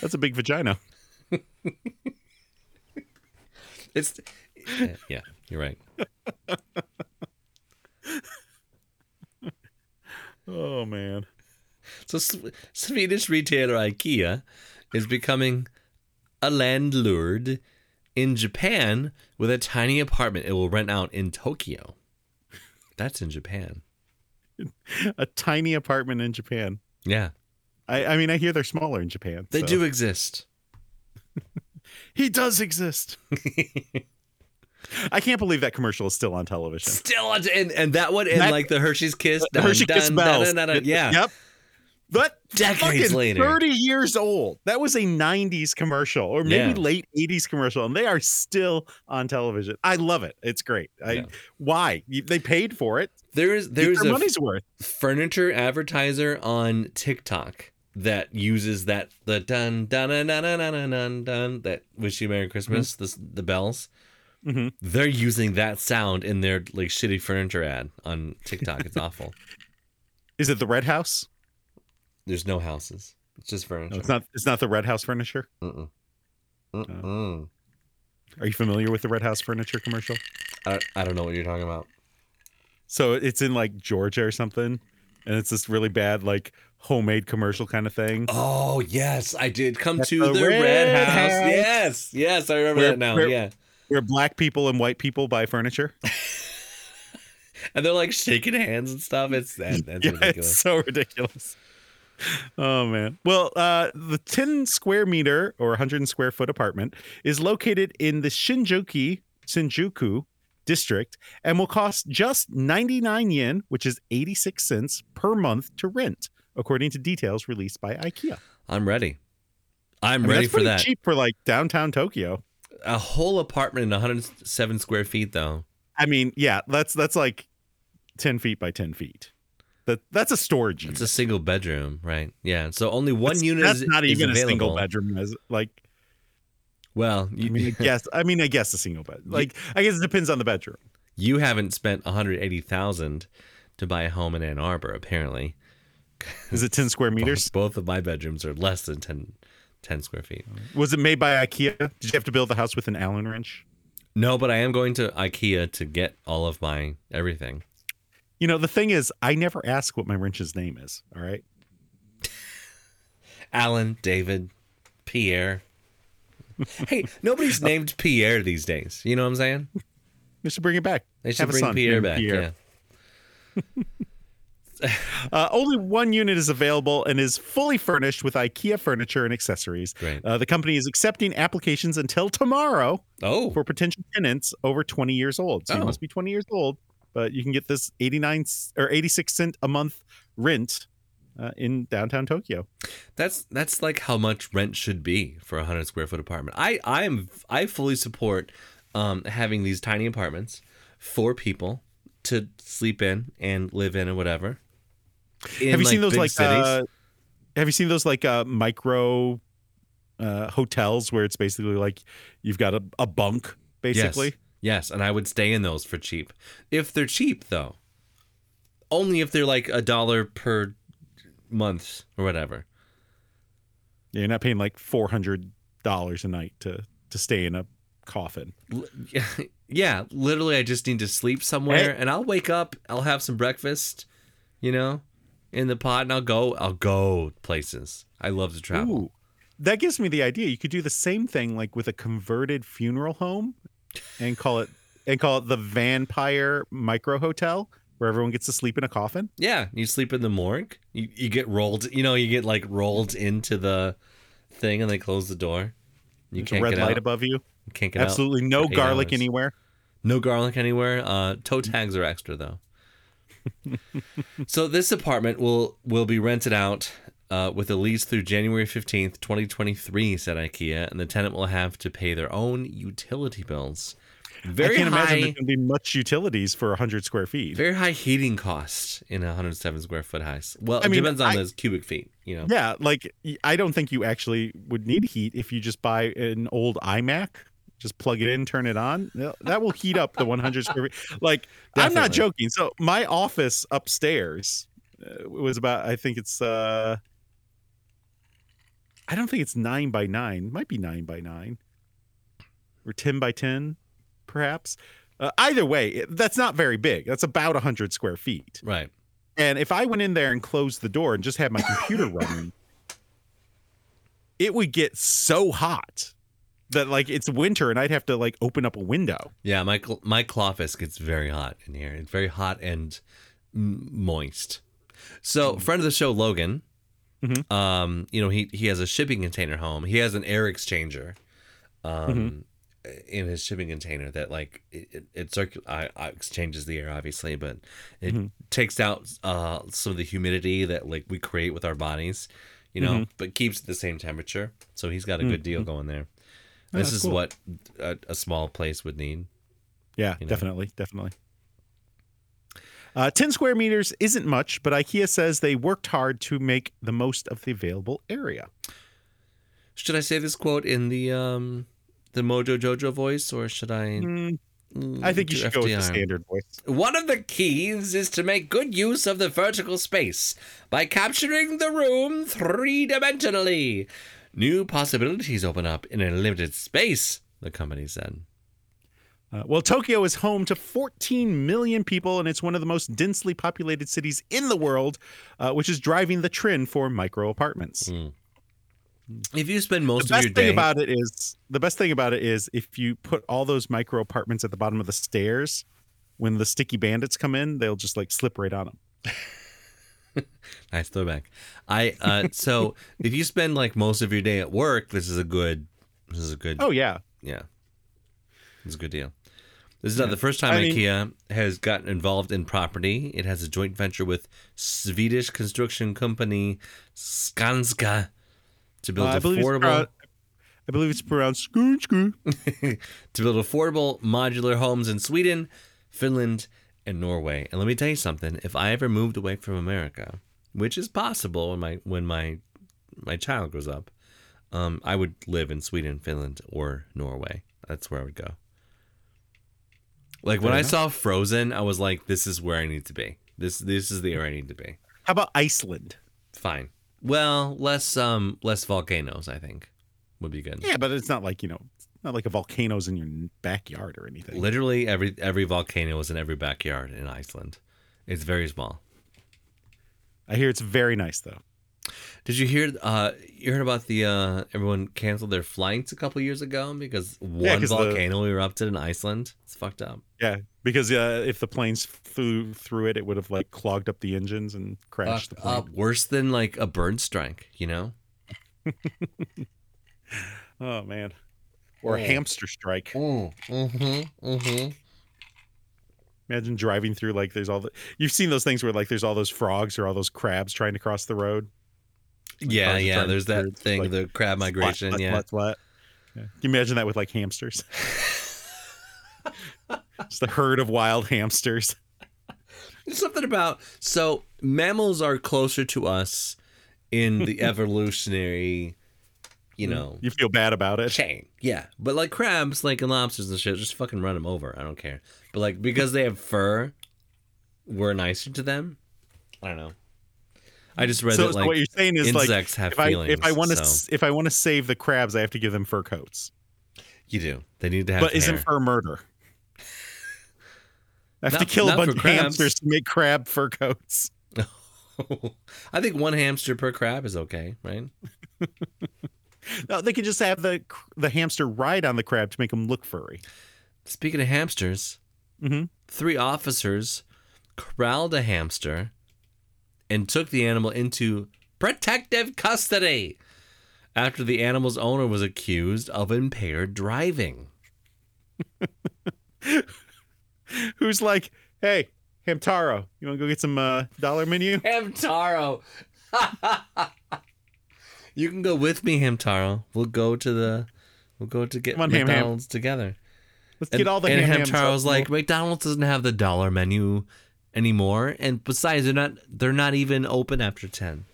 Speaker 2: That's a big vagina.
Speaker 1: It's yeah, yeah, you're right.
Speaker 2: Oh man.
Speaker 1: So Sw- Swedish retailer IKEA is becoming a landlord in Japan with a tiny apartment it will rent out in Tokyo. That's in Japan.
Speaker 2: A tiny apartment in Japan.
Speaker 1: Yeah,
Speaker 2: I, I mean, I hear they're smaller in Japan.
Speaker 1: they
Speaker 2: so-
Speaker 1: do exist.
Speaker 2: He does exist. I can't believe that commercial is still on television.
Speaker 1: Still, on- and and that one, and
Speaker 2: That-
Speaker 1: like the Hershey's Kiss,
Speaker 2: The
Speaker 1: dun,
Speaker 2: Hershey Kiss
Speaker 1: dun,
Speaker 2: Bells.
Speaker 1: dun, dun, dun, dun. yeah,
Speaker 2: Yep. But
Speaker 1: Decades
Speaker 2: fucking
Speaker 1: later.
Speaker 2: 30 years old. That was a 90s commercial or maybe
Speaker 1: Yeah.
Speaker 2: late 80s commercial and they are still on television. I love it. It's great. I
Speaker 1: Yeah.
Speaker 2: why? You- They paid for it.
Speaker 1: there is
Speaker 2: There's
Speaker 1: there's
Speaker 2: their
Speaker 1: a
Speaker 2: money's worth.
Speaker 1: furniture advertiser on TikTok that uses that the dun dun dun dun dun dun dun dun that wish you Merry Christmas
Speaker 2: Hmm.
Speaker 1: the the bells.
Speaker 2: Mhm.
Speaker 1: They're using that sound in their like shitty furniture ad on TikTok. It's awful.
Speaker 2: Is it the Red House?
Speaker 1: There's no houses. It's just
Speaker 2: No,
Speaker 1: furniture.
Speaker 2: it's not it's not the Red House furniture.
Speaker 1: Mm-mm. Mm-mm.
Speaker 2: Are you familiar with the Red House furniture commercial?
Speaker 1: I, I don't know what you're talking about.
Speaker 2: So it's in like Georgia or something and it's this really bad like homemade commercial kind of thing.
Speaker 1: Oh yes, I did come
Speaker 2: That's
Speaker 1: to
Speaker 2: the
Speaker 1: the, red,
Speaker 2: Red
Speaker 1: house.
Speaker 2: House.
Speaker 1: Yes, yes, I remember
Speaker 2: Where-
Speaker 1: that now.
Speaker 2: where-
Speaker 1: yeah,
Speaker 2: Where black people and white people buy furniture.
Speaker 1: and they're like shaking hands and stuff. It's that, that's
Speaker 2: yeah,
Speaker 1: ridiculous.
Speaker 2: it's so ridiculous. Oh man. Well, uh, the 10 square meter or 100 square foot apartment is located in the Shinjuku Shinjuku district and will cost just 99 yen, which is 86 cents per month to rent, according to details released by IKEA.
Speaker 1: I'm ready.
Speaker 2: I
Speaker 1: I'm
Speaker 2: mean,
Speaker 1: ready
Speaker 2: that's
Speaker 1: for
Speaker 2: pretty
Speaker 1: that.
Speaker 2: Cheap for like downtown Tokyo.
Speaker 1: A whole apartment in 107 square feet, though.
Speaker 2: I mean, yeah, that's that's like 10 feet by 10 feet. That that's a storage unit.
Speaker 1: It's a single bedroom, right? Yeah. So only one
Speaker 2: That's-
Speaker 1: unit
Speaker 2: That's
Speaker 1: is
Speaker 2: not
Speaker 1: is
Speaker 2: even a single
Speaker 1: available.
Speaker 2: bedroom. As like
Speaker 1: Well,
Speaker 2: I mean, I
Speaker 1: you,
Speaker 2: guess. I mean, I guess a single bed. Like, I guess it depends on the bedroom.
Speaker 1: you haven't spent 180,000 to buy a home in Ann Arbor, apparently.
Speaker 2: Is it ten square meters?
Speaker 1: Both of my bedrooms are less than 10, 10 square feet.
Speaker 2: Was it made by IKEA? Did you have to build the house with an Allen wrench?
Speaker 1: No, but I am going to IKEA to get all of my everything.
Speaker 2: You know, the thing is, I never ask what my wrench's name is. All right,
Speaker 1: Alan, David, Pierre. hey, nobody's
Speaker 2: Oh.
Speaker 1: named Pierre these days. You know what I'm saying?
Speaker 2: they should bring it back.
Speaker 1: They should
Speaker 2: Have a
Speaker 1: bring
Speaker 2: son
Speaker 1: Pierre
Speaker 2: named
Speaker 1: back.
Speaker 2: Pierre.
Speaker 1: Yeah.
Speaker 2: Uh, only one unit is available and is fully furnished with IKEA furniture and accessories.
Speaker 1: Great.
Speaker 2: Uh, the company is accepting applications until tomorrow
Speaker 1: Oh,
Speaker 2: for potential tenants over 20 years old. So you
Speaker 1: Oh.
Speaker 2: must be 20 years old, but you can get this 89 s- or 86 cent a month rent uh, in downtown Tokyo.
Speaker 1: That's that's like how much rent should be for a hundred square foot apartment. I I am I fully support um, having these tiny apartments for people to sleep in and live in and whatever. In,
Speaker 2: have you seen those
Speaker 1: big
Speaker 2: like? Uh, have you seen those like uh, micro uh, hotels where it's basically like you've got a, a bunk basically?
Speaker 1: Yes. yes, and I would stay in those for cheap. If they're cheap though, only if they're like a dollar per month or whatever.
Speaker 2: You're not paying like four hundred dollars a night to to stay in a coffin.
Speaker 1: L- Yeah, literally, I just need to sleep somewhere,
Speaker 2: Eh?
Speaker 1: and I'll wake up. I'll have some breakfast, you know, in the pot, and I'll go. I'll go places. I love to travel.
Speaker 2: Ooh, that gives me the idea. You could do the same thing like with a converted funeral home, and call it and call it the Vampire Micro Hotel, where everyone gets to sleep in a coffin.
Speaker 1: Yeah, you sleep in the morgue. You you get rolled. You know, you get like rolled into the thing, and they close the door. You
Speaker 2: There's
Speaker 1: can't
Speaker 2: a red
Speaker 1: get
Speaker 2: light
Speaker 1: out.
Speaker 2: above you.
Speaker 1: You can't get out.
Speaker 2: Absolutely no
Speaker 1: for eight
Speaker 2: garlic
Speaker 1: hours.
Speaker 2: anywhere.
Speaker 1: No garlic anywhere. Uh, toe
Speaker 2: Mm.
Speaker 1: tags are extra though. so this apartment will will be rented out uh, with a lease through January fifteenth, twenty twenty three, said IKEA, and the tenant will have to pay their own utility bills. Very
Speaker 2: I can't
Speaker 1: high,
Speaker 2: imagine there's going to be much utilities for 100 square feet.
Speaker 1: very high heating costs in a hundred seven square foot house. Well,
Speaker 2: I
Speaker 1: it
Speaker 2: mean,
Speaker 1: depends on
Speaker 2: I-
Speaker 1: those cubic feet, you know.
Speaker 2: yeah, like y- I don't think you actually would need heat if you just buy an old iMac, just plug it in, turn it on. Th- That will heat up the 100 square feet. Like I'm not
Speaker 1: Definitely.
Speaker 2: joking. So my office upstairs uh, was about I think it's uh I don't think it's 9 by 9, might be 9 by 9 or 10 by 10 perhaps. Uh, either way, it- that's not very big. That's about 100 square feet.
Speaker 1: Right.
Speaker 2: And if I went in there and closed the door and just had my computer running, it would get so hot that like it's winter and I'd have to like open up a window.
Speaker 1: Yeah, my cl- my cloffice gets very hot in here. It's very hot and m- moist.
Speaker 2: Mm-hmm.
Speaker 1: So, friend of the show Logan,
Speaker 2: Mhm.
Speaker 1: um, you know he he has a shipping container home. He has an air exchanger, um,
Speaker 2: Mm-hmm.
Speaker 1: in his shipping container that like it it, it circu- I, I exchanges the air obviously, but it
Speaker 2: Mhm.
Speaker 1: takes out uh some of the humidity that like we create with our bodies, you know,
Speaker 2: Mm-hmm.
Speaker 1: but keeps it the same temperature. So he's got a good deal going there.
Speaker 2: Mm, Oh,
Speaker 1: this is
Speaker 2: that's cool.
Speaker 1: what a, a small place would need.
Speaker 2: Yeah,
Speaker 1: You know.
Speaker 2: definitely, definitely. Uh, 10 square meters isn't much, but IKEA says they worked hard to make the most of the available area.
Speaker 1: Should I say this quote in the um the Mojo Jojo voice, or should I?
Speaker 2: Mm, I think you
Speaker 1: do
Speaker 2: should go with the
Speaker 1: FDR?
Speaker 2: standard voice.
Speaker 1: One of the keys is to make good use of the vertical space by capturing the room three dimensionally. New possibilities open up in a limited space, the company said.
Speaker 2: Uh, well, Tokyo is home to 14 million people, and it's one of the most densely populated cities in the world, uh, which is driving the trend for micro apartments.
Speaker 1: If you spend most
Speaker 2: the
Speaker 1: of
Speaker 2: best
Speaker 1: your
Speaker 2: thing
Speaker 1: day,
Speaker 2: about it is the best thing about it is if you put all those micro apartments at the bottom of the stairs, when the sticky bandits come in, they'll just like slip right on them.
Speaker 1: nice throwback. I uh, so if you spend like most of your day at work, this is a good. This is a good.
Speaker 2: Oh yeah,
Speaker 1: Yeah. It's a good deal. This is not the first time
Speaker 2: I mean-
Speaker 1: IKEA has gotten involved in property. It has a joint venture with Swedish construction company Skanska to build
Speaker 2: Uh, I believe it's
Speaker 1: affordable
Speaker 2: pro- I believe it's pronounced scoo scoo.
Speaker 1: to build affordable modular homes in Sweden, Finland, and Norway. And let me tell you something, if I ever moved away from America, which is possible when my when my my child grows up, um, I would live in Sweden, Finland, or Norway. That's where I would go. Like when
Speaker 2: Fair
Speaker 1: I
Speaker 2: enough.
Speaker 1: saw Frozen, I was like, this is where I need to be. This this is the area I need to be.
Speaker 2: How about Iceland?
Speaker 1: Fine. Well, less um less volcanoes, I think. Would be good.
Speaker 2: Yeah, but it's not like you know, it's not like a volcano's in your backyard or anything.
Speaker 1: Literally every every volcano is in every backyard in Iceland. It's very small.
Speaker 2: I hear it's very nice though.
Speaker 1: Did you hear? Uh, you heard about the uh, everyone canceled their flights a couple years ago because one
Speaker 2: 'cause the-
Speaker 1: volcano erupted in Iceland. It's fucked up.
Speaker 2: Yeah, because uh, if the planes flew through it, it would have like clogged up the engines and crashed the
Speaker 1: Fucked
Speaker 2: plane.
Speaker 1: up. Worse than like a bird strike, you know?
Speaker 2: Oh man, or a
Speaker 1: Oh.
Speaker 2: hamster strike.
Speaker 1: Mm, mm-hmm. Mm-hmm.
Speaker 2: Imagine driving through like there's all the you've seen those things where like there's all those frogs or all those crabs trying to cross the road.
Speaker 1: yeah,
Speaker 2: cars are
Speaker 1: yeah.
Speaker 2: trying
Speaker 1: There's
Speaker 2: to
Speaker 1: that
Speaker 2: cruise,
Speaker 1: thing,
Speaker 2: like,
Speaker 1: the crab migration.
Speaker 2: Slut, slut,
Speaker 1: yeah.
Speaker 2: slut, slut. Yeah. Can you imagine that with like hamsters? Just a herd of wild hamsters.
Speaker 1: There's something about so mammals are closer to us in the evolutionary, you know,
Speaker 2: Mm-hmm. You feel bad about it.
Speaker 1: chain. Yeah, but like crabs, like and lobsters and shit, just fucking run them over. I don't care. But like because they have fur, we're nicer to them. I don't know. I just read
Speaker 2: So,
Speaker 1: that
Speaker 2: so
Speaker 1: like
Speaker 2: what you're saying is like
Speaker 1: insects have
Speaker 2: if I
Speaker 1: feelings.
Speaker 2: if I want to
Speaker 1: so-
Speaker 2: if I want to save the crabs, I have to give them fur coats.
Speaker 1: you do. They need to have.
Speaker 2: But isn't
Speaker 1: hair.
Speaker 2: fur murder? I have to
Speaker 1: Not-
Speaker 2: kill
Speaker 1: not
Speaker 2: a bunch
Speaker 1: for
Speaker 2: of
Speaker 1: crabs.
Speaker 2: hamsters to make crab fur coats.
Speaker 1: I think one hamster per crab is okay, right?
Speaker 2: No, they could just have the cr- the hamster ride on the crab to make them look furry.
Speaker 1: Speaking of hamsters,
Speaker 2: Mhm.
Speaker 1: three officers corralled a hamster and took the animal into protective custody after the animal's owner was accused of impaired driving.
Speaker 2: Who's like, hey, Hamtaro, you want to go get some uh, dollar menu?
Speaker 1: Hamtaro! you can go with me, Hamtaro. We'll go to the. We'll go to get
Speaker 2: Come on, Ham Ham.
Speaker 1: McDonald's together.
Speaker 2: Let's
Speaker 1: And,
Speaker 2: get all the
Speaker 1: and
Speaker 2: ham.
Speaker 1: Hamtaro's like, McDonald's doesn't have the dollar menu anymore, and besides, they're not they're not even open after ten.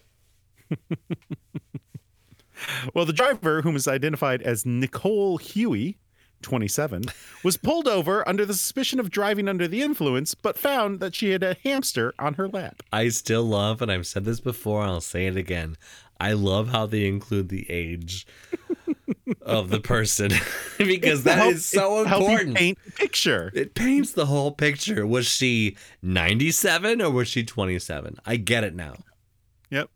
Speaker 2: Well, the driver, whom is identified as Nicole Huey, 27, was pulled over under the suspicion of driving under the influence, but found that she had a hamster on her lap.
Speaker 1: I still love, and I've said this before, and I'll say it again. I love how they include the age of the person because that
Speaker 2: Help-
Speaker 1: is so
Speaker 2: it helped you
Speaker 1: important.
Speaker 2: Paint the picture.
Speaker 1: It paints the whole picture. Was she 97 or was she 27? I get it now.
Speaker 2: Yep.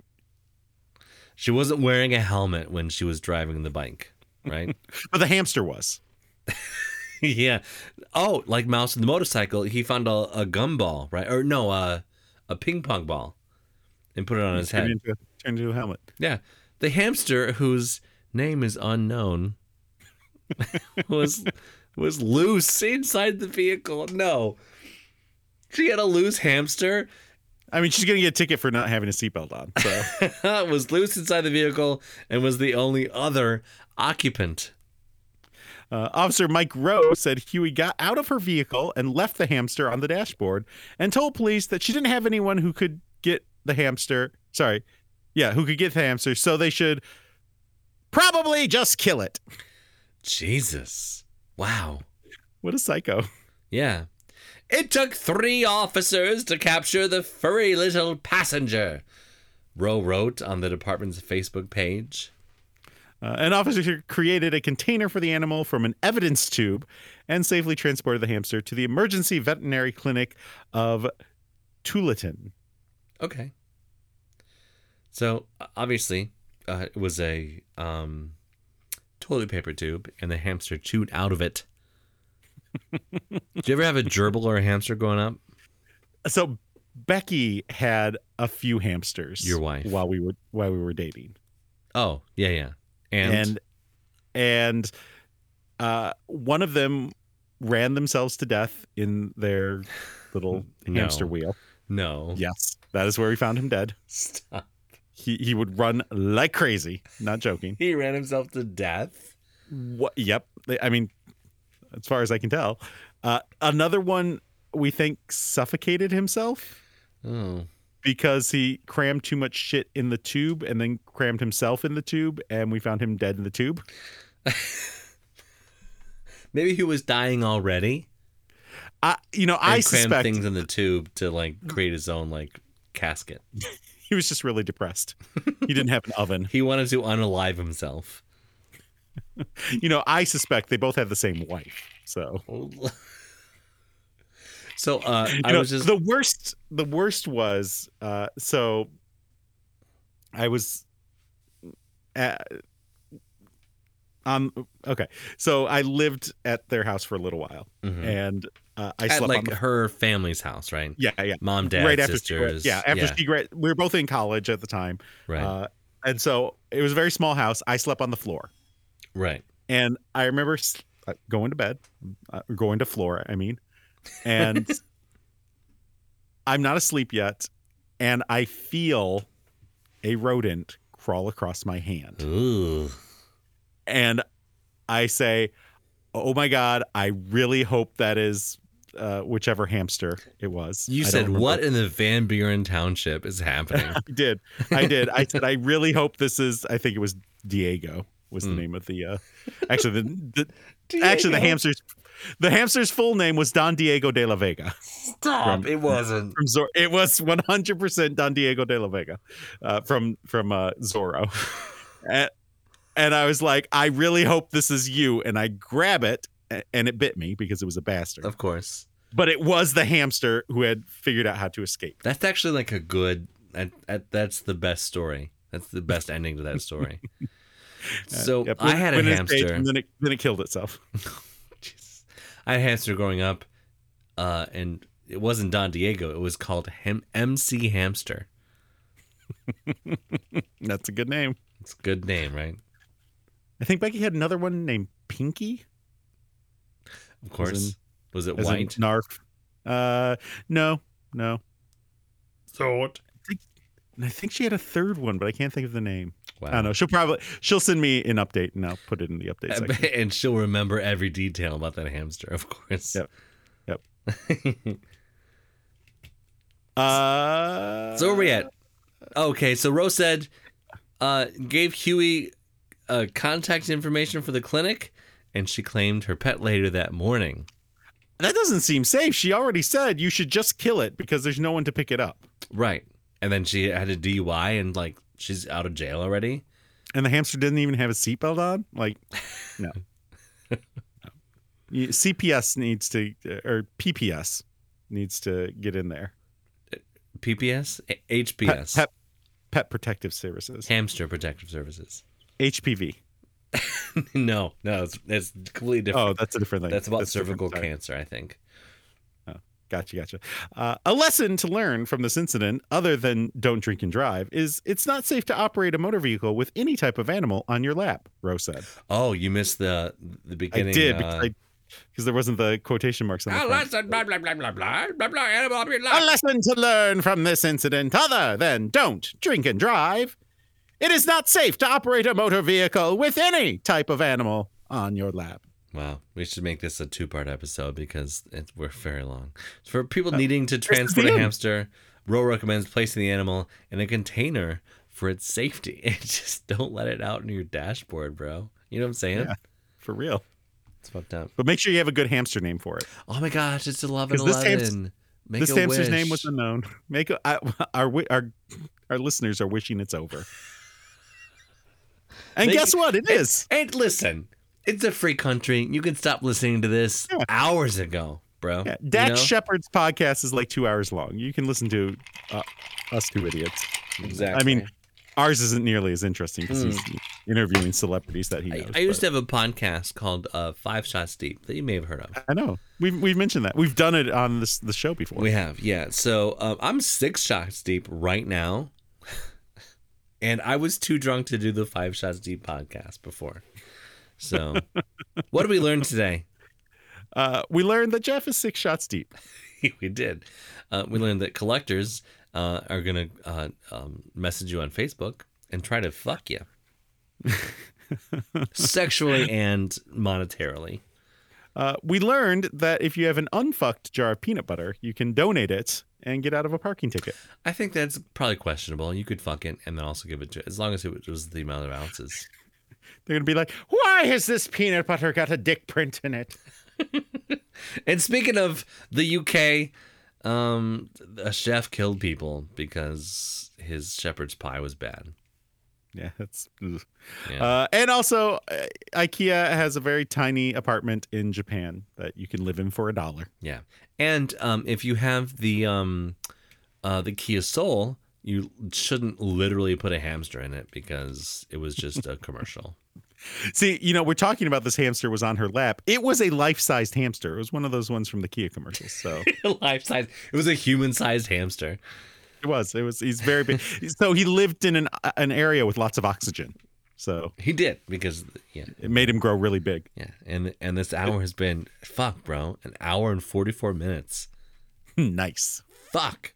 Speaker 1: She wasn't wearing a helmet when she was driving the bike, right?
Speaker 2: But the hamster was.
Speaker 1: yeah. Oh, like Mouse in the motorcycle, he found a, a gumball, right? Or no, a, a ping pong ball and put it on his head.
Speaker 2: Turned into, a- turned into a helmet.
Speaker 1: Yeah. The hamster whose name is unknown was was loose inside the vehicle. No. She had a loose hamster.
Speaker 2: I mean, she's going to get a ticket for not having a seatbelt on. So.
Speaker 1: was loose inside the vehicle and was the only other occupant.
Speaker 2: Uh, Officer Mike Rowe said Huey got out of her vehicle and left the hamster on the dashboard and told police that she didn't have anyone who could get the hamster. Sorry. Yeah, who could get the hamster. So they should probably just kill it.
Speaker 1: Jesus. Wow.
Speaker 2: What a psycho.
Speaker 1: Yeah. It took three officers to capture the furry little passenger. Rowe wrote on the department's Facebook page.
Speaker 2: Uh, an officer created a container for the animal from an evidence tube and safely transported the hamster to the emergency veterinary clinic of Tulatin.
Speaker 1: Okay. So o- obviously, uh, it was a um, toilet paper tube, and the hamster chewed out of it. Did you ever have a gerbil or a hamster growing up?
Speaker 2: So Becky had a few hamsters.
Speaker 1: Your wife.
Speaker 2: While we were while we were dating.
Speaker 1: Oh yeah, yeah. And,
Speaker 2: and and uh, one of them ran themselves to death in their little
Speaker 1: No.
Speaker 2: hamster wheel.
Speaker 1: no,
Speaker 2: Yes, that is where we found him dead.
Speaker 1: Stop.
Speaker 2: He he would run like crazy. Not joking.
Speaker 1: he ran himself to death.
Speaker 2: What? Yep. I mean, as far as I can tell, uh, another one we think suffocated himself
Speaker 1: Oh,
Speaker 2: because he crammed too much shit in the tube and then crammed himself in the tube and we found him dead in the tube.
Speaker 1: maybe he was dying already.
Speaker 2: I you know, I
Speaker 1: and crammed
Speaker 2: suspect
Speaker 1: things in the tube to like create his own like casket.
Speaker 2: he was just really depressed. He didn't have an oven.
Speaker 1: He wanted to unalive himself.
Speaker 2: You know, I suspect they both had the same wife. So
Speaker 1: So uh,
Speaker 2: you
Speaker 1: I
Speaker 2: know,
Speaker 1: was just
Speaker 2: the worst. The worst was uh, so. I was. At, um. Okay, so I lived at their house for a little while,
Speaker 1: Mhm.
Speaker 2: and uh, I
Speaker 1: at
Speaker 2: slept
Speaker 1: like
Speaker 2: on the,
Speaker 1: her family's house, right?
Speaker 2: yeah, yeah,
Speaker 1: Mom, dad,
Speaker 2: right after she,
Speaker 1: sisters.
Speaker 2: gra- yeah, after
Speaker 1: yeah,
Speaker 2: she grad, we were both in college at the time,
Speaker 1: right,
Speaker 2: uh, and so it was a very small house. I slept on the floor.
Speaker 1: right.
Speaker 2: And I remember s- uh, going to bed, uh, going to floor, I mean, and I'm not asleep yet, and I feel a rodent crawl across my hand.
Speaker 1: Ooh.
Speaker 2: and I say, "Oh my god, I really hope that is uh, whichever hamster it was."
Speaker 1: You
Speaker 2: I don't
Speaker 1: said
Speaker 2: remember.
Speaker 1: what in the Van Buren Township is happening?
Speaker 2: I did. I did. I said I really hope this is. I think it was Diego was the
Speaker 1: Hmm.
Speaker 2: name of the. Uh, actually, the, the actually the hamster's the hamster's full name was Don Diego de la Vega.
Speaker 1: Stop. It wasn't.
Speaker 2: from Zor- it was 100% Don Diego de la Vega uh, from from uh, Zorro. and, and I was like, I really hope this is you. And I grab it, a- and it bit me because it was a bastard.
Speaker 1: Of course.
Speaker 2: But it was the hamster who had figured out how to escape.
Speaker 1: That's actually like a good. That, that, that's the best story. That's the best ending to that story.
Speaker 2: Uh,
Speaker 1: so
Speaker 2: yep,
Speaker 1: I had a
Speaker 2: went in its cage,
Speaker 1: hamster.
Speaker 2: and then it, then it killed itself.
Speaker 1: Jesus. I had a hamster growing up, uh, and it wasn't Don Diego. It was called Ham- MC Hamster.
Speaker 2: That's a good name.
Speaker 1: It's a good name, right?
Speaker 2: I think Becky had another one named Pinky.
Speaker 1: Of course.
Speaker 2: in-
Speaker 1: was it
Speaker 2: as in
Speaker 1: white?
Speaker 2: Narf. Uh, no, no.
Speaker 1: Thought.
Speaker 2: And I think she had a third one, but I can't think of the name.
Speaker 1: Wow.
Speaker 2: I don't know. She'll probably she'll send me an update and I'll put it in the update
Speaker 1: Uh. Uh,
Speaker 2: section.
Speaker 1: And she'll remember every detail about that hamster, of course.
Speaker 2: Yep. Yep.
Speaker 1: Yep.
Speaker 2: Uh,
Speaker 1: so where are we at? Okay, so Rose said, uh, gave Huey uh, contact information for the clinic, and she claimed her pet later that morning.
Speaker 2: That doesn't seem safe. She already said you should just kill it because there's no one to pick it up.
Speaker 1: Right. And then she had a DUI, and like she's out of jail already.
Speaker 2: And the hamster didn't even have a seatbelt on. Like, no. No. You- CPS needs to or PPS needs to get in there.
Speaker 1: PPS, A-
Speaker 2: Pet-
Speaker 1: HPS,
Speaker 2: Pet, pet protective services.
Speaker 1: Hamster Protective Services.
Speaker 2: HPV.
Speaker 1: no, no, it's, it's completely different.
Speaker 2: Oh, that's a different thing.
Speaker 1: That's about
Speaker 2: a different-
Speaker 1: cervical
Speaker 2: sorry.
Speaker 1: cancer, I think.
Speaker 2: Gotcha, gotcha. Uh, a lesson to learn from this incident, other than don't drink and drive, is it's not safe to operate a motor vehicle with any type of animal on your lap, Rose said.
Speaker 1: Oh, you missed the the beginning.
Speaker 2: I did
Speaker 1: uh,
Speaker 2: because I, because there wasn't the quotation marks on the
Speaker 1: Oh,
Speaker 2: front.
Speaker 1: lots of blah blah blah blah blah blah blah animal up your lap.
Speaker 2: A lesson to learn from this incident, other than don't drink and drive, it is not safe to operate a motor vehicle with any type of animal on your lap.
Speaker 1: Wow, we should make this a two part episode because it, we're very long. For people
Speaker 2: Uh,
Speaker 1: needing to
Speaker 2: the
Speaker 1: transport a
Speaker 2: end.
Speaker 1: hamster, Roe recommends placing the animal in a container for its safety and just don't let it out in your dashboard, bro. You know what I'm saying?
Speaker 2: Yeah. For real.
Speaker 1: It's fucked up.
Speaker 2: But make sure you have a good hamster name for it.
Speaker 1: Oh my gosh, it's 11
Speaker 2: this hamster-
Speaker 1: 11. Make
Speaker 2: this
Speaker 1: a
Speaker 2: hamster's name
Speaker 1: wish.
Speaker 2: was unknown. Make a, I, our wi- our our listeners are wishing it's over. And
Speaker 1: They-
Speaker 2: guess what? It is.
Speaker 1: And listen, it's a free country. You can stop listening to this
Speaker 2: Yeah.
Speaker 1: hours ago, bro.
Speaker 2: Yeah,
Speaker 1: You
Speaker 2: Dax
Speaker 1: know?
Speaker 2: Shepard's podcast is like two hours long. You can listen to uh, us two idiots.
Speaker 1: Exactly.
Speaker 2: I mean, ours isn't nearly as interesting because
Speaker 1: Hmm.
Speaker 2: he's interviewing celebrities that he
Speaker 1: I,
Speaker 2: knows.
Speaker 1: I used
Speaker 2: but-
Speaker 1: to have a podcast called uh, Five Shots Deep that you may have heard of.
Speaker 2: I know. We've we've mentioned that. We've done it on this the show before.
Speaker 1: We have, yeah. So um, I'm six shots deep right now, and I was too drunk to do the Five Shots Deep podcast before. So, what did we learn today?
Speaker 2: uh, we learned that Jeff is six shots deep.
Speaker 1: we did. Uh, we learned that collectors uh, are gonna uh, um, message you on Facebook and try to fuck you, sexually and monetarily.
Speaker 2: Uh, we learned that if you have an unfucked jar of peanut butter, you can donate it and get out of a parking ticket.
Speaker 1: I think that's probably questionable. You could fuck it and then also give it to as long as it was the amount of ounces.
Speaker 2: They're gonna be like,
Speaker 3: Why has this peanut butter got a dick print in it?
Speaker 1: And speaking of the UK, um, a chef killed people because his shepherd's pie was bad.
Speaker 2: yeah, that's. ugh.
Speaker 1: Yeah.
Speaker 2: Uh, and also, uh, IKEA has a very tiny apartment in Japan that you can live in for a dollar.
Speaker 1: yeah. And um, if you have the um, uh, the Kia Soul, you shouldn't literally put a hamster in it because it was just a commercial.
Speaker 2: See, you know, we're talking about this hamster was on her lap. It was a life-sized hamster. It was one of those ones from the Kia commercials. So.
Speaker 1: Life size. It was a human sized hamster.
Speaker 2: It was. It was. He's very big. so he lived in an uh, an area with lots of oxygen. So
Speaker 1: He did because yeah,
Speaker 2: it made him grow really big.
Speaker 1: yeah. And and this hour has been fuck, bro, an hour and forty four minutes.
Speaker 2: nice.
Speaker 1: Fuck.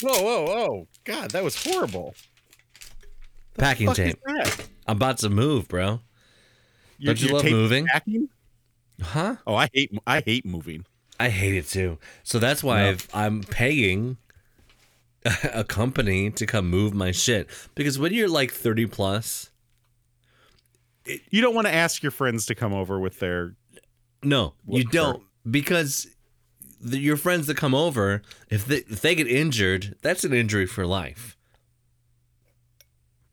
Speaker 2: Whoa, whoa, whoa. God, that was horrible.
Speaker 1: Packing
Speaker 2: Fuck is
Speaker 1: tape.
Speaker 2: that?
Speaker 1: I'm about to move, bro.
Speaker 2: Your-
Speaker 1: Don't you
Speaker 2: your
Speaker 1: love
Speaker 2: tape
Speaker 1: moving?
Speaker 2: packing?
Speaker 1: Huh?
Speaker 2: Oh, I hate I hate moving.
Speaker 1: I hate it too. So that's why
Speaker 2: No.
Speaker 1: I've, I'm paying a company to come move my shit. Because when you're like 30 plus,
Speaker 2: You don't want to ask your friends to come over with their
Speaker 1: no, you
Speaker 2: Sure.
Speaker 1: don't. Because the, your friends that come over, if they, if they get injured, that's an injury for life.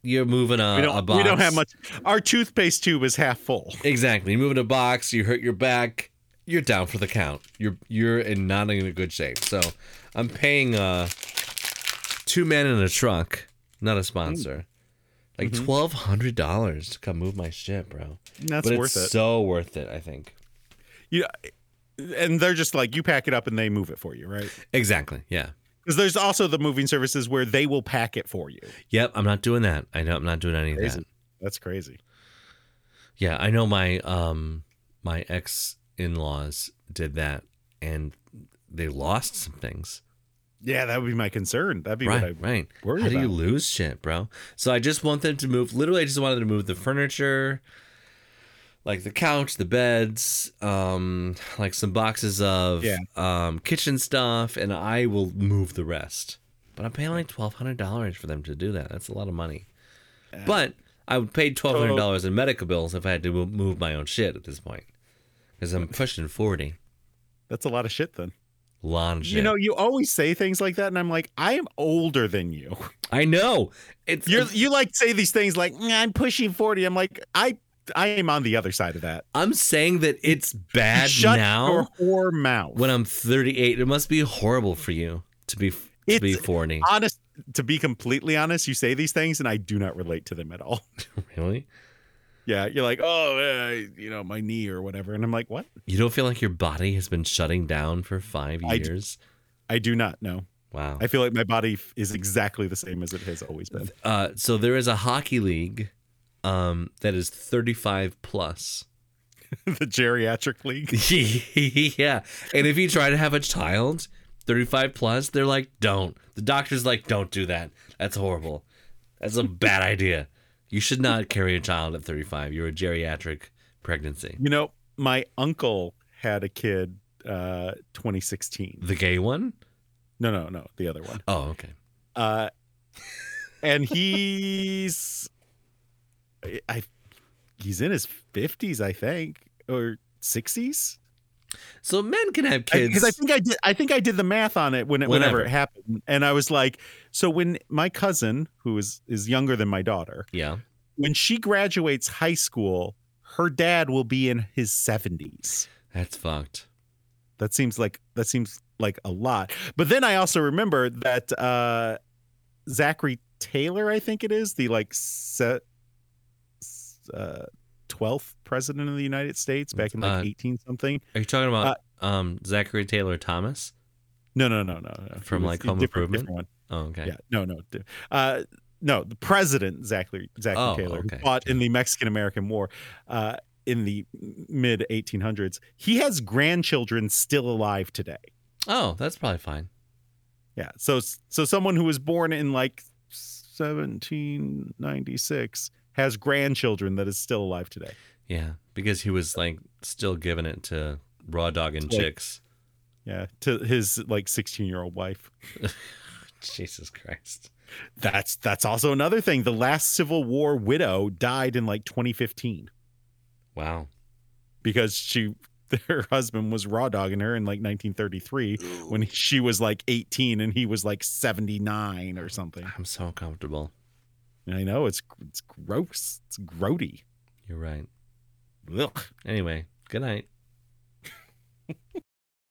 Speaker 1: You're moving a, Uh, a
Speaker 2: we don't
Speaker 1: box.
Speaker 2: we don't have much our toothpaste tube is half full.
Speaker 1: Exactly. You move in a box, you hurt your back, you're down for the count. You're you're in not in a good shape. So I'm paying uh two men in a truck, not a
Speaker 2: Mm-hmm.
Speaker 1: sponsor. Like hundred dollars to come move my shit, bro.
Speaker 2: That's
Speaker 1: but it's
Speaker 2: worth it.
Speaker 1: so worth it, I think.
Speaker 2: You- and they're just like you pack it up and they move it for you, right?
Speaker 1: Exactly. Yeah.
Speaker 2: Because there's also the moving services where they will pack it for you.
Speaker 1: Yep, I'm not doing that. I know I'm not doing any of that.
Speaker 2: Crazy. That's crazy.
Speaker 1: Yeah, I know my um my ex in laws did that and they lost some things.
Speaker 2: Yeah, that would be my concern. That'd be
Speaker 1: right,
Speaker 2: what I
Speaker 1: right.
Speaker 2: worry
Speaker 1: How do you
Speaker 2: about.
Speaker 1: lose shit, bro? So I just want them to move. Literally, I just wanted to move the furniture, like the couch, the beds, um, like some boxes of
Speaker 2: Yeah.
Speaker 1: um, kitchen stuff, and I will move the rest. But I'm paying like twelve hundred dollars for them to do that. That's a lot of money. but I would pay twelve hundred dollars in medical bills if I had to mo- move my own shit at this point, because I'm pushing forty.
Speaker 2: That's a lot of shit then.
Speaker 1: Lot of shit.
Speaker 2: You know, you always say things like that and I'm like, I am older than you.
Speaker 1: I know. It's
Speaker 2: You're you like say these things like "Mm, I'm pushing 40. I'm like, I I am on the other side of that.
Speaker 1: I'm saying that it's bad
Speaker 2: Shut
Speaker 1: now.
Speaker 2: your whore mouth.
Speaker 1: when I'm 38. It must be horrible for you to be to
Speaker 2: It's- uh,
Speaker 1: be 40.
Speaker 2: honest to be completely honest, you say these things and I do not relate to them at all.
Speaker 1: Really?
Speaker 2: Yeah, you're like, oh, uh, you know, my knee or whatever, and I'm like, what?
Speaker 1: You don't feel like your body has been shutting down for five
Speaker 2: I d-
Speaker 1: years?
Speaker 2: I do not know.
Speaker 1: wow.
Speaker 2: I feel like my body f- is exactly the same as it has always been.
Speaker 1: uh, so there is a hockey league um, that is 35 plus.
Speaker 2: the geriatric league.
Speaker 1: yeah. And if you try to have a child, 35 plus, they're like, don't. The doctor's like, don't do that. That's horrible. That's a bad idea. You should not carry a child at 35. You're a geriatric pregnancy.
Speaker 2: You know, my uncle had a kid uh 2016.
Speaker 1: The gay one?
Speaker 2: No, no, no, the other one.
Speaker 1: Oh, okay.
Speaker 2: Uh and he's I- I he's in his 50s, I think, or 60s.
Speaker 1: So men can have kids.
Speaker 2: because I, think I did. I think I did the math on it when it,
Speaker 1: Whenever.
Speaker 2: whenever it happened, and I was like, so when my cousin, who is is younger than my daughter,
Speaker 1: yeah.
Speaker 2: when she graduates high school, her dad will be in his seventies.
Speaker 1: That's fucked.
Speaker 2: That seems like that seems like a lot. But then I also remember that uh, Zachary Taylor, I think it is the like se- s- uh, 12th president of the United States back in
Speaker 1: Uh,
Speaker 2: like 18 something.
Speaker 1: Are you talking about
Speaker 2: Uh,
Speaker 1: um Zachary Taylor Thomas?
Speaker 2: No, no, no, no, no. He
Speaker 1: From,
Speaker 2: was
Speaker 1: like,
Speaker 2: a
Speaker 1: Home
Speaker 2: different-
Speaker 1: Improvement?
Speaker 2: different one.
Speaker 1: Oh, okay.
Speaker 2: Yeah, no, no, di- uh, no. The president Zachary Zachary
Speaker 1: Oh,
Speaker 2: Taylor who
Speaker 1: okay.
Speaker 2: fought in the Mexican American War uh, in the mid 1800s. He has grandchildren still alive today.
Speaker 1: Oh, that's probably fine.
Speaker 2: Yeah, so so someone who was born in like 1796 has grandchildren that is still alive today.
Speaker 1: Yeah, because he was like still giving it to raw dog and
Speaker 2: Like-
Speaker 1: chicks.
Speaker 2: Yeah, to his like 16 year old wife.
Speaker 1: Jesus Christ.
Speaker 2: That's that's also another thing. The last Civil War widow died in like 2015.
Speaker 1: Wow.
Speaker 2: because she her husband was raw dogging her in like 1933 when she was like 18 and he was like 79 or something.
Speaker 1: I'm so uncomfortable.
Speaker 2: And I know it's it's gross. It's grody.
Speaker 1: You're right.
Speaker 2: Ugh.
Speaker 1: Anyway, good night.